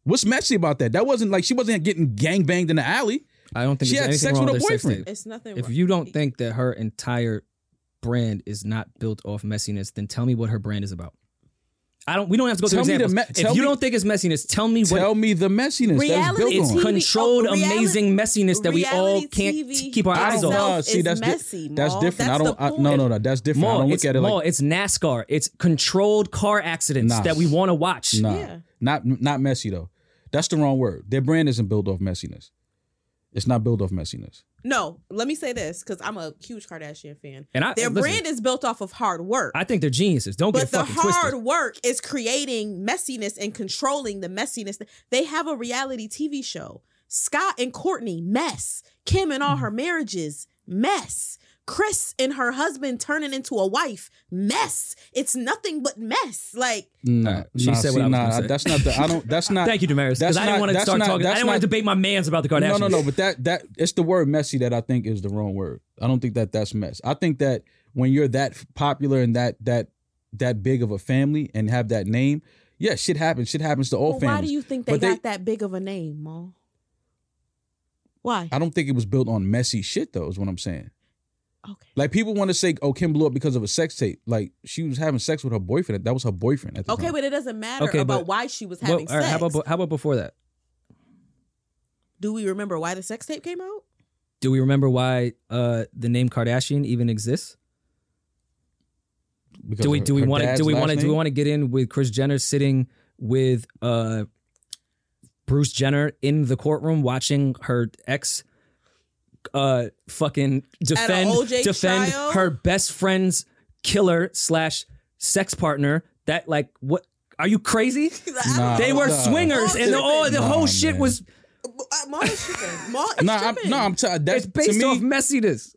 [SPEAKER 1] What's messy about that? That wasn't like she wasn't getting gang banged in the alley.
[SPEAKER 4] I don't think
[SPEAKER 1] She
[SPEAKER 4] there's
[SPEAKER 1] had
[SPEAKER 4] anything
[SPEAKER 1] sex
[SPEAKER 4] wrong
[SPEAKER 1] with
[SPEAKER 4] with
[SPEAKER 1] her
[SPEAKER 4] their sex
[SPEAKER 1] boyfriend.
[SPEAKER 4] tape.
[SPEAKER 3] It's nothing.
[SPEAKER 4] If
[SPEAKER 3] wrong.
[SPEAKER 4] you don't think that her entire brand is not built off messiness, then tell me what her brand is about. I don't. We don't have to go
[SPEAKER 1] Tell
[SPEAKER 4] through
[SPEAKER 1] me the
[SPEAKER 4] examples.
[SPEAKER 1] me- tell
[SPEAKER 4] if you
[SPEAKER 1] me-
[SPEAKER 4] don't think it's messiness, tell me what
[SPEAKER 1] Tell me the messiness that's
[SPEAKER 3] Reality
[SPEAKER 1] built
[SPEAKER 4] it's
[SPEAKER 1] on.
[SPEAKER 3] TV
[SPEAKER 4] controlled,
[SPEAKER 3] oh, reality-
[SPEAKER 4] amazing messiness that we all
[SPEAKER 3] reality
[SPEAKER 4] can't
[SPEAKER 3] TV
[SPEAKER 4] t- keep our
[SPEAKER 1] I
[SPEAKER 4] eyes
[SPEAKER 1] don't
[SPEAKER 4] off.
[SPEAKER 1] know.
[SPEAKER 3] itself
[SPEAKER 1] Ah, See,
[SPEAKER 3] is
[SPEAKER 1] that's di-
[SPEAKER 3] messy,
[SPEAKER 1] That's
[SPEAKER 3] Maul.
[SPEAKER 1] different. I
[SPEAKER 3] That's
[SPEAKER 1] don't.
[SPEAKER 3] the
[SPEAKER 1] I, no,
[SPEAKER 3] point.
[SPEAKER 1] no, no. That's different. I
[SPEAKER 4] Maul,
[SPEAKER 1] don't
[SPEAKER 4] it's,
[SPEAKER 1] look at it
[SPEAKER 4] Maul,
[SPEAKER 1] like
[SPEAKER 4] it's NASCAR. It's controlled car accidents
[SPEAKER 1] Nah.
[SPEAKER 4] that we want to watch.
[SPEAKER 1] nah.
[SPEAKER 3] Yeah.
[SPEAKER 1] Not not messy though. That's the wrong word. Their brand isn't built off messiness. It's not built off messiness.
[SPEAKER 3] No, let me say this because I'm a huge Kardashian fan.
[SPEAKER 4] And I
[SPEAKER 3] Their
[SPEAKER 4] listen,
[SPEAKER 3] brand is built off of hard work.
[SPEAKER 4] I think they're geniuses. Don't get
[SPEAKER 3] but
[SPEAKER 4] it
[SPEAKER 3] the
[SPEAKER 4] fucking
[SPEAKER 3] hard
[SPEAKER 4] twisted.
[SPEAKER 3] work is creating messiness and controlling the messiness. They have a reality TV show. Scott and Courtney, mess. Kim and
[SPEAKER 4] Mm.
[SPEAKER 3] all her marriages, mess. Chris and her husband turning into a wife, mess. It's nothing but mess. Like,
[SPEAKER 1] No,
[SPEAKER 4] All right. She said what I was
[SPEAKER 1] nah,
[SPEAKER 4] gonna say.
[SPEAKER 1] That's not. The, I don't. That's not.
[SPEAKER 4] Thank you, Damaris.
[SPEAKER 1] That's
[SPEAKER 4] Because I didn't
[SPEAKER 1] not-
[SPEAKER 4] want to
[SPEAKER 1] that's
[SPEAKER 4] start
[SPEAKER 1] not-
[SPEAKER 4] talking. I
[SPEAKER 1] that's
[SPEAKER 4] didn't want
[SPEAKER 1] not-
[SPEAKER 4] to debate my man's about the Kardashians.
[SPEAKER 1] No, no, no. But that that it's the word messy that I think is the wrong word. I don't think that that's mess. I think that when you're that popular and that that that big of a family and have that name, yeah, shit happens. Shit happens to all
[SPEAKER 3] well,
[SPEAKER 1] families.
[SPEAKER 3] why do you think they
[SPEAKER 1] But they-
[SPEAKER 3] got that big of a name, Ma? Why?
[SPEAKER 1] I don't think it was built on messy shit though. Is what I'm saying.
[SPEAKER 3] Okay.
[SPEAKER 1] Like people want to say, "Oh, Kim blew up because of a sex tape." Like she was having sex with her boyfriend. That was her boyfriend at the
[SPEAKER 3] Okay,
[SPEAKER 1] time.
[SPEAKER 3] but it doesn't matter
[SPEAKER 4] Okay,
[SPEAKER 3] about
[SPEAKER 4] but-
[SPEAKER 3] why she was
[SPEAKER 4] Well,
[SPEAKER 3] having
[SPEAKER 4] all right,
[SPEAKER 3] sex.
[SPEAKER 4] how about how about before that?
[SPEAKER 3] Do we remember why the sex tape came out?
[SPEAKER 4] Do we remember why uh, the name Kardashian even exists?
[SPEAKER 1] Because
[SPEAKER 4] Do we
[SPEAKER 1] of
[SPEAKER 4] do we
[SPEAKER 1] her
[SPEAKER 4] want to
[SPEAKER 1] dad's
[SPEAKER 4] do we
[SPEAKER 1] last
[SPEAKER 4] want to do we
[SPEAKER 1] name?
[SPEAKER 4] want to get in with Chris Jenner sitting with uh, Bruce Jenner in the courtroom watching her ex uh fucking defend
[SPEAKER 3] OJ
[SPEAKER 4] defend
[SPEAKER 3] trial?
[SPEAKER 4] her best friend's killer slash sex partner that like what are you crazy?
[SPEAKER 1] Nah.
[SPEAKER 4] They were
[SPEAKER 1] Nah.
[SPEAKER 4] swingers and the, all the
[SPEAKER 1] Nah,
[SPEAKER 4] whole shit
[SPEAKER 1] man.
[SPEAKER 4] was
[SPEAKER 3] uh, Ma is tripping. Ma is
[SPEAKER 1] Nah, I'm,
[SPEAKER 3] tripping.
[SPEAKER 1] no, I'm. T- uh, that's
[SPEAKER 4] it's based
[SPEAKER 1] to me,
[SPEAKER 4] off messiness.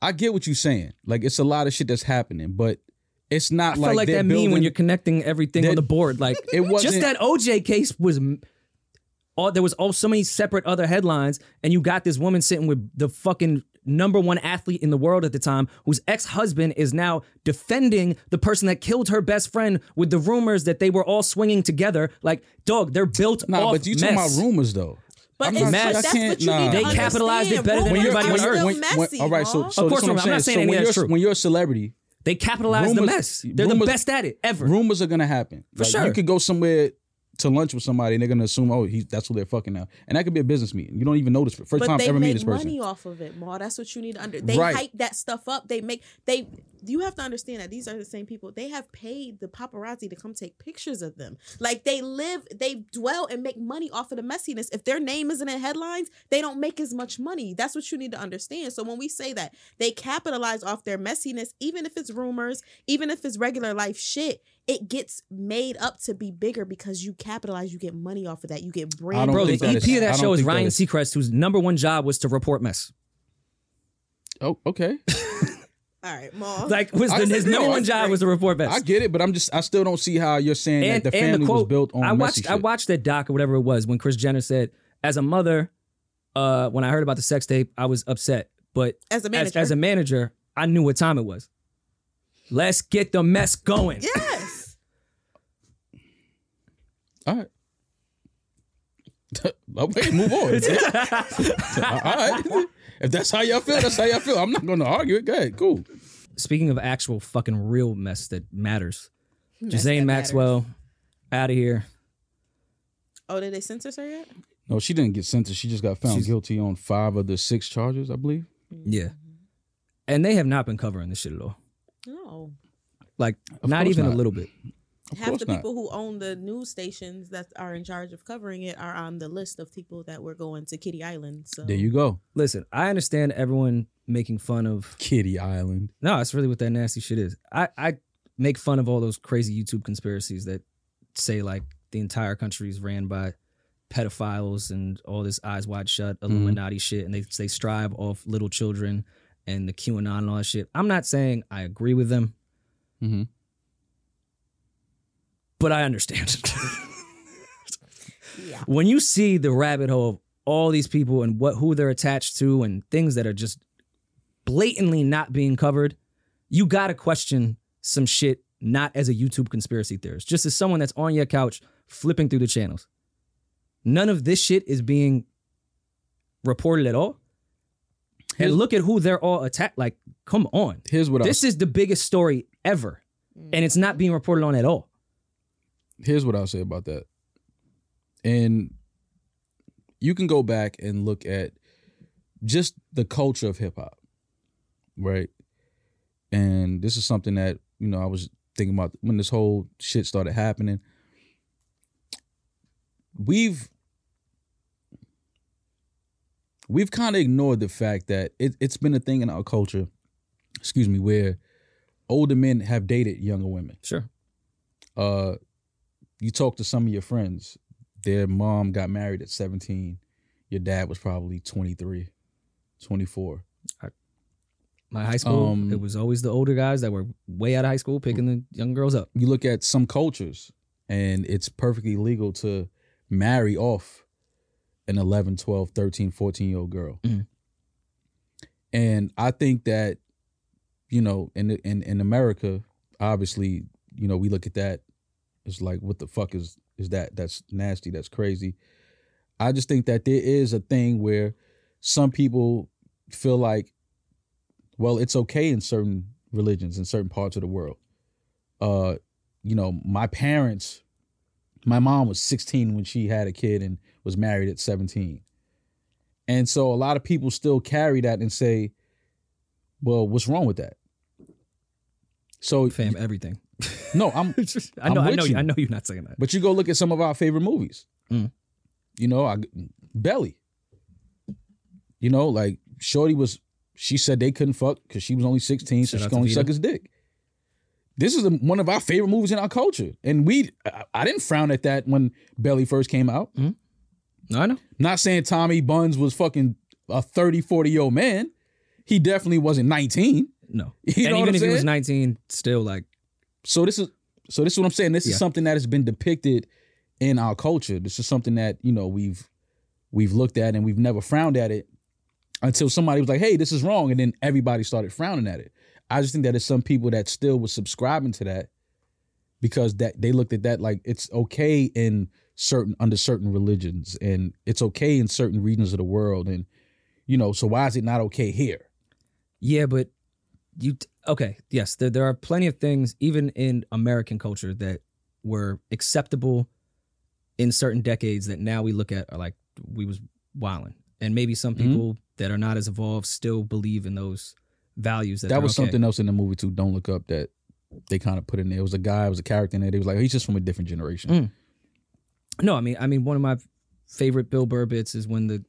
[SPEAKER 1] I get what you're saying. Like it's a lot of shit that's happening, but it's not
[SPEAKER 4] I feel
[SPEAKER 1] like
[SPEAKER 4] like,
[SPEAKER 1] they're
[SPEAKER 4] that mean
[SPEAKER 1] building,
[SPEAKER 4] when you're connecting everything
[SPEAKER 1] They're-
[SPEAKER 4] on the board. Like
[SPEAKER 1] It wasn't.
[SPEAKER 4] just that OJ case was m- all there was all so many separate other headlines, and you got this woman sitting with the fucking number one athlete in the world at the time, whose ex husband is now defending the person that killed her best friend with the rumors that they were all swinging together. Like, dog, they're built
[SPEAKER 1] Nah,
[SPEAKER 4] off
[SPEAKER 1] but you
[SPEAKER 4] mess.
[SPEAKER 1] talking about rumors though.
[SPEAKER 3] But
[SPEAKER 1] I'm
[SPEAKER 3] it's,
[SPEAKER 1] not-
[SPEAKER 4] mad.
[SPEAKER 3] but that's
[SPEAKER 1] I can't-
[SPEAKER 3] what you
[SPEAKER 1] nah.
[SPEAKER 3] need to
[SPEAKER 4] They capitalized it
[SPEAKER 3] understand.
[SPEAKER 4] better than
[SPEAKER 3] Rumors
[SPEAKER 4] everybody
[SPEAKER 3] are
[SPEAKER 4] on
[SPEAKER 3] still
[SPEAKER 4] Earth.
[SPEAKER 3] messy,
[SPEAKER 1] all right, so
[SPEAKER 3] Ma.
[SPEAKER 1] so
[SPEAKER 4] Of course
[SPEAKER 1] that's what I'm
[SPEAKER 4] not. I'm
[SPEAKER 1] saying.
[SPEAKER 4] not saying
[SPEAKER 1] so
[SPEAKER 4] any
[SPEAKER 1] when
[SPEAKER 4] of
[SPEAKER 1] you're
[SPEAKER 4] that's true.
[SPEAKER 1] when you're a celebrity,
[SPEAKER 4] They capitalized the
[SPEAKER 1] Rumors-
[SPEAKER 4] mess. They're the
[SPEAKER 1] rumors-
[SPEAKER 4] best at it ever.
[SPEAKER 1] rumors are gonna happen.
[SPEAKER 4] For
[SPEAKER 1] Like,
[SPEAKER 4] sure.
[SPEAKER 1] you could go somewhere to lunch with somebody and they're gonna assume, oh, he's that's who they're fucking now, and that could be a business meeting. You don't even know this first
[SPEAKER 3] But
[SPEAKER 1] time I've
[SPEAKER 3] they
[SPEAKER 1] ever meeting
[SPEAKER 3] make
[SPEAKER 1] this person.
[SPEAKER 3] money off of it, Ma. That's what you need to under. They
[SPEAKER 1] Right.
[SPEAKER 3] hype that stuff up. They make they. You have to understand that these are the same people. They have paid the paparazzi to come take pictures of them. Like they live, they dwell and make money off of the messiness. If their name isn't in headlines, they don't make as much money. That's what you need to understand. So when we say that they capitalize off their messiness, even if it's rumors, even if it's regular life shit. It gets made up to be bigger because you capitalize, you get money off of that, you get brand.
[SPEAKER 1] don't
[SPEAKER 4] Bro, the
[SPEAKER 1] think that
[SPEAKER 4] EP
[SPEAKER 1] is-
[SPEAKER 4] of
[SPEAKER 1] I
[SPEAKER 4] that
[SPEAKER 1] don't
[SPEAKER 4] show is
[SPEAKER 1] think that
[SPEAKER 4] Ryan
[SPEAKER 1] is-
[SPEAKER 4] Seacrest, whose number one job was to report mess.
[SPEAKER 1] Oh, okay.
[SPEAKER 3] All right, Ma.
[SPEAKER 4] Like, was
[SPEAKER 1] I
[SPEAKER 4] the, his
[SPEAKER 1] disagree.
[SPEAKER 4] number one job was to report mess.
[SPEAKER 1] I get it, but I'm just I still don't see how you're saying that the family was built on
[SPEAKER 4] I watched
[SPEAKER 1] messy
[SPEAKER 4] I
[SPEAKER 1] shit.
[SPEAKER 4] watched that doc or whatever it was when Chris Jenner said, "As a mother, uh, when I heard about the sex tape, I was upset But
[SPEAKER 3] As a
[SPEAKER 4] as,
[SPEAKER 3] manager.
[SPEAKER 4] as a manager, I knew what time it was. Let's get the mess going.
[SPEAKER 3] yes.
[SPEAKER 1] All right. Okay, move on. All right. If that's how y'all feel, that's how y'all feel. I'm not going to argue it. Go ahead. Cool.
[SPEAKER 4] Speaking of actual fucking real mess that matters,
[SPEAKER 3] Yes, that
[SPEAKER 4] Jazane Maxwell, out of here.
[SPEAKER 3] matters. Oh, did they censor her yet?
[SPEAKER 1] No, she didn't get sentenced. She just got found
[SPEAKER 4] She's-
[SPEAKER 1] guilty on five of the six charges, I believe.
[SPEAKER 3] Mm-hmm.
[SPEAKER 4] Yeah. And they have not been covering this shit at all.
[SPEAKER 3] No.
[SPEAKER 4] Like,
[SPEAKER 1] Of
[SPEAKER 4] not
[SPEAKER 1] course
[SPEAKER 4] even
[SPEAKER 1] not.
[SPEAKER 4] a little bit.
[SPEAKER 1] Of
[SPEAKER 3] Half
[SPEAKER 1] course
[SPEAKER 3] the
[SPEAKER 1] not.
[SPEAKER 3] people who own the news stations that are in charge of covering it are on the list of people that were going to Kitty Island. So
[SPEAKER 1] There you go.
[SPEAKER 4] Listen, I understand everyone making fun of.
[SPEAKER 1] Kitty Island.
[SPEAKER 4] No, that's really what that nasty shit is. I, I make fun of all those crazy YouTube conspiracies that say, like, the entire country is ran by pedophiles and all this eyes wide shut Illuminati shit, and they, they strive off little children and the QAnon and all that shit. I'm not saying I agree with them,
[SPEAKER 1] Mm-hmm.
[SPEAKER 4] but I understand.
[SPEAKER 3] Yeah.
[SPEAKER 4] when you see the rabbit hole of all these people and what who they're attached to and things that are just blatantly not being covered, you gotta question some shit. Not as a YouTube conspiracy theorist, just as someone that's on your couch flipping through the channels. None of this shit is being reported at all. And
[SPEAKER 1] Here's-
[SPEAKER 4] look at who they're all attacked. Like, come on.
[SPEAKER 1] Here's what
[SPEAKER 4] This is the biggest story ever,
[SPEAKER 3] Mm.
[SPEAKER 4] and it's not being reported on at
[SPEAKER 1] I'll,
[SPEAKER 4] all.
[SPEAKER 1] here's what I'll say about that. And you can go back and look at just the culture of hip hop, right? And this is something that you know I was thinking about when this whole shit started happening. We've we've kind of ignored the fact that it, it's been a thing in our culture, excuse me, where older men have dated younger women.
[SPEAKER 4] Sure.
[SPEAKER 1] uh you talk to some of your friends their mom got married at 17 your dad was probably 23 24
[SPEAKER 4] my high school,
[SPEAKER 1] Um,
[SPEAKER 4] it was always the older guys that were way out of high school picking the young girls up.
[SPEAKER 1] you look at some cultures and it's perfectly legal to marry off an 11 12 13 14 year old girl
[SPEAKER 4] Mhm.
[SPEAKER 1] and i think that you know in, in in america obviously you know we look at that it's like what the fuck is is that that's nasty that's crazy i just think that there is a thing where some people feel like well it's okay in certain religions in certain parts of the world uh you know my parents my mom was 16 when she had a kid and was married at 17 and so a lot of people still carry that and say well what's wrong with that so
[SPEAKER 4] Fam, everything.
[SPEAKER 1] no i'm
[SPEAKER 4] I know,
[SPEAKER 1] I'm
[SPEAKER 4] I
[SPEAKER 1] with
[SPEAKER 4] know,
[SPEAKER 1] you.
[SPEAKER 4] I know you're not saying that.
[SPEAKER 1] but you go look at some of our favorite movies.
[SPEAKER 4] Mm.
[SPEAKER 1] You know, I, Belly. You know, like Shorty was. She said they couldn't fuck because she was only sixteen, so
[SPEAKER 4] Shout
[SPEAKER 1] she
[SPEAKER 4] out
[SPEAKER 1] could
[SPEAKER 4] to
[SPEAKER 1] only
[SPEAKER 4] Vita.
[SPEAKER 1] suck his dick. This is a, one of our favorite movies in our culture, and we. I, I didn't frown at that when Belly first came out.
[SPEAKER 4] No, I know.
[SPEAKER 1] Not saying Tommy Buns was fucking a 30, 40 year old man. He definitely wasn't nineteen.
[SPEAKER 4] No.
[SPEAKER 1] You
[SPEAKER 4] and
[SPEAKER 1] know what
[SPEAKER 4] even
[SPEAKER 1] I'm
[SPEAKER 4] if he was
[SPEAKER 1] saying?
[SPEAKER 4] 19, still like,
[SPEAKER 1] so this is so this is what I'm saying. This
[SPEAKER 4] Yeah.
[SPEAKER 1] is something that has been depicted in our culture. This is something that you know we've we've looked at and we've never frowned at it until somebody was like, "Hey, this is wrong," and then everybody started frowning at it. I just think that it's some people that still was subscribing to that because that they looked at that like it's okay in certain under certain religions and it's okay in certain regions of the world and you know so why is it not okay here?
[SPEAKER 4] yeah, but you, t- okay, yes, there, there are plenty of things, even in American culture, that were acceptable in certain decades that now we look at are like, we was wilding. And maybe some
[SPEAKER 1] Mhm.
[SPEAKER 4] people that are not as evolved still believe in those values that
[SPEAKER 1] that
[SPEAKER 4] they're
[SPEAKER 1] was
[SPEAKER 4] okay.
[SPEAKER 1] something else in the movie too. Don't look up that they kind of put in there. It was a guy, it was a character in there. They was like, oh, he's just from a different generation.
[SPEAKER 4] Mm. No, I mean, I mean, one of my favorite Bill Burr bits is when the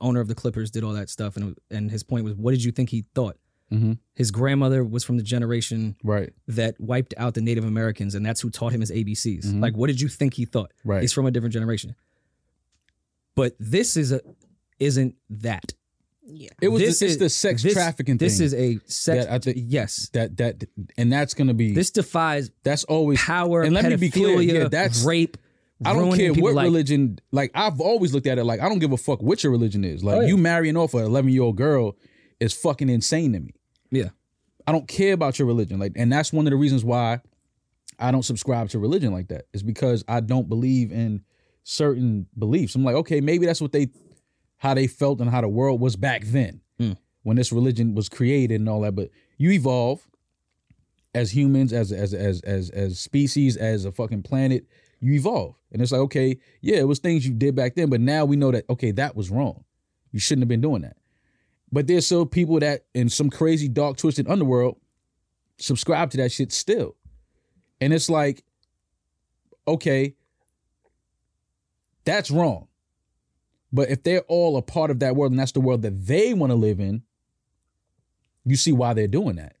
[SPEAKER 4] owner of the Clippers did all that stuff, and and his point was, what did you think he thought?
[SPEAKER 1] Mhm.
[SPEAKER 4] His grandmother was from the generation
[SPEAKER 1] Right,
[SPEAKER 4] that wiped out the Native Americans, and that's who taught him his ABCs.
[SPEAKER 1] Mhm.
[SPEAKER 4] Like, what did you think he thought?
[SPEAKER 1] right.
[SPEAKER 4] He's from a different generation. But this is a isn't that.
[SPEAKER 3] Yeah.
[SPEAKER 1] it was
[SPEAKER 4] this
[SPEAKER 1] this it's
[SPEAKER 4] is-
[SPEAKER 1] the sex
[SPEAKER 4] this-
[SPEAKER 1] trafficking
[SPEAKER 4] This
[SPEAKER 1] thing.
[SPEAKER 4] is a sex.
[SPEAKER 1] that I think-
[SPEAKER 4] yes,
[SPEAKER 1] that that and that's gonna be
[SPEAKER 4] this defies
[SPEAKER 1] that's always
[SPEAKER 4] power,
[SPEAKER 1] And let me be clear,
[SPEAKER 4] pedophilia,
[SPEAKER 1] yeah, that's-
[SPEAKER 4] rape.
[SPEAKER 1] I don't
[SPEAKER 4] ruining
[SPEAKER 1] care
[SPEAKER 4] people
[SPEAKER 1] what
[SPEAKER 4] like,
[SPEAKER 1] religion like I've always looked at it like I don't give a fuck what your religion is. Like
[SPEAKER 4] Oh, yeah.
[SPEAKER 1] you marrying off an eleven year old girl is fucking insane to me.
[SPEAKER 4] Yeah.
[SPEAKER 1] I don't care about your religion. Like, and that's one of the reasons why I don't subscribe to religion like that. Is because I don't believe in certain beliefs. I'm like, okay, maybe that's what they how they felt and how the world was back then
[SPEAKER 4] Mm.
[SPEAKER 1] when this religion was created and all that. But you evolve as humans, as as as as as species, as a fucking planet, you evolve. And it's like, okay, yeah, it was things you did back then, but now we know that okay, that was wrong. You shouldn't have been doing that. But there's still people that in some crazy dark twisted underworld subscribe to that shit still. And it's like, okay, that's wrong. But if they're all a part of that world and that's the world that they want to live in, you see why they're doing that.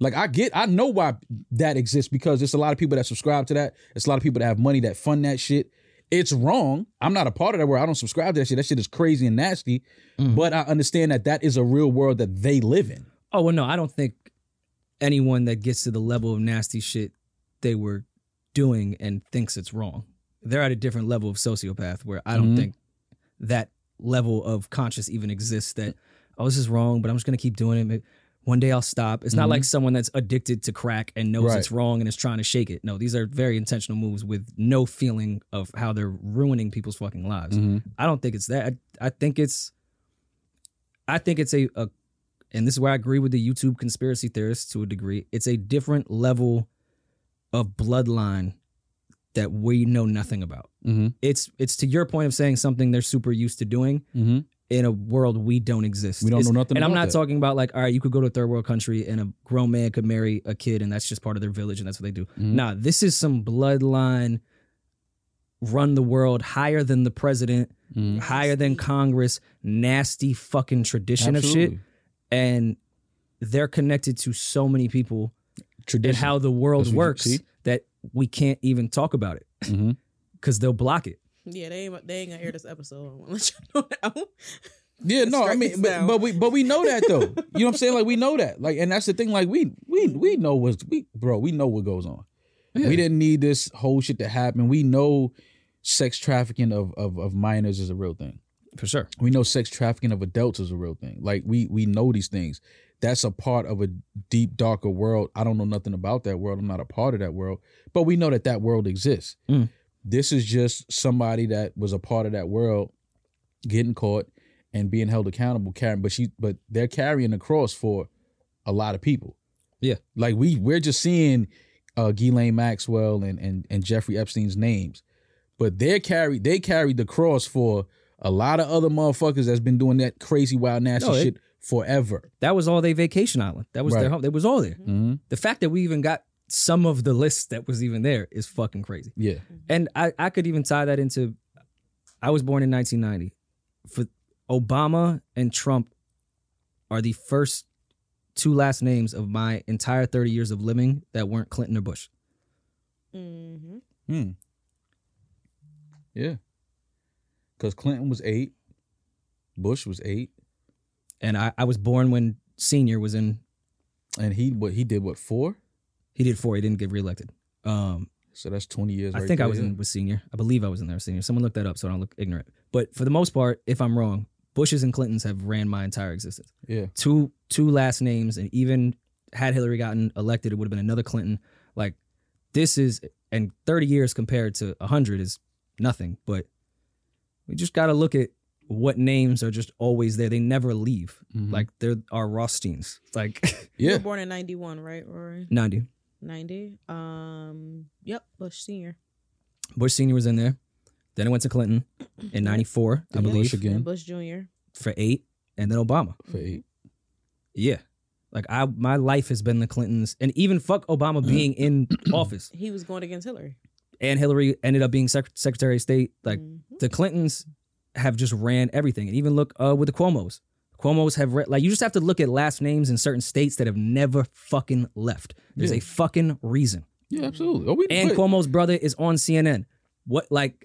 [SPEAKER 1] Like I get, I know why that exists because it's a lot of people that subscribe to that. It's a lot of people that have money that fund that shit. It's wrong. I'm not a part of that world. I don't subscribe to that shit. That shit is crazy and nasty.
[SPEAKER 4] Mm.
[SPEAKER 1] But I understand that that is a real world that they live in.
[SPEAKER 4] Oh well, no, I don't think anyone that gets to the level of nasty shit they were doing and thinks it's wrong. They're at a different level of sociopath where I don't
[SPEAKER 1] Mhm.
[SPEAKER 4] think that level of conscious even exists. That oh, this is wrong, but I'm just gonna keep doing it. Maybe- One day I'll stop. It's not
[SPEAKER 1] Mhm.
[SPEAKER 4] like someone that's addicted to crack and knows
[SPEAKER 1] Right.
[SPEAKER 4] it's wrong and is trying to shake it. No, these are very intentional moves with no feeling of how they're ruining people's fucking lives.
[SPEAKER 1] Mm-hmm.
[SPEAKER 4] I don't think it's that. I, I think it's, I think it's a, a, and this is where I agree with the YouTube conspiracy theorists to a degree. It's a different level of bloodline that we know nothing about.
[SPEAKER 1] Mm-hmm.
[SPEAKER 4] It's it's to your point of saying something they're super used to doing
[SPEAKER 1] Mm-hmm.
[SPEAKER 4] in a world we don't exist.
[SPEAKER 1] We don't
[SPEAKER 4] It's-
[SPEAKER 1] know nothing
[SPEAKER 4] And I'm
[SPEAKER 1] about
[SPEAKER 4] not
[SPEAKER 1] that.
[SPEAKER 4] talking about like, all right, you could go to a third world country and a grown man could marry a kid and that's just part of their village and that's what they do.
[SPEAKER 1] Mhm.
[SPEAKER 4] Nah, this is some bloodline run the world higher than the president
[SPEAKER 1] Mhm.
[SPEAKER 4] higher than Congress, nasty fucking tradition of shit.
[SPEAKER 1] Absolutely.
[SPEAKER 4] And they're connected to so many people and
[SPEAKER 1] Tradition.
[SPEAKER 4] how the world
[SPEAKER 1] That's what you-
[SPEAKER 4] works
[SPEAKER 1] see?
[SPEAKER 4] that we can't even talk about it
[SPEAKER 1] Mhm.
[SPEAKER 4] because they'll block it.
[SPEAKER 3] Yeah, they ain't, they ain't gonna hear this episode. I want to let you know
[SPEAKER 1] Yeah,
[SPEAKER 3] It
[SPEAKER 1] no, I mean,
[SPEAKER 3] strikes
[SPEAKER 1] but,
[SPEAKER 3] down.
[SPEAKER 1] but we but we know that though. You know what I'm saying? Like we know that. Like, and that's the thing. Like we we we know what's we bro. We know what goes on. We didn't need this whole shit to happen. We know sex trafficking of of, of minors is a real thing.
[SPEAKER 4] For sure.
[SPEAKER 1] We know sex trafficking of adults is a real thing. Like we we know these things. That's a part of a deep darker world. I don't know nothing about that world. I'm not a part of that world, but we know that that world exists.
[SPEAKER 4] Mm.
[SPEAKER 1] This is just somebody that was a part of that world getting caught and being held accountable carrying but she but they're carrying the cross for a lot of people.
[SPEAKER 4] Yeah.
[SPEAKER 1] Like we we're just seeing uh Ghislaine Maxwell and and and Jeffrey Epstein's names. But they're carry they carried the cross for a lot of other motherfuckers that's been doing that crazy wild nasty
[SPEAKER 4] No, it-
[SPEAKER 1] shit forever.
[SPEAKER 4] That was all they vacation island. That was
[SPEAKER 1] Right.
[SPEAKER 4] their home. That was all there.
[SPEAKER 1] Mm-hmm.
[SPEAKER 4] The fact that we even got some of the list that was even there is fucking crazy.
[SPEAKER 1] Yeah.
[SPEAKER 4] And I, I could even tie that into I was born in 1990. For Obama and Trump are the first two last names of my entire 30 years of living that weren't Clinton or Bush.
[SPEAKER 3] Mm-hmm.
[SPEAKER 1] Hmm. Yeah. Cause Clinton was eight, Bush was eight,
[SPEAKER 4] And I, I was born when senior was in
[SPEAKER 1] and he what he did what four?
[SPEAKER 4] he did four, he didn't get reelected. Um
[SPEAKER 1] So that's twenty years.
[SPEAKER 4] I
[SPEAKER 1] right
[SPEAKER 4] think I
[SPEAKER 1] there.
[SPEAKER 4] was in with senior. I believe I was in there with senior. Someone looked that up so I don't look ignorant. But for the most part, if I'm wrong, Bushes and Clintons have ran my entire existence.
[SPEAKER 1] Yeah.
[SPEAKER 4] two two last names and even had Hillary gotten elected it would have been another Clinton like this is and 30 years compared to 100 is nothing but we just got to look at what names are just always there they never leave
[SPEAKER 1] Mhm.
[SPEAKER 4] like there are Rothsteins like
[SPEAKER 1] Mm-hmm.
[SPEAKER 3] You
[SPEAKER 1] yeah.
[SPEAKER 3] were born in '91, right, Rory?
[SPEAKER 4] 90
[SPEAKER 3] '90. Um, yep, Bush senior.
[SPEAKER 4] Bush senior was in there then it went to Clinton in 94 I
[SPEAKER 1] Then Bush
[SPEAKER 4] believe
[SPEAKER 1] again
[SPEAKER 3] And Bush junior.
[SPEAKER 4] for 8 and then Obama
[SPEAKER 1] for eight.
[SPEAKER 4] yeah like I my life has been the Clintons and even fuck
[SPEAKER 1] Mm-hmm.
[SPEAKER 4] Obama being in office
[SPEAKER 3] He was going against Hillary.
[SPEAKER 4] and Hillary ended up being sec- Secretary of State. Like
[SPEAKER 3] Mhm.
[SPEAKER 4] the Clintons have just ran everything, and even look uh, with the Cuomo's. Cuomo's have re- like you just have to look at last names in certain states that have never fucking left. There's
[SPEAKER 1] Yeah.
[SPEAKER 4] a fucking reason.
[SPEAKER 1] Yeah, absolutely. Oh, we,
[SPEAKER 4] And
[SPEAKER 1] but
[SPEAKER 4] Cuomo's brother is on CNN. What like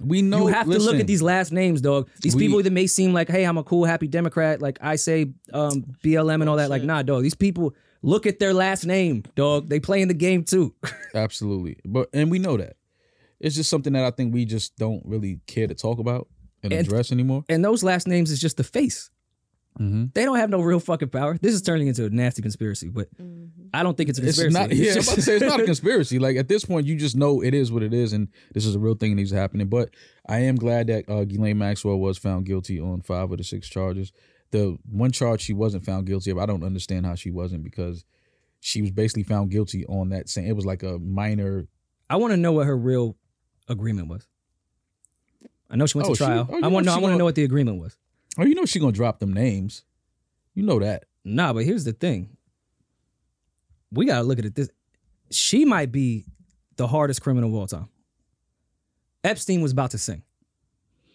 [SPEAKER 1] we know.
[SPEAKER 4] you have to look
[SPEAKER 1] listen,
[SPEAKER 4] at these last names, dog. These
[SPEAKER 1] We-
[SPEAKER 4] people that may seem like, hey, I'm a cool, happy Democrat, like I say um, BLM
[SPEAKER 1] Oh,
[SPEAKER 4] and all that. Like,
[SPEAKER 3] Bullshit.
[SPEAKER 4] nah, dog. These people look at their last name, dog. They play in the game too.
[SPEAKER 1] Absolutely, but and we know that it's just something that I think we just don't really care to talk about and
[SPEAKER 4] And-
[SPEAKER 1] address anymore.
[SPEAKER 4] And those last names is just the face.
[SPEAKER 1] Mm-hmm.
[SPEAKER 4] They don't have no real fucking power. This is turning into a nasty conspiracy, but
[SPEAKER 3] Mhm.
[SPEAKER 4] I don't think it's a
[SPEAKER 1] It's
[SPEAKER 4] conspiracy.
[SPEAKER 1] not. Yeah, I'm
[SPEAKER 4] just-
[SPEAKER 1] about to say it's not a conspiracy. Like at this point, you just know it is what it is, and this is a real thing that needs happening. But I am glad that uh, Ghislaine Maxwell was found guilty on five of the six charges. The one charge she wasn't found guilty of, I don't understand how she wasn't because she was basically found guilty on that same. It was like a minor.
[SPEAKER 4] I want to know what her real agreement was. I know she went
[SPEAKER 1] Oh,
[SPEAKER 4] to
[SPEAKER 1] she-
[SPEAKER 4] trial.
[SPEAKER 1] oh, you
[SPEAKER 4] I want
[SPEAKER 1] know
[SPEAKER 4] to. I
[SPEAKER 1] she
[SPEAKER 4] want to
[SPEAKER 1] gonna-
[SPEAKER 4] know what the agreement was.
[SPEAKER 1] Oh, you know she gonna drop them names. You know that.
[SPEAKER 4] Nah, but here's the thing. We gotta look at it this. She might be the hardest criminal of all time. Epstein was about to sing.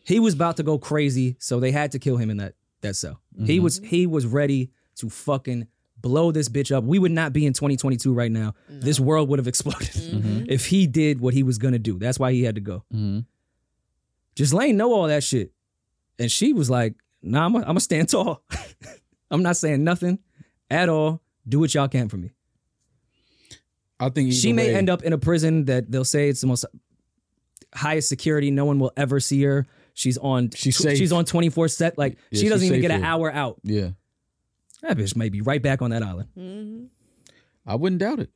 [SPEAKER 4] He was about to go crazy, so they had to kill him in that that cell. He
[SPEAKER 1] Mhm.
[SPEAKER 4] was he was ready to fucking blow this bitch up. We would not be in 2022 right now. This world would have exploded
[SPEAKER 3] Mhm.
[SPEAKER 4] if he did what he was gonna do. That's why he had to go.
[SPEAKER 1] Mm-hmm.
[SPEAKER 4] Lane know all that shit. And she was like, nah, I'm going to stand tall. I'm not saying nothing at all. Do what y'all can for me.
[SPEAKER 1] I think
[SPEAKER 4] she may end up in a prison that they'll say it's the most highest security. No one will ever see her. She's on
[SPEAKER 1] She's
[SPEAKER 4] tw-
[SPEAKER 1] safe.
[SPEAKER 4] she's on 24 set. Like
[SPEAKER 1] Yeah,
[SPEAKER 4] she doesn't
[SPEAKER 1] she's
[SPEAKER 4] even
[SPEAKER 1] safe
[SPEAKER 4] get an
[SPEAKER 1] here.
[SPEAKER 4] hour out.
[SPEAKER 1] Yeah,
[SPEAKER 4] That bitch may be right back on that island.
[SPEAKER 3] Mhm.
[SPEAKER 4] Mm-hmm.
[SPEAKER 1] I wouldn't doubt it.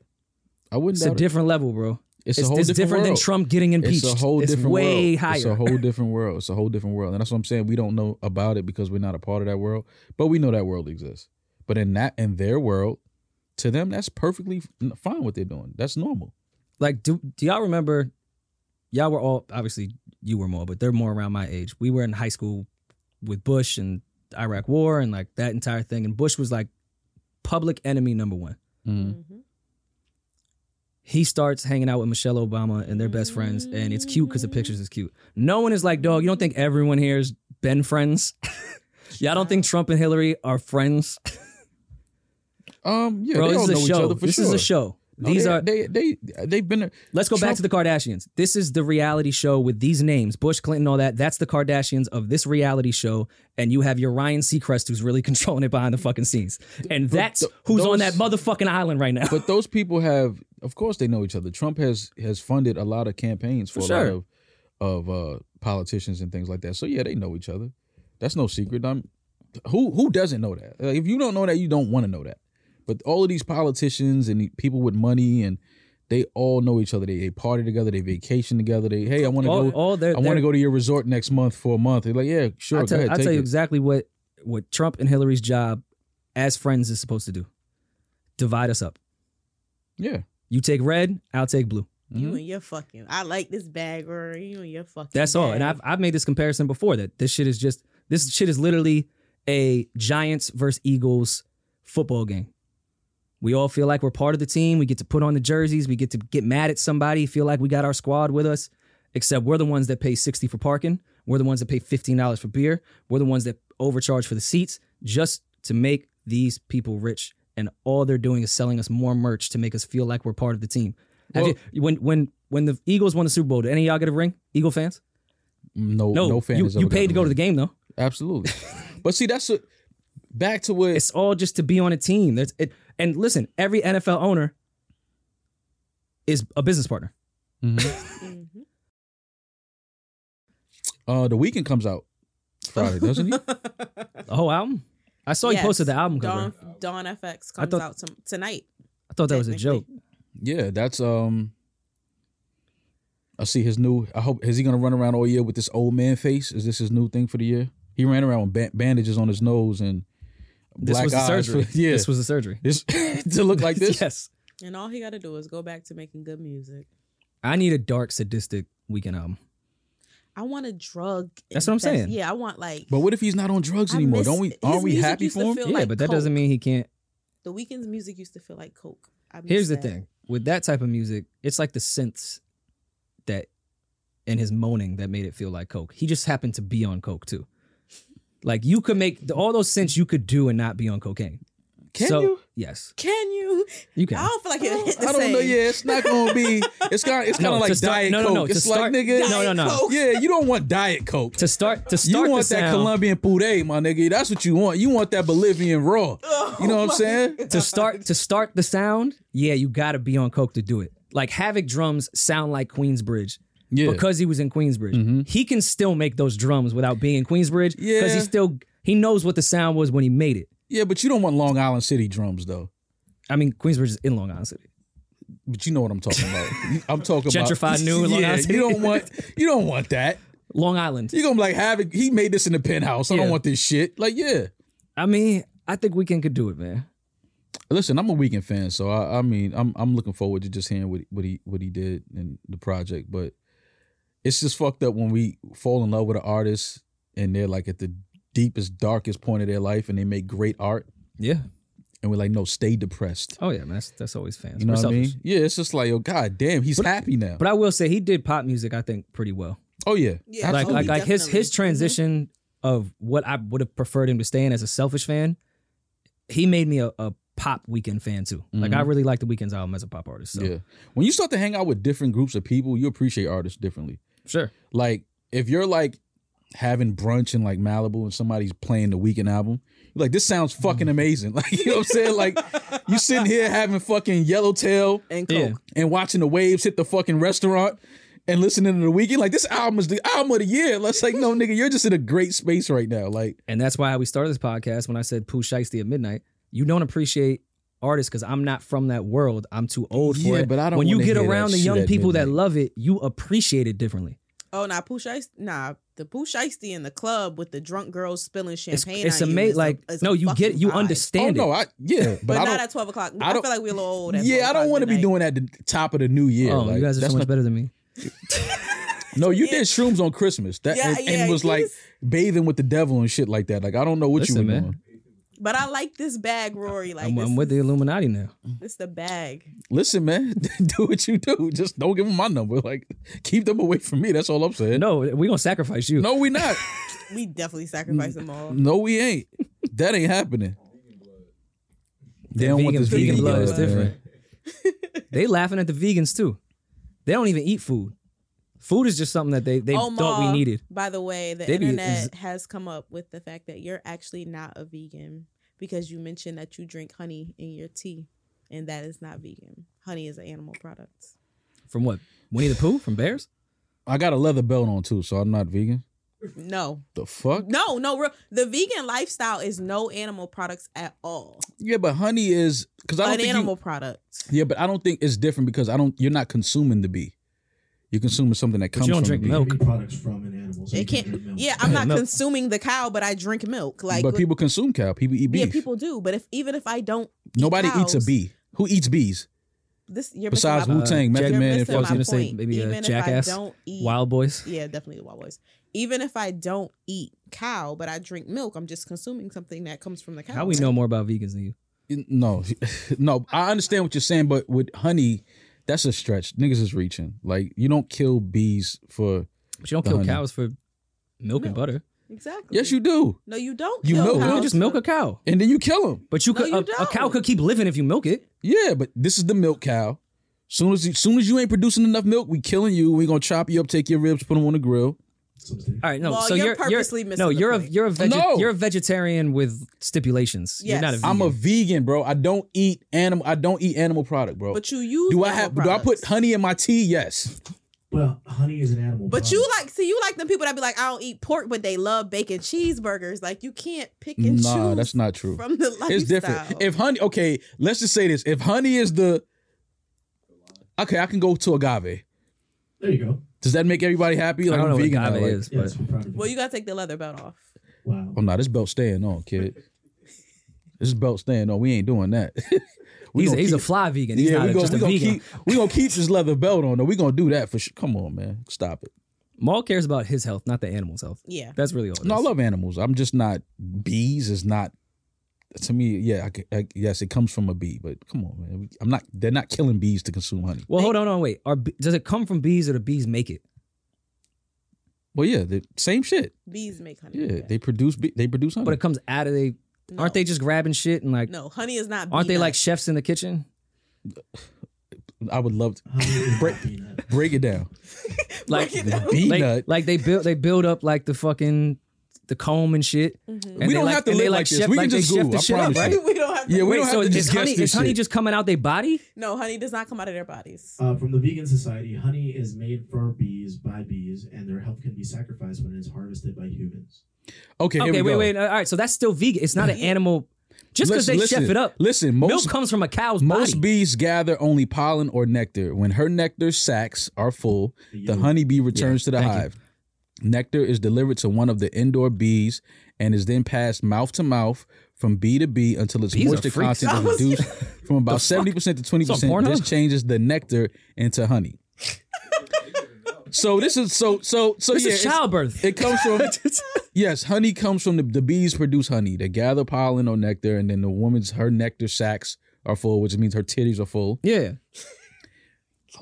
[SPEAKER 1] I wouldn't
[SPEAKER 4] It's a
[SPEAKER 1] doubt it.
[SPEAKER 4] different level, bro.
[SPEAKER 1] It's,
[SPEAKER 4] It's,
[SPEAKER 1] a whole
[SPEAKER 4] it's
[SPEAKER 1] different,
[SPEAKER 4] different than
[SPEAKER 1] world.
[SPEAKER 4] Trump getting impeached.
[SPEAKER 1] It's a whole different
[SPEAKER 4] way
[SPEAKER 1] world.
[SPEAKER 4] higher.
[SPEAKER 1] It's a whole different world. It's a whole different world, and that's what I'm saying. We don't know about it because we're not a part of that world, but we know that world exists. But in that, in their world, to them, that's perfectly f- fine what they're doing. That's normal.
[SPEAKER 4] like do do y'all remember y'all were all obviously you were more but they're more around my age we were in high school with bush and iraq war and like that entire thing and bush was like public enemy number one
[SPEAKER 3] Mhm.
[SPEAKER 4] he starts hanging out with michelle obama and they're best friends and it's cute because the pictures is cute no one is like dog you don't think everyone here's been friends y'all don't think trump and hillary are friends
[SPEAKER 1] Um, yeah,
[SPEAKER 4] bro
[SPEAKER 1] they
[SPEAKER 4] this
[SPEAKER 1] all know
[SPEAKER 4] is a
[SPEAKER 1] each
[SPEAKER 4] show
[SPEAKER 1] other for
[SPEAKER 4] this
[SPEAKER 1] sure. Oh,
[SPEAKER 4] is a show
[SPEAKER 1] No,
[SPEAKER 4] these
[SPEAKER 1] they,
[SPEAKER 4] are
[SPEAKER 1] they they they've been.
[SPEAKER 4] Let's go
[SPEAKER 1] Trump-
[SPEAKER 4] back to the Kardashians. This is the reality show with these names Bush, Clinton, all that. That's the Kardashians of this reality show. And you have your Ryan Seacrest who's really controlling it behind the fucking scenes. And that's
[SPEAKER 1] th-
[SPEAKER 4] who's on that
[SPEAKER 1] those-
[SPEAKER 4] motherfucking island right now.
[SPEAKER 1] But those people have, of course, they know each other. Trump has has funded a lot of campaigns for,
[SPEAKER 4] For
[SPEAKER 1] a lot
[SPEAKER 4] sure.
[SPEAKER 1] of of uh, politicians and things like that. So yeah, they know each other. That's no secret. I'm who who doesn't know that? Like, if you don't know that, you don't want to know that. But all of these politicians and the people with money and they all know each other. They, they party together. They vacation together. They hey, I want to
[SPEAKER 4] all,
[SPEAKER 1] go.
[SPEAKER 4] all their,
[SPEAKER 1] I want to go to your resort next month for a month. They're like, yeah, sure.
[SPEAKER 4] I'll tell,
[SPEAKER 1] go ahead,
[SPEAKER 4] I'll
[SPEAKER 1] take
[SPEAKER 4] tell you
[SPEAKER 1] it.
[SPEAKER 4] exactly what, what Trump and Hillary's job as friends is supposed to do divide us up.
[SPEAKER 1] Yeah,
[SPEAKER 4] You take red, I'll take blue.
[SPEAKER 3] You and your fucking. I like this bag, girl. You and your fucking.
[SPEAKER 4] Mm-hmm. That's all. And
[SPEAKER 3] bag.
[SPEAKER 4] I've I've made this comparison before that this shit is just this shit is literally a Giants versus Eagles football game. We all feel like we're part of the team. We get to put on the jerseys. We get to get mad at somebody. Feel like we got our squad with us. Except we're the ones that pay sixty for parking. We're the ones that pay fifteen dollars for beer. We're the ones that overcharge for the seats just to make these people rich. And all they're doing is selling us more merch to make us feel like we're part of the team. Have
[SPEAKER 1] Well-
[SPEAKER 4] you, when when when the Eagles won the Super Bowl, did any of y'all get a ring? Eagle fans?
[SPEAKER 1] Mm, no,
[SPEAKER 4] No,
[SPEAKER 1] no, fan.
[SPEAKER 4] You,
[SPEAKER 1] has
[SPEAKER 4] you
[SPEAKER 1] ever
[SPEAKER 4] paid
[SPEAKER 1] gotten
[SPEAKER 4] to go
[SPEAKER 1] away.
[SPEAKER 4] to the game though.
[SPEAKER 1] Absolutely. but see, that's a, back to what
[SPEAKER 4] It's all just to be on a team. That's it. And listen, every NFL owner is a business partner. Mm-hmm.
[SPEAKER 3] Mhm.
[SPEAKER 1] uh the weekend comes out Friday, doesn't he?
[SPEAKER 4] The whole album. I saw
[SPEAKER 3] Yes.
[SPEAKER 4] you posted the album cover.
[SPEAKER 3] Dawn, Dawn FX
[SPEAKER 4] I
[SPEAKER 3] comes
[SPEAKER 4] thought-
[SPEAKER 3] out tom- tonight.
[SPEAKER 4] I thought that was a joke.
[SPEAKER 1] yeah, that's um I see his new I hope is he gonna run around all year with this old man face? Is this his new thing for the year? He ran around with ban- bandages on his nose and
[SPEAKER 4] This
[SPEAKER 1] black
[SPEAKER 4] was the
[SPEAKER 1] eyes
[SPEAKER 4] surgery.
[SPEAKER 1] for- yeah.
[SPEAKER 4] This was the surgery.
[SPEAKER 1] this to look like this.
[SPEAKER 4] yes.
[SPEAKER 3] And all he got to do is go back to making good music.
[SPEAKER 4] I need a dark, sadistic weekend album.
[SPEAKER 3] I want a drug.
[SPEAKER 4] That's what I'm
[SPEAKER 3] infest-
[SPEAKER 4] saying.
[SPEAKER 3] Yeah, I want like.
[SPEAKER 1] But what if he's not on drugs
[SPEAKER 3] I
[SPEAKER 1] anymore?
[SPEAKER 3] miss-
[SPEAKER 1] Don't we
[SPEAKER 3] his
[SPEAKER 1] aren't we
[SPEAKER 3] music
[SPEAKER 1] happy
[SPEAKER 3] used to
[SPEAKER 1] for him?
[SPEAKER 3] feel
[SPEAKER 4] yeah,
[SPEAKER 3] like
[SPEAKER 4] but that
[SPEAKER 3] Coke.
[SPEAKER 4] doesn't mean he can't.
[SPEAKER 3] the weekend's music used to feel like coke. I miss
[SPEAKER 4] Here's the
[SPEAKER 3] that.
[SPEAKER 4] thing with that type of music, it's like the synths that and his moaning that made it feel like Coke. He just happened to be on Coke too. Like you could make all those synths you could do and not be on cocaine.
[SPEAKER 1] Can
[SPEAKER 4] So-
[SPEAKER 1] you?
[SPEAKER 4] Yes,
[SPEAKER 3] Can you?
[SPEAKER 4] you can.
[SPEAKER 3] I don't feel like it hit the
[SPEAKER 1] I don't know.
[SPEAKER 3] same.
[SPEAKER 1] Yeah, it's not gonna be. It's kind. It's kind
[SPEAKER 4] No,
[SPEAKER 1] of
[SPEAKER 4] to
[SPEAKER 1] like
[SPEAKER 4] start-
[SPEAKER 1] diet
[SPEAKER 4] no, no,
[SPEAKER 1] coke.
[SPEAKER 4] no, to
[SPEAKER 1] It's
[SPEAKER 4] start-
[SPEAKER 1] like nigga.
[SPEAKER 4] No, no, no.
[SPEAKER 3] Diet Coke.
[SPEAKER 1] Yeah, you don't want diet coke.
[SPEAKER 4] To start to start
[SPEAKER 1] You
[SPEAKER 4] the
[SPEAKER 1] want that
[SPEAKER 4] sound-
[SPEAKER 1] Colombian puree, my nigga. That's what you want. You want that Bolivian raw.
[SPEAKER 4] Oh
[SPEAKER 1] you know what I'm
[SPEAKER 3] my
[SPEAKER 1] saying?
[SPEAKER 4] to start to start the sound. Yeah, you got to be on coke to do it. Like Havoc drums sound like Queensbridge.
[SPEAKER 1] Yeah.
[SPEAKER 4] because he was in Queensbridge. He can still make those drums without being in Queensbridge because
[SPEAKER 1] Yeah.
[SPEAKER 4] he still He knows what the sound was when he made it.
[SPEAKER 1] Yeah, but you don't want Long Island City drums though.
[SPEAKER 4] I mean, Queensbridge is in Long Island City.
[SPEAKER 1] But you know what I'm talking about. I'm talking about
[SPEAKER 4] Gentrified new Long
[SPEAKER 1] yeah,
[SPEAKER 4] Island
[SPEAKER 1] You
[SPEAKER 4] City.
[SPEAKER 1] don't want you don't want that.
[SPEAKER 4] Long Island.
[SPEAKER 1] You're gonna be like have it, he made this in the penthouse. I
[SPEAKER 4] Yeah.
[SPEAKER 1] don't want this shit. Like, yeah.
[SPEAKER 4] I mean, I think Weekend could do it, man.
[SPEAKER 1] Listen, I'm a weekend fan, so I, I mean I'm I'm looking forward to just hearing what what he what he did in the project. But it's just fucked up when we fall in love with an artist and they're like at the deepest, darkest point of their life and they make great art
[SPEAKER 4] Yeah.
[SPEAKER 1] and we're like, no, stay depressed.
[SPEAKER 4] Oh yeah, man. That's, that's always fans.
[SPEAKER 1] You know
[SPEAKER 4] We're
[SPEAKER 1] what I mean?
[SPEAKER 4] selfish.
[SPEAKER 1] Yeah, it's just like, oh god damn, he's
[SPEAKER 4] But-
[SPEAKER 1] happy now.
[SPEAKER 4] But I will say he did pop music, I think, pretty well.
[SPEAKER 1] oh yeah.
[SPEAKER 3] Yeah.
[SPEAKER 4] like
[SPEAKER 3] Absolutely.
[SPEAKER 4] like, like his
[SPEAKER 3] Definitely.
[SPEAKER 4] his transition of what I would have preferred him to stay in as a selfish fan, he made me a, a pop weekend fan too. Like I
[SPEAKER 1] Mhm.
[SPEAKER 4] really like the weekend's album as a pop artist. So
[SPEAKER 1] Yeah. When you start to hang out with different groups of people, you appreciate artists differently.
[SPEAKER 4] sure.
[SPEAKER 1] Like if you're like having brunch in like Malibu and somebody's playing the weekend album, you're like, this sounds
[SPEAKER 4] Mm.
[SPEAKER 1] fucking amazing. Like you know what I'm saying? Like you sitting here having fucking yellowtail
[SPEAKER 3] and
[SPEAKER 4] Yeah.
[SPEAKER 3] Coke.
[SPEAKER 1] and watching the waves hit the fucking restaurant and listening to the weekend. Like this album is the album of the year. Let's like, no nigga, you're just in a great space right now. Like
[SPEAKER 4] And that's why we started this podcast when I said Pooh Shiesty at midnight. You don't appreciate artists because I'm not from that world. I'm too old for
[SPEAKER 1] Yeah,
[SPEAKER 4] it.
[SPEAKER 1] but I don't
[SPEAKER 4] when you
[SPEAKER 1] wanna
[SPEAKER 4] get
[SPEAKER 1] hear that
[SPEAKER 4] around the
[SPEAKER 1] shit
[SPEAKER 4] young
[SPEAKER 1] at
[SPEAKER 4] people that
[SPEAKER 1] midnight.
[SPEAKER 4] love it, you appreciate it differently.
[SPEAKER 3] Oh, nah, Pooh Shiesty. Nah, the Pooh Shiesty in the club with the drunk girls spilling
[SPEAKER 4] It's
[SPEAKER 3] champagne.
[SPEAKER 4] it's
[SPEAKER 3] on you
[SPEAKER 4] amazing.
[SPEAKER 3] is a-
[SPEAKER 4] Like
[SPEAKER 3] is a
[SPEAKER 4] no, you get
[SPEAKER 3] fucking
[SPEAKER 4] it, you
[SPEAKER 3] vibe.
[SPEAKER 1] oh
[SPEAKER 4] understand
[SPEAKER 1] no,
[SPEAKER 4] it.
[SPEAKER 1] I yeah, but,
[SPEAKER 3] But,
[SPEAKER 1] I
[SPEAKER 3] not
[SPEAKER 1] don't
[SPEAKER 3] at 12 o'clock.
[SPEAKER 1] I
[SPEAKER 3] I,
[SPEAKER 1] don't-
[SPEAKER 3] feel like we're a little old. at
[SPEAKER 1] yeah, I
[SPEAKER 3] 12
[SPEAKER 1] don't
[SPEAKER 3] o'clock
[SPEAKER 1] want to be
[SPEAKER 3] midnight.
[SPEAKER 1] doing that at the top of the new year.
[SPEAKER 4] oh,
[SPEAKER 1] like,
[SPEAKER 4] you guys are
[SPEAKER 1] that's
[SPEAKER 4] so
[SPEAKER 1] not-
[SPEAKER 4] much better than me.
[SPEAKER 1] No, you
[SPEAKER 3] Yeah.
[SPEAKER 1] did shrooms on Christmas. That
[SPEAKER 3] Yeah,
[SPEAKER 1] and, and
[SPEAKER 3] yeah,
[SPEAKER 1] was
[SPEAKER 3] you
[SPEAKER 1] like
[SPEAKER 3] just-
[SPEAKER 1] bathing with the devil and shit like that. Like I don't know what
[SPEAKER 4] Listen,
[SPEAKER 1] you were
[SPEAKER 4] man.
[SPEAKER 1] doing.
[SPEAKER 3] But I like this bag, Rory. Like
[SPEAKER 4] I'm,
[SPEAKER 3] this,
[SPEAKER 4] I'm with the Illuminati now.
[SPEAKER 3] this the bag.
[SPEAKER 1] Listen, man, do what you do. Just don't give them my number. Like keep them away from me. That's all I'm saying.
[SPEAKER 4] No, we're gonna sacrifice you.
[SPEAKER 1] no we not.
[SPEAKER 3] We
[SPEAKER 1] Mm.
[SPEAKER 3] definitely sacrifice them all.
[SPEAKER 1] no, we ain't. That ain't happening. They don't want
[SPEAKER 4] vegan,
[SPEAKER 1] this
[SPEAKER 4] vegan
[SPEAKER 1] vegan
[SPEAKER 4] blood is
[SPEAKER 1] blood, man.
[SPEAKER 4] different. they laughing at the vegans too. They don't even eat food. Food is just something that they they
[SPEAKER 3] Oh,
[SPEAKER 4] thought we
[SPEAKER 3] Ma.
[SPEAKER 4] needed.
[SPEAKER 3] By the way, the
[SPEAKER 4] They be-
[SPEAKER 3] internet
[SPEAKER 4] is-
[SPEAKER 3] has come up with the fact that you're actually not a vegan because you mentioned that you drink honey in your tea, and that is not vegan. Honey is an animal product.
[SPEAKER 4] From what? Winnie the Pooh from Bears?
[SPEAKER 1] I got a leather belt on too, so I'm not vegan.
[SPEAKER 3] No,
[SPEAKER 1] The fuck?
[SPEAKER 3] no, no. real- The vegan lifestyle is no animal products at all.
[SPEAKER 1] Yeah, but honey is because I don't
[SPEAKER 3] An
[SPEAKER 1] think you-
[SPEAKER 3] animal product.
[SPEAKER 1] yeah, but I don't think it's different because I don't. You're not consuming the bee. You're consuming something that comes
[SPEAKER 4] you don't
[SPEAKER 1] from
[SPEAKER 4] drink
[SPEAKER 1] the bee.
[SPEAKER 4] milk.
[SPEAKER 5] Any products from an animal. So you
[SPEAKER 3] It
[SPEAKER 5] can drink
[SPEAKER 3] can't.
[SPEAKER 5] milk.
[SPEAKER 3] Yeah, I'm not
[SPEAKER 4] Milk.
[SPEAKER 3] consuming the cow, but I drink milk. Like,
[SPEAKER 1] but people consume cow. People eat beef.
[SPEAKER 3] yeah, people do. But if even if I don't, eat
[SPEAKER 1] Nobody eats
[SPEAKER 3] cows,
[SPEAKER 1] a bee. Who eats bees?
[SPEAKER 3] This you're
[SPEAKER 1] Besides
[SPEAKER 3] missing my-
[SPEAKER 1] Wu Tang,
[SPEAKER 4] Uh,
[SPEAKER 1] Method
[SPEAKER 4] Jack-
[SPEAKER 3] you're
[SPEAKER 1] Man, and
[SPEAKER 3] missing
[SPEAKER 1] fucking.
[SPEAKER 4] Fox.
[SPEAKER 3] my
[SPEAKER 4] I was gonna say
[SPEAKER 3] point.
[SPEAKER 4] maybe, uh,
[SPEAKER 3] Even if I
[SPEAKER 4] Jackass,
[SPEAKER 3] don't eat-
[SPEAKER 4] Wild Boys.
[SPEAKER 3] Yeah, definitely the Wild Boys. Even if I don't eat cow, but I drink milk, I'm just consuming something that comes from the cow.
[SPEAKER 4] How we know more about vegans than you?
[SPEAKER 1] No, no. I understand what you're saying, but with honey, that's a stretch. Niggas is reaching. Like you don't kill bees for.
[SPEAKER 4] But you don't
[SPEAKER 1] The
[SPEAKER 4] kill
[SPEAKER 1] honey.
[SPEAKER 4] cows for milk,
[SPEAKER 3] Milk.
[SPEAKER 4] and butter.
[SPEAKER 3] Exactly.
[SPEAKER 1] Yes, you do,
[SPEAKER 3] No, you don't.
[SPEAKER 1] You
[SPEAKER 3] kill
[SPEAKER 1] milk it.
[SPEAKER 4] You
[SPEAKER 3] cows.
[SPEAKER 4] don't just milk a cow.
[SPEAKER 1] and then you kill them.
[SPEAKER 4] But you
[SPEAKER 3] No,
[SPEAKER 4] could
[SPEAKER 3] you
[SPEAKER 4] a, a cow
[SPEAKER 3] don't.
[SPEAKER 4] could keep living if you milk it.
[SPEAKER 1] Yeah, but this is the milk cow. Soon as you, soon as you ain't producing enough milk, we killing you. We gonna chop you up, take your ribs, put them on the grill.
[SPEAKER 5] Something.
[SPEAKER 4] All right, no.
[SPEAKER 3] Well,
[SPEAKER 4] so
[SPEAKER 3] you're
[SPEAKER 4] you're,
[SPEAKER 3] purposely
[SPEAKER 4] you're,
[SPEAKER 3] missing
[SPEAKER 4] No,
[SPEAKER 3] the
[SPEAKER 4] you're a
[SPEAKER 3] point.
[SPEAKER 4] you're a veg-
[SPEAKER 1] No.
[SPEAKER 4] you're a vegetarian with stipulations. You're
[SPEAKER 3] Yes.
[SPEAKER 4] not a vegan.
[SPEAKER 1] I'm a vegan, bro. I don't eat animal. I don't eat animal product, bro.
[SPEAKER 3] But you use.
[SPEAKER 1] do I
[SPEAKER 3] animal
[SPEAKER 1] have? Do I put
[SPEAKER 3] products.
[SPEAKER 1] honey in my tea? Yes.
[SPEAKER 5] Well, honey is an animal.
[SPEAKER 3] But
[SPEAKER 5] product.
[SPEAKER 3] you like, see, you like them people that be like, I don't eat pork, but they love bacon cheeseburgers. Like you can't pick and
[SPEAKER 1] Nah,
[SPEAKER 3] choose.
[SPEAKER 1] that's not true.
[SPEAKER 3] From the lifestyle.
[SPEAKER 1] It's different. If honey, okay, let's just say this. If honey is the okay, I can go to agave.
[SPEAKER 5] There you go.
[SPEAKER 1] Does that make everybody happy?
[SPEAKER 4] I don't know
[SPEAKER 1] I'm
[SPEAKER 4] what
[SPEAKER 1] vegan
[SPEAKER 4] agave
[SPEAKER 1] now, like-
[SPEAKER 4] is,
[SPEAKER 5] Yeah,
[SPEAKER 4] but
[SPEAKER 5] it's proud of
[SPEAKER 3] well, you gotta take the leather belt off.
[SPEAKER 5] Wow.
[SPEAKER 1] Oh no, this belt staying on, kid. this belt staying on. We ain't doing that. we
[SPEAKER 4] he's, a,
[SPEAKER 1] gonna
[SPEAKER 4] he's a
[SPEAKER 1] keep-
[SPEAKER 4] fly vegan. He's
[SPEAKER 1] yeah,
[SPEAKER 4] not
[SPEAKER 1] we
[SPEAKER 4] a-
[SPEAKER 1] gonna,
[SPEAKER 4] just
[SPEAKER 1] we
[SPEAKER 4] a
[SPEAKER 1] gonna
[SPEAKER 4] vegan.
[SPEAKER 1] keep we gonna keep this leather belt on. though. We gonna do that for sure. Come on, man, stop it.
[SPEAKER 4] Maul cares about his health, not the animal's health.
[SPEAKER 3] Yeah.
[SPEAKER 4] That's really all. it
[SPEAKER 1] No, I
[SPEAKER 4] is.
[SPEAKER 1] love animals. I'm just not bees. Is not to me. Yeah, I, could- I, yes, it comes from a bee, but come on, man. I'm not. They're not killing bees to consume honey.
[SPEAKER 4] Well, hold on, on, wait. Are be- does it come from bees or the bees make it?
[SPEAKER 1] Well, yeah, the same shit.
[SPEAKER 3] Bees make honey.
[SPEAKER 1] Yeah, they produce be- they produce honey.
[SPEAKER 4] But it comes out of they.
[SPEAKER 3] No.
[SPEAKER 4] Aren't they just grabbing shit and like?
[SPEAKER 3] No, honey is not.
[SPEAKER 4] Aren't
[SPEAKER 3] bee
[SPEAKER 4] they like
[SPEAKER 3] nuts.
[SPEAKER 4] chefs in the kitchen?
[SPEAKER 1] I would love to
[SPEAKER 5] Honey is
[SPEAKER 1] Break-
[SPEAKER 5] not peanut.
[SPEAKER 1] break it down.
[SPEAKER 4] Like
[SPEAKER 3] Break it down.
[SPEAKER 1] Bee
[SPEAKER 4] like,
[SPEAKER 1] nut.
[SPEAKER 4] like they build they build up like the fucking the comb and shit.
[SPEAKER 3] Mm-hmm.
[SPEAKER 4] And
[SPEAKER 1] we
[SPEAKER 4] they
[SPEAKER 1] don't
[SPEAKER 4] like-
[SPEAKER 1] have to
[SPEAKER 4] and they
[SPEAKER 1] live
[SPEAKER 4] like
[SPEAKER 1] like this.
[SPEAKER 4] chef-
[SPEAKER 1] we
[SPEAKER 4] like
[SPEAKER 1] can
[SPEAKER 4] they
[SPEAKER 1] just
[SPEAKER 4] chef
[SPEAKER 1] Google.
[SPEAKER 4] the
[SPEAKER 1] I
[SPEAKER 4] shit up,
[SPEAKER 1] promise.
[SPEAKER 4] right?
[SPEAKER 1] you.
[SPEAKER 3] we don't have.
[SPEAKER 1] Yeah, we
[SPEAKER 4] Wait,
[SPEAKER 1] don't
[SPEAKER 4] so
[SPEAKER 1] have to
[SPEAKER 4] is
[SPEAKER 1] just guess
[SPEAKER 4] honey
[SPEAKER 1] this
[SPEAKER 4] is honey
[SPEAKER 1] shit.
[SPEAKER 4] just coming out their body?
[SPEAKER 3] No, honey does not come out of their bodies.
[SPEAKER 5] Uh, from the Vegan Society, honey is made for bees by bees, and their health can be sacrificed when it is harvested by humans.
[SPEAKER 1] Okay, here
[SPEAKER 4] okay,
[SPEAKER 1] we
[SPEAKER 4] wait,
[SPEAKER 1] go.
[SPEAKER 4] wait. All right, so that's still vegan. It's not an animal. Just because they
[SPEAKER 1] Listen-
[SPEAKER 4] chef it up,
[SPEAKER 1] Listen,
[SPEAKER 4] milk
[SPEAKER 1] most
[SPEAKER 4] comes from a cow's
[SPEAKER 1] most
[SPEAKER 4] body.
[SPEAKER 1] bees gather only pollen or nectar. When her nectar sacs are full, the
[SPEAKER 5] yellow-
[SPEAKER 1] honeybee returns to
[SPEAKER 4] Yeah,
[SPEAKER 1] the
[SPEAKER 4] thank you.
[SPEAKER 1] hive. Nectar is delivered to one of the indoor bees and is then passed mouth to mouth from bee to bee until its
[SPEAKER 4] Bees are
[SPEAKER 1] moisture
[SPEAKER 4] freaks.
[SPEAKER 1] content is reduced from about seventy percent to twenty
[SPEAKER 4] It's on
[SPEAKER 1] percent.
[SPEAKER 4] Pornhub?
[SPEAKER 1] This changes the nectar into honey. so this is so so so
[SPEAKER 4] this
[SPEAKER 1] yeah.
[SPEAKER 4] is
[SPEAKER 1] it's-
[SPEAKER 4] childbirth.
[SPEAKER 1] It comes from yes, honey comes from the, the bees produce honey. They gather pollen or nectar, and then the woman's her nectar sacs are full, which means her titties are full.
[SPEAKER 4] yeah,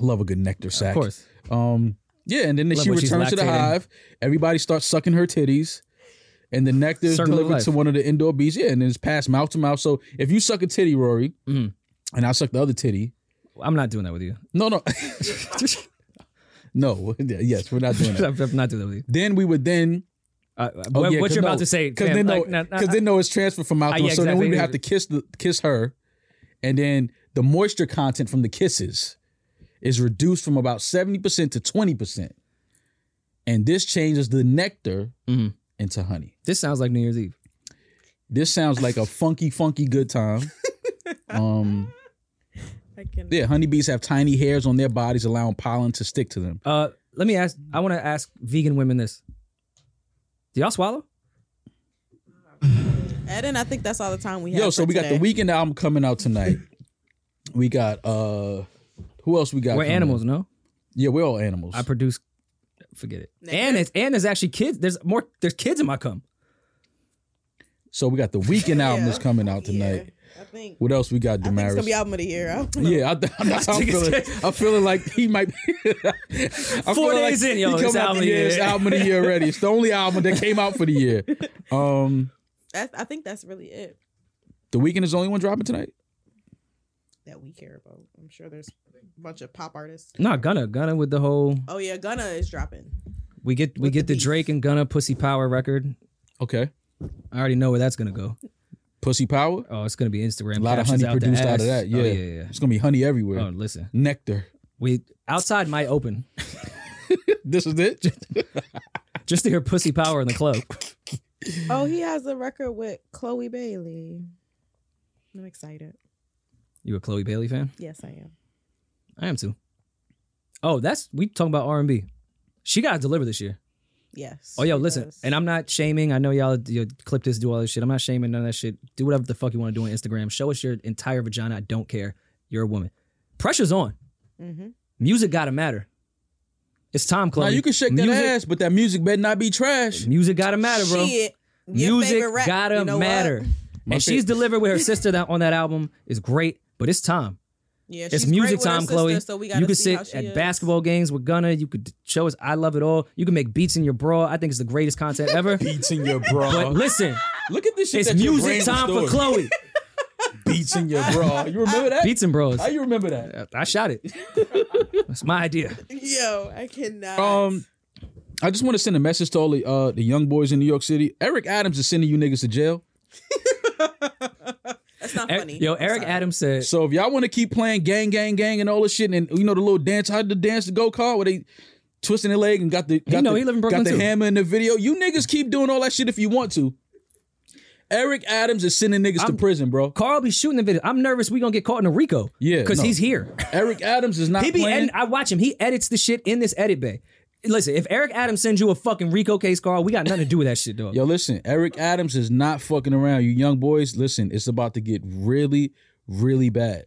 [SPEAKER 1] I love a good nectar sac.
[SPEAKER 4] of course.
[SPEAKER 1] Um, yeah, and then
[SPEAKER 4] Love
[SPEAKER 1] she
[SPEAKER 4] when she's
[SPEAKER 1] returns to the
[SPEAKER 4] lactating.
[SPEAKER 1] hive. Everybody starts sucking her titties, and the nectar is
[SPEAKER 4] Circle of
[SPEAKER 1] delivered to
[SPEAKER 4] life.
[SPEAKER 1] one of the indoor bees. Yeah, and then it's passed mouth to mouth. So if you suck a titty, Rory,
[SPEAKER 4] Mhm.
[SPEAKER 1] and I suck the other titty,
[SPEAKER 4] I'm not doing that with you.
[SPEAKER 1] no, no, no, yes, we're not doing that.
[SPEAKER 4] I'm not doing that with you.
[SPEAKER 1] then we would then
[SPEAKER 4] Uh,
[SPEAKER 1] Oh,
[SPEAKER 4] what
[SPEAKER 1] yeah,
[SPEAKER 4] what
[SPEAKER 1] 'cause
[SPEAKER 4] you're
[SPEAKER 1] no,
[SPEAKER 4] about to say?
[SPEAKER 1] because
[SPEAKER 4] fam,
[SPEAKER 1] then
[SPEAKER 4] like,
[SPEAKER 1] no,
[SPEAKER 4] nah, nah,
[SPEAKER 1] because then no, it's transferred from mouth.
[SPEAKER 4] Ah,
[SPEAKER 1] to mouth.
[SPEAKER 4] yeah,
[SPEAKER 1] so then we
[SPEAKER 4] exactly.
[SPEAKER 1] would have to kiss the kiss her, and then the moisture content from the kisses is reduced from about seventy percent to twenty percent, and this changes the nectar
[SPEAKER 4] Mhm.
[SPEAKER 1] into honey.
[SPEAKER 4] this sounds like New Year's Eve.
[SPEAKER 1] This sounds like a funky, funky good time. Um,
[SPEAKER 3] I can.
[SPEAKER 1] yeah, honeybees have tiny hairs on their bodies, allowing pollen to stick to them.
[SPEAKER 4] Uh, let me ask. I want to ask vegan women this. Do y'all swallow?
[SPEAKER 3] Eden, I think that's all the time we have.
[SPEAKER 1] Yo, so
[SPEAKER 3] for
[SPEAKER 1] we got
[SPEAKER 3] today.
[SPEAKER 1] the weekend album coming out tonight. We got uh, who else we got?
[SPEAKER 4] We're
[SPEAKER 1] coming?
[SPEAKER 4] animals, no?
[SPEAKER 1] Yeah, we're all animals.
[SPEAKER 4] I produce. Forget it.
[SPEAKER 3] Nah.
[SPEAKER 4] And it's and there's actually kids. There's more. There's kids in my cum.
[SPEAKER 1] So we got the weekend album that's
[SPEAKER 3] Yeah.
[SPEAKER 1] coming out tonight.
[SPEAKER 3] Yeah, I think.
[SPEAKER 1] What else we got,
[SPEAKER 3] I think it's gonna
[SPEAKER 1] Damaris?
[SPEAKER 3] be album of the year. I don't know.
[SPEAKER 1] yeah, I, that's how I'm
[SPEAKER 4] think it's
[SPEAKER 1] feeling.
[SPEAKER 4] good.
[SPEAKER 1] I'm feeling like he might. Be, I'm
[SPEAKER 4] Four
[SPEAKER 1] feeling
[SPEAKER 4] days in, yo,
[SPEAKER 1] he
[SPEAKER 4] it's
[SPEAKER 1] come out the
[SPEAKER 4] album of the
[SPEAKER 1] year. It's
[SPEAKER 4] year.
[SPEAKER 1] album of the year already. It's the only album that came out for the year. Um,
[SPEAKER 3] That's, I think that's really it
[SPEAKER 1] the weekend is the only one dropping tonight.
[SPEAKER 3] that we care about. I'm sure there's a bunch of pop artists.
[SPEAKER 4] Not Gunna. Gunna with the whole
[SPEAKER 3] Oh yeah, Gunna is dropping.
[SPEAKER 4] we get we
[SPEAKER 3] With
[SPEAKER 4] get
[SPEAKER 3] the
[SPEAKER 4] the
[SPEAKER 3] beef.
[SPEAKER 4] Drake and Gunna Pussy Power record.
[SPEAKER 1] Okay,
[SPEAKER 4] I already know where that's gonna go.
[SPEAKER 1] Pussy Power.
[SPEAKER 4] Oh, it's gonna be Instagram.
[SPEAKER 1] A lot of
[SPEAKER 4] captions
[SPEAKER 1] honey
[SPEAKER 4] out the
[SPEAKER 1] produced out of
[SPEAKER 4] ass.
[SPEAKER 1] that. Yeah.
[SPEAKER 4] Oh, yeah,
[SPEAKER 1] It's gonna be honey everywhere.
[SPEAKER 4] yeah. Oh, listen,
[SPEAKER 1] Nectar.
[SPEAKER 4] we outside might open
[SPEAKER 1] This is it.
[SPEAKER 4] just to hear Pussy Power in the club.
[SPEAKER 3] Oh, he has a record with Chloe Bailey. I'm excited.
[SPEAKER 4] You a Chloe Bailey fan?
[SPEAKER 3] Yes, I am.
[SPEAKER 4] I am too. Oh, that's we talking about R and B. She got to deliver this year.
[SPEAKER 3] Yes.
[SPEAKER 4] Oh, yo,
[SPEAKER 3] she
[SPEAKER 4] listen,
[SPEAKER 3] does.
[SPEAKER 4] and I'm not shaming. I know y'all you clip this, do all this shit. I'm not shaming none of that shit. Do whatever the fuck you want to do on Instagram. Show us your entire vagina. I don't care. You're a woman. Pressure's on.
[SPEAKER 3] Mhm.
[SPEAKER 4] Music gotta matter. It's time,
[SPEAKER 1] Now
[SPEAKER 4] Chloe.
[SPEAKER 1] you can shake
[SPEAKER 4] music,
[SPEAKER 1] that ass, but that music better not be trash.
[SPEAKER 4] Music gotta matter, bro.
[SPEAKER 3] Shit. Your
[SPEAKER 4] music
[SPEAKER 3] favorite rap,
[SPEAKER 4] gotta
[SPEAKER 3] you know what?
[SPEAKER 4] matter.
[SPEAKER 1] My
[SPEAKER 4] and
[SPEAKER 1] fa-
[SPEAKER 4] she's delivered with her sister that on that album is great, but it's time.
[SPEAKER 3] Yeah,
[SPEAKER 4] It's
[SPEAKER 3] she's great
[SPEAKER 4] music
[SPEAKER 3] with her
[SPEAKER 4] time,
[SPEAKER 3] sister,
[SPEAKER 4] Chloe.
[SPEAKER 3] So we gotta
[SPEAKER 4] You could
[SPEAKER 3] see
[SPEAKER 4] sit
[SPEAKER 3] how she
[SPEAKER 4] at
[SPEAKER 3] is.
[SPEAKER 4] basketball games with Gunna. You could show us I love it all. You can make beats in your bra. I think it's the greatest content ever.
[SPEAKER 1] Beats in your bra.
[SPEAKER 4] but listen,
[SPEAKER 1] Look at this shit.
[SPEAKER 4] it's
[SPEAKER 1] that your brain
[SPEAKER 4] music time for
[SPEAKER 1] stores.
[SPEAKER 4] Chloe.
[SPEAKER 1] Beats in your bra. You remember that?
[SPEAKER 4] Beats and bros.
[SPEAKER 1] How you remember that?
[SPEAKER 4] I- I shot it. That's my idea.
[SPEAKER 3] Yo, I cannot.
[SPEAKER 1] Um, I just want to send a message to all the uh, the young boys in New York City. Eric Adams is sending you niggas to jail.
[SPEAKER 3] that's not
[SPEAKER 4] Er-
[SPEAKER 3] funny.
[SPEAKER 4] Yo,
[SPEAKER 3] I'm
[SPEAKER 4] Eric
[SPEAKER 3] sorry.
[SPEAKER 4] Adams said,
[SPEAKER 1] So if y'all want to keep playing gang, gang, gang, and all this shit, and you know the little dance, how the dance to go kart where they twisting their leg and got the got
[SPEAKER 4] know
[SPEAKER 1] the,
[SPEAKER 4] he live in
[SPEAKER 1] got
[SPEAKER 4] Brooklyn
[SPEAKER 1] the
[SPEAKER 4] too.
[SPEAKER 1] hammer in the video. You niggas keep doing all that shit if you want to. Eric Adams is sending niggas to
[SPEAKER 4] I'm-
[SPEAKER 1] prison, bro.
[SPEAKER 4] Carl be shooting the video. I'm nervous we gonna get caught in a Rico.
[SPEAKER 1] Yeah,
[SPEAKER 4] Because
[SPEAKER 1] no.
[SPEAKER 4] he's here.
[SPEAKER 1] Eric Adams is not
[SPEAKER 4] He be
[SPEAKER 1] playing.
[SPEAKER 4] edit- I watch him. He edits the shit in this edit bay. Listen, if Eric Adams sends you a fucking Rico case, Carl, we got nothing to do with that shit, dog.
[SPEAKER 1] Yo, listen, Eric Adams is not fucking around. You young boys, listen, it's about to get really, really bad.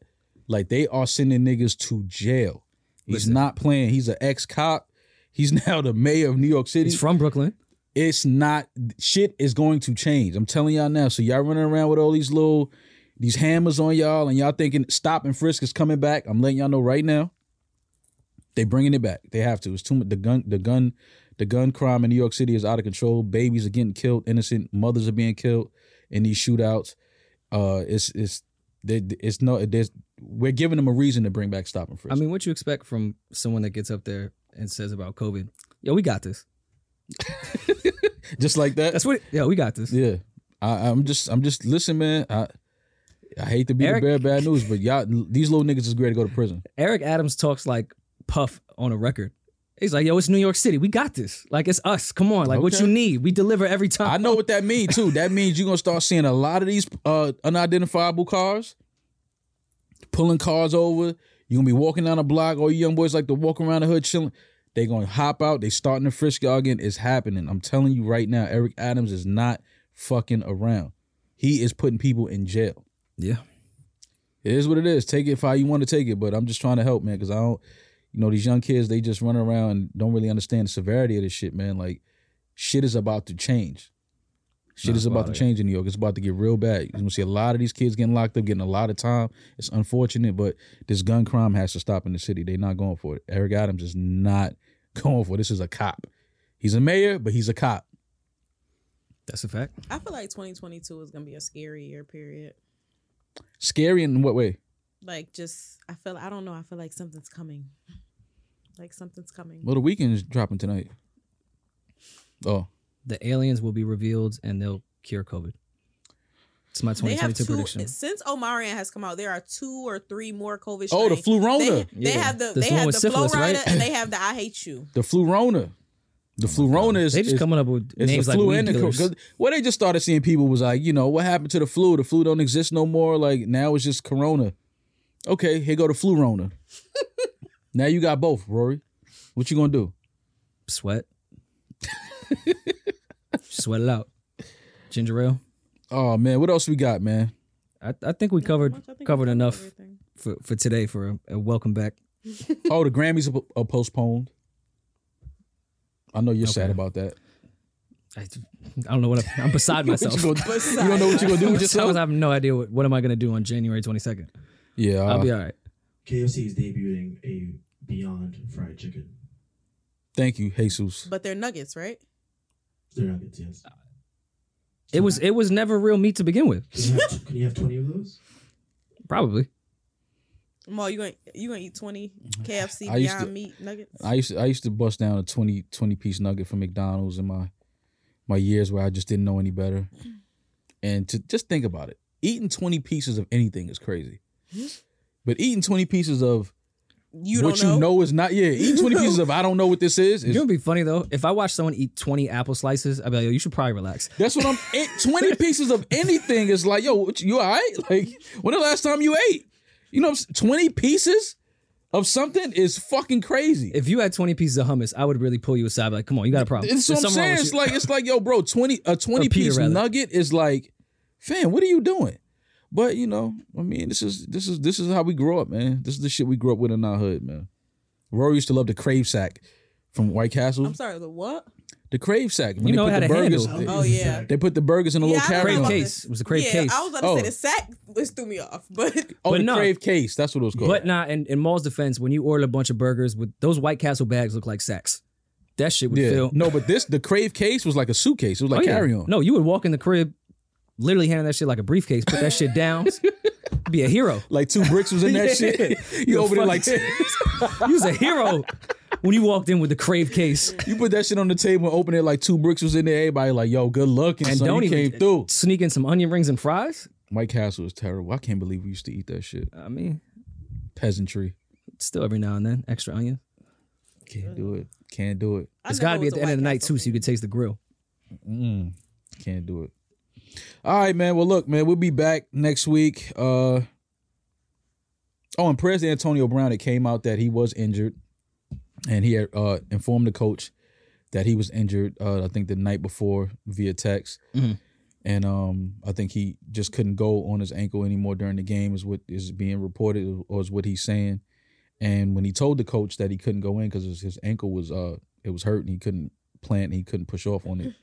[SPEAKER 1] Like they are sending niggas to jail. He's
[SPEAKER 4] Listen.
[SPEAKER 1] not playing. He's an ex cop. He's now the mayor of New York City.
[SPEAKER 4] He's from Brooklyn.
[SPEAKER 1] it's not shit is going to change. I'm telling y'all now. So y'all running around with all these little these hammers on y'all, and y'all thinking stop and frisk is coming back. I'm letting y'all know right now. They bringing it back. They have to. It's too much. The gun, the gun, the gun crime in New York City is out of control. Babies are getting killed. Innocent mothers are being killed in these shootouts. Uh, it's it's they, it's no. There's we're giving them a reason to bring back stop and frisk.
[SPEAKER 4] I mean, what you expect from someone that gets up there and says about COVID? Yo, we got this.
[SPEAKER 1] just like that.
[SPEAKER 4] That's what. Yeah, we got this.
[SPEAKER 1] yeah. I, I'm just I'm just listen, man. I I hate to be
[SPEAKER 4] Eric-
[SPEAKER 1] the bear of bad news, but y'all these little niggas is great to go to prison.
[SPEAKER 4] Eric Adams talks like Puff on a record. He's like, yo, it's New York City. We got this. Like, it's us. Come on. Like, what
[SPEAKER 1] Okay.
[SPEAKER 4] you need? We deliver every time.
[SPEAKER 1] I know what that means too. That means you're gonna start seeing a lot of these uh, unidentifiable cars pulling cars over. You're gonna be walking down a block. All you young boys like to walk around the hood chilling. They gonna hop out. They starting to frisk y'all again. It's happening. I'm telling you right now. Eric Adams is not fucking around. He is putting people in jail.
[SPEAKER 4] Yeah.
[SPEAKER 1] It is what it is. Take it for how you want to take it, but I'm just trying to help, man, because I don't, you know, these young kids, they just run around and don't really understand the severity of this shit, man. Like, shit is about to change. Shit
[SPEAKER 4] Nah,
[SPEAKER 1] is about to
[SPEAKER 4] about it.
[SPEAKER 1] change in New York. It's about to get real bad. You're gonna see a lot of these kids getting locked up, getting a lot of time. It's unfortunate, but this gun crime has to stop in the city. They're not going for it. Eric Adams is not going for it. This is a cop. He's a mayor, but he's a cop.
[SPEAKER 4] That's a fact.
[SPEAKER 3] I feel like 2022 is gonna be a scary year. Period.
[SPEAKER 1] Scary in what way?
[SPEAKER 3] Like just, I feel. I don't know. I feel like something's coming. Like something's coming.
[SPEAKER 1] Well, the weekend is dropping tonight. Oh,
[SPEAKER 4] The aliens will be revealed and they'll cure COVID. It's my
[SPEAKER 3] They have
[SPEAKER 4] 2022
[SPEAKER 3] two
[SPEAKER 4] prediction.
[SPEAKER 3] since Omarion has come out. There are two or three more COVID.
[SPEAKER 1] oh, the
[SPEAKER 3] strains.
[SPEAKER 1] flu rona.
[SPEAKER 3] They, they
[SPEAKER 4] Yeah.
[SPEAKER 3] have the they
[SPEAKER 4] This one
[SPEAKER 3] have the
[SPEAKER 4] with
[SPEAKER 3] flow
[SPEAKER 4] syphilis,
[SPEAKER 3] rider
[SPEAKER 4] right?
[SPEAKER 3] and they have the I hate you.
[SPEAKER 1] The flu rona. The flu rona is
[SPEAKER 4] they just
[SPEAKER 1] is,
[SPEAKER 4] coming up with
[SPEAKER 1] is
[SPEAKER 4] names
[SPEAKER 1] the
[SPEAKER 4] like
[SPEAKER 1] flu
[SPEAKER 4] weed
[SPEAKER 1] and the
[SPEAKER 4] killers.
[SPEAKER 1] co- 'cause Well, they just started seeing people was like, you know, what happened to the flu? The flu don't exist no more. Like now it's just corona. Okay, here go the flu rona. now you got both, Rory. What you gonna do?
[SPEAKER 4] Sweat. Sweat it out. Ginger ale.
[SPEAKER 1] Oh man, what else we got, man?
[SPEAKER 4] I, I think we covered covered enough for, for today for a, a welcome back.
[SPEAKER 1] Oh, the Grammys are, are postponed. I know you're sad
[SPEAKER 4] Okay.
[SPEAKER 1] about that.
[SPEAKER 4] I, I don't know what I, I'm beside
[SPEAKER 1] What you
[SPEAKER 4] myself.
[SPEAKER 1] gonna- you don't know what you're gonna do with
[SPEAKER 4] I
[SPEAKER 1] yourself.
[SPEAKER 4] have no idea what, what am I gonna do on January 22nd.
[SPEAKER 1] Yeah,
[SPEAKER 4] I'll
[SPEAKER 1] uh,
[SPEAKER 4] be all right.
[SPEAKER 5] KFC is debuting a Beyond Fried Chicken.
[SPEAKER 1] thank you, Jesus.
[SPEAKER 3] But they're nuggets, right?
[SPEAKER 5] They're nuggets, yes.
[SPEAKER 4] It was it was never real meat to begin with.
[SPEAKER 5] Can you have, can you have 20 of those?
[SPEAKER 4] Probably.
[SPEAKER 3] Mo, you gonna you gonna eat twenty KFC
[SPEAKER 1] I used
[SPEAKER 3] Beyond
[SPEAKER 1] to-
[SPEAKER 3] Meat nuggets?
[SPEAKER 1] I used to, I used to bust down a 20, 20 piece nugget from McDonald's in my my years where I just didn't know any better. And to just think about it, eating twenty pieces of anything is crazy. But eating twenty pieces of
[SPEAKER 3] you
[SPEAKER 1] what
[SPEAKER 3] don't know.
[SPEAKER 1] you know is not yeah. Eating twenty pieces of I don't know what this is.
[SPEAKER 4] You
[SPEAKER 1] is
[SPEAKER 4] know what'd be funny though? If I watch someone eat 20 apple slices, I'd be like, yo, you should probably relax.
[SPEAKER 1] that's what I'm. Eight, twenty pieces of anything is like yo. What, you all right? Like when the last time you ate? You know, what I'm s- twenty pieces of something is fucking crazy.
[SPEAKER 4] If you had 20 pieces of hummus, I would really pull you aside, be like, come on, you got a problem.
[SPEAKER 1] It's what I'm
[SPEAKER 4] There's something
[SPEAKER 1] saying.
[SPEAKER 4] wrong with
[SPEAKER 1] It's
[SPEAKER 4] you.
[SPEAKER 1] like it's like yo, bro, twenty a twenty
[SPEAKER 4] Peter,
[SPEAKER 1] piece
[SPEAKER 4] rather.
[SPEAKER 1] nugget is like, fam, what are you doing? But you know, I mean, this is this is this is how we grow up, man. This is the shit we grew up with in our hood, man. Rory used to love the crave sack from White Castle.
[SPEAKER 3] I'm sorry, the what?
[SPEAKER 1] The crave sack. When
[SPEAKER 4] You know it
[SPEAKER 1] they put
[SPEAKER 4] had
[SPEAKER 1] the
[SPEAKER 4] a
[SPEAKER 1] burgers,
[SPEAKER 4] handle.
[SPEAKER 1] they,
[SPEAKER 3] Oh, yeah.
[SPEAKER 1] they put the burgers in a
[SPEAKER 3] Yeah,
[SPEAKER 1] little
[SPEAKER 3] I
[SPEAKER 1] carry
[SPEAKER 3] don't
[SPEAKER 4] Crave
[SPEAKER 3] know
[SPEAKER 1] on.
[SPEAKER 3] about
[SPEAKER 4] case. It was a crave
[SPEAKER 3] yeah,
[SPEAKER 4] case.
[SPEAKER 3] I was about to
[SPEAKER 1] Oh.
[SPEAKER 3] say the sack was threw me off, but
[SPEAKER 1] Oh,
[SPEAKER 4] But
[SPEAKER 1] the
[SPEAKER 4] no.
[SPEAKER 1] crave case. That's what it was called.
[SPEAKER 4] But not in, in Maul's defense, when you order a bunch of burgers with those White Castle bags look like sacks. That shit would
[SPEAKER 1] yeah.
[SPEAKER 4] fill.
[SPEAKER 1] No, but this the crave case was like a suitcase. It was like
[SPEAKER 4] Oh, yeah.
[SPEAKER 1] carry on.
[SPEAKER 4] No, you would walk in the crib, literally handing that shit like a briefcase, put that shit down, be a hero.
[SPEAKER 1] Like two bricks was in that shit. You
[SPEAKER 4] You're
[SPEAKER 1] over there like
[SPEAKER 4] fucking- You was a hero when you walked in with the crave case.
[SPEAKER 1] You put that shit on the table and open it like two bricks was in there. Everybody like, yo, good looking.
[SPEAKER 4] And
[SPEAKER 1] son.
[SPEAKER 4] don't
[SPEAKER 1] you
[SPEAKER 4] even e-
[SPEAKER 1] came through.
[SPEAKER 4] sneak in some onion rings and fries.
[SPEAKER 1] Mike Castle is terrible. I can't believe we used to eat that shit.
[SPEAKER 4] I mean,
[SPEAKER 1] Peasantry.
[SPEAKER 4] still every now and then, extra onion.
[SPEAKER 1] Can't do it. Can't do it.
[SPEAKER 3] I
[SPEAKER 4] It's
[SPEAKER 3] never
[SPEAKER 4] got to be
[SPEAKER 3] was a
[SPEAKER 4] at the end
[SPEAKER 3] White
[SPEAKER 4] of the night
[SPEAKER 3] Castle
[SPEAKER 4] too, so you
[SPEAKER 3] fan.
[SPEAKER 4] can taste the grill.
[SPEAKER 1] Mm, can't do it. All right, man. Well, look, man, we'll be back next week. Uh Oh, and prayers to Antonio Brown. It came out that he was injured, and he had uh, informed the coach that he was injured. Uh, I think the night before via text,
[SPEAKER 4] Mhm.
[SPEAKER 1] and um, I think he just couldn't go on his ankle anymore during the game. Is what is being reported, or is what he's saying. And when he told the coach that he couldn't go in because his, his ankle was uh it was hurt and he couldn't plant and he couldn't push off on it.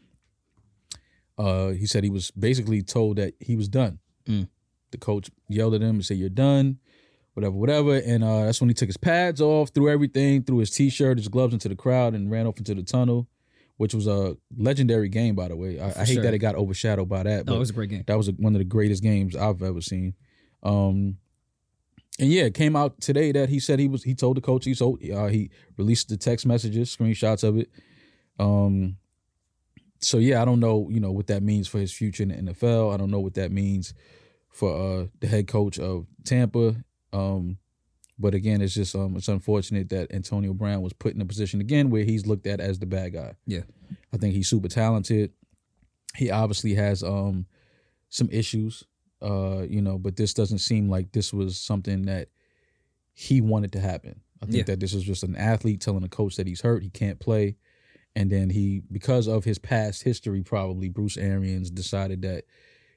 [SPEAKER 1] Uh, he said he was basically told that he was done.
[SPEAKER 4] Mm.
[SPEAKER 1] The coach yelled at him and said, "You're done." Whatever, whatever, and uh, that's when he took his pads off, threw everything, threw his t-shirt, his gloves into the crowd, and ran off into the tunnel, which was a legendary game, by the way. I, I
[SPEAKER 4] For
[SPEAKER 1] hate
[SPEAKER 4] sure.
[SPEAKER 1] that it got overshadowed by that. but-
[SPEAKER 4] No, Oh, it was a great game.
[SPEAKER 1] that was one of the greatest games I've ever seen. Um, and yeah, it came out today that he said he was. He told the coach. He told uh, he released the text messages, screenshots of it. Um, so yeah, I don't know, you know, what that means for his future in the NFL. I don't know what that means for uh the head coach of Tampa. Um, but again, it's just um it's unfortunate that Antonio Brown was put in a position again where he's looked at as the bad guy.
[SPEAKER 4] Yeah.
[SPEAKER 1] I think he's super talented. He obviously has um some issues. Uh, you know, but this doesn't seem like this was something that he wanted to happen. I think
[SPEAKER 4] Yeah.
[SPEAKER 1] that this is just an athlete telling a coach that he's hurt, he can't play. And then he, because of his past history, probably Bruce Arians decided that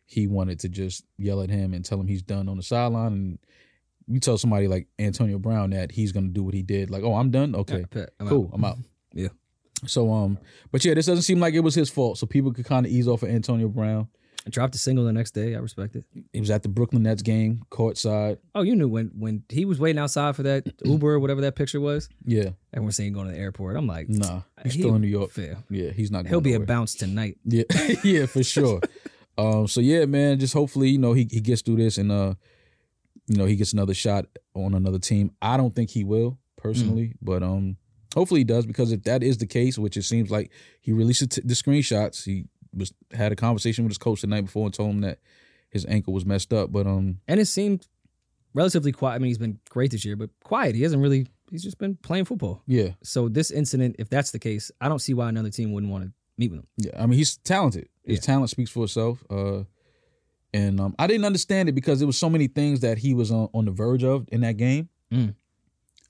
[SPEAKER 1] he wanted to just yell at him and tell him he's done on the sideline. And you tell somebody like Antonio Brown that he's going to do what he did, like, oh, I'm done. Okay,
[SPEAKER 4] Yeah, I'm out.
[SPEAKER 1] cool, I'm out.
[SPEAKER 4] Yeah.
[SPEAKER 1] So, um, but yeah, this doesn't seem like it was his fault. So people could kind of ease off of Antonio Brown.
[SPEAKER 4] I dropped a single the next day. I respect it.
[SPEAKER 1] It was at the Brooklyn Nets game, courtside.
[SPEAKER 4] Oh, you knew when when he was waiting outside for that Uber or whatever that picture was.
[SPEAKER 1] Yeah,
[SPEAKER 4] Everyone's saying going to the airport. I'm like,
[SPEAKER 1] nah, he's
[SPEAKER 4] He-
[SPEAKER 1] still in New York.
[SPEAKER 4] fair.
[SPEAKER 1] Yeah, he's not. Going
[SPEAKER 4] He'll be
[SPEAKER 1] nowhere.
[SPEAKER 4] a bounce tonight.
[SPEAKER 1] Yeah, yeah, for sure. um, so yeah, man, just hopefully, you know, he, he gets through this and uh, you know, he gets another shot on another team. I don't think he will personally, but um, hopefully he does because if that is the case, which it seems like he released the, t- the screenshots, he was had a conversation with his coach the night before and told him that his ankle was messed up. But um,
[SPEAKER 4] And it seemed relatively quiet. I mean, he's been great this year, but quiet. He hasn't really. He's just been playing football.
[SPEAKER 1] yeah,
[SPEAKER 4] So this incident, if that's the case, I don't see why another team wouldn't want to meet with him.
[SPEAKER 1] Yeah, I mean he's talented. His
[SPEAKER 4] Yeah.
[SPEAKER 1] talent speaks for itself. Uh, and um, I didn't understand it because there was so many things that he was on, on the verge of in that game.
[SPEAKER 4] Mm.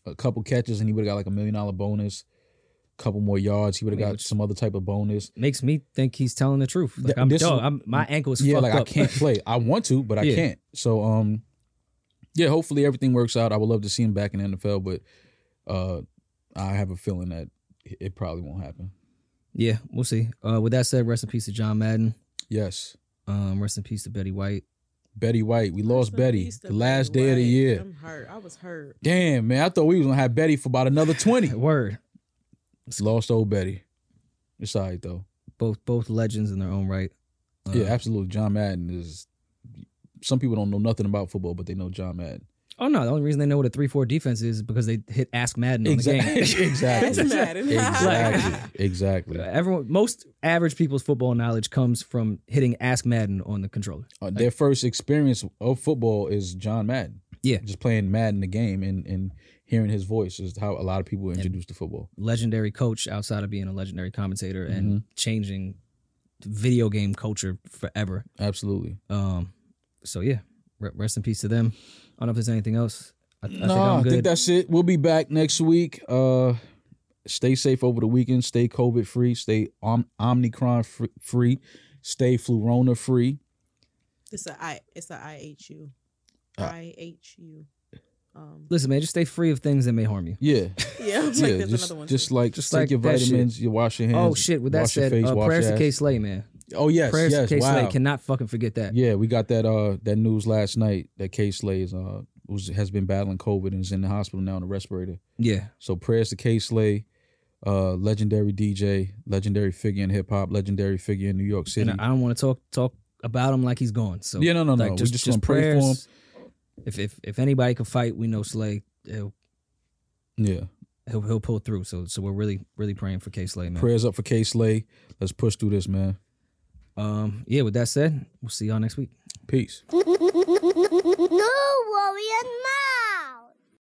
[SPEAKER 1] A couple catches and he would have got like a million dollar bonus. couple more yards, he would have
[SPEAKER 4] I mean,
[SPEAKER 1] got
[SPEAKER 4] which-
[SPEAKER 1] some other type of bonus.
[SPEAKER 4] Makes me think he's telling the truth. Like
[SPEAKER 1] Th-
[SPEAKER 4] I'm,
[SPEAKER 1] this is-
[SPEAKER 4] dog, I'm my ankle is
[SPEAKER 1] yeah,
[SPEAKER 4] fucked
[SPEAKER 1] like
[SPEAKER 4] up.
[SPEAKER 1] I can't play. I want to, but I
[SPEAKER 4] Yeah.
[SPEAKER 1] can't. So um, yeah, hopefully everything works out. I would love to see him back in the NFL, but uh, I have a feeling that it it probably won't happen.
[SPEAKER 4] yeah, we'll see. Uh, with that said, rest in peace to John Madden.
[SPEAKER 1] Yes,
[SPEAKER 4] Um, rest in peace to Betty White.
[SPEAKER 1] Betty White. We
[SPEAKER 3] Rest
[SPEAKER 1] lost
[SPEAKER 3] in
[SPEAKER 1] Betty
[SPEAKER 3] peace to
[SPEAKER 1] the last
[SPEAKER 3] Betty
[SPEAKER 1] day of the
[SPEAKER 3] White.
[SPEAKER 1] year.
[SPEAKER 3] I'm hurt. I was hurt.
[SPEAKER 1] Damn, man. I thought we was gonna have Betty for about another 20.
[SPEAKER 4] Word.
[SPEAKER 1] Lost old Betty. It's all right though.
[SPEAKER 4] Both both legends in their own right. Uh,
[SPEAKER 1] yeah, absolutely. John Madden is some people don't know nothing about football, but they know John Madden.
[SPEAKER 4] Oh no, the only reason they know what a three four defense is because they hit Ask Madden on the game.
[SPEAKER 1] Exactly.
[SPEAKER 3] Ask
[SPEAKER 1] exactly.
[SPEAKER 3] Madden.
[SPEAKER 1] Exactly. Exactly.
[SPEAKER 4] Uh, Everyone, most average people's football knowledge comes from hitting Ask Madden on the controller.
[SPEAKER 1] Uh, their first experience of football is John Madden.
[SPEAKER 4] Yeah.
[SPEAKER 1] Just playing Madden the game and, and hearing his voice is how a lot of people were introduced to football.
[SPEAKER 4] Legendary coach outside of being a legendary commentator and
[SPEAKER 1] Mm-hmm.
[SPEAKER 4] changing video game culture forever.
[SPEAKER 1] Absolutely.
[SPEAKER 4] Um, so yeah, re- rest in peace to them. I don't know if there's anything else. I, I think
[SPEAKER 1] nah,
[SPEAKER 4] I'm
[SPEAKER 1] I
[SPEAKER 4] good.
[SPEAKER 1] think that's it. We'll be back next week. Uh, stay safe over the weekend. Stay COVID free. Stay om- Omicron fr- free. Stay Flurona free.
[SPEAKER 3] It's a I. It's a I H U.
[SPEAKER 1] Uh,
[SPEAKER 3] I H U. Um.
[SPEAKER 4] Listen, man, just stay free of things that may harm you.
[SPEAKER 1] Yeah,
[SPEAKER 3] Yeah. I'm like,
[SPEAKER 1] yeah.
[SPEAKER 3] there's
[SPEAKER 1] just,
[SPEAKER 3] another one.
[SPEAKER 1] just like
[SPEAKER 4] Just
[SPEAKER 1] take
[SPEAKER 4] like
[SPEAKER 1] your
[SPEAKER 4] that shit.
[SPEAKER 1] vitamins. You wash your hands.
[SPEAKER 4] Oh shit! With that
[SPEAKER 1] wash your
[SPEAKER 4] said,
[SPEAKER 1] face,
[SPEAKER 4] uh,
[SPEAKER 1] wash
[SPEAKER 4] prayers
[SPEAKER 1] your
[SPEAKER 4] to
[SPEAKER 1] ass.
[SPEAKER 4] K. Slay, man.
[SPEAKER 1] Oh yes,
[SPEAKER 4] prayers
[SPEAKER 1] yes.
[SPEAKER 4] to K.
[SPEAKER 1] wow.
[SPEAKER 4] Slay. Cannot fucking forget that.
[SPEAKER 1] yeah, we got that. Uh, that news last night that K. Slay is uh was has been battling COVID and is in the hospital now on a respirator.
[SPEAKER 4] Yeah.
[SPEAKER 1] So prayers to K Slay, uh, legendary DJ, legendary figure in hip hop, legendary figure in New York City.
[SPEAKER 4] And I I don't want to talk talk about him like he's gone. So
[SPEAKER 1] yeah, no, no,
[SPEAKER 4] like,
[SPEAKER 1] no. we just, want to pray for him.
[SPEAKER 4] prayers. If if if anybody could fight, we know Slay. He'll
[SPEAKER 1] Yeah.
[SPEAKER 4] he'll, he'll pull through. So so we're really really praying for K. Slay, man.
[SPEAKER 1] Prayers up for K Slay. Let's push through this, man.
[SPEAKER 4] Um. Yeah. With that said, we'll see y'all next week.
[SPEAKER 1] Peace.
[SPEAKER 6] No worry and mom.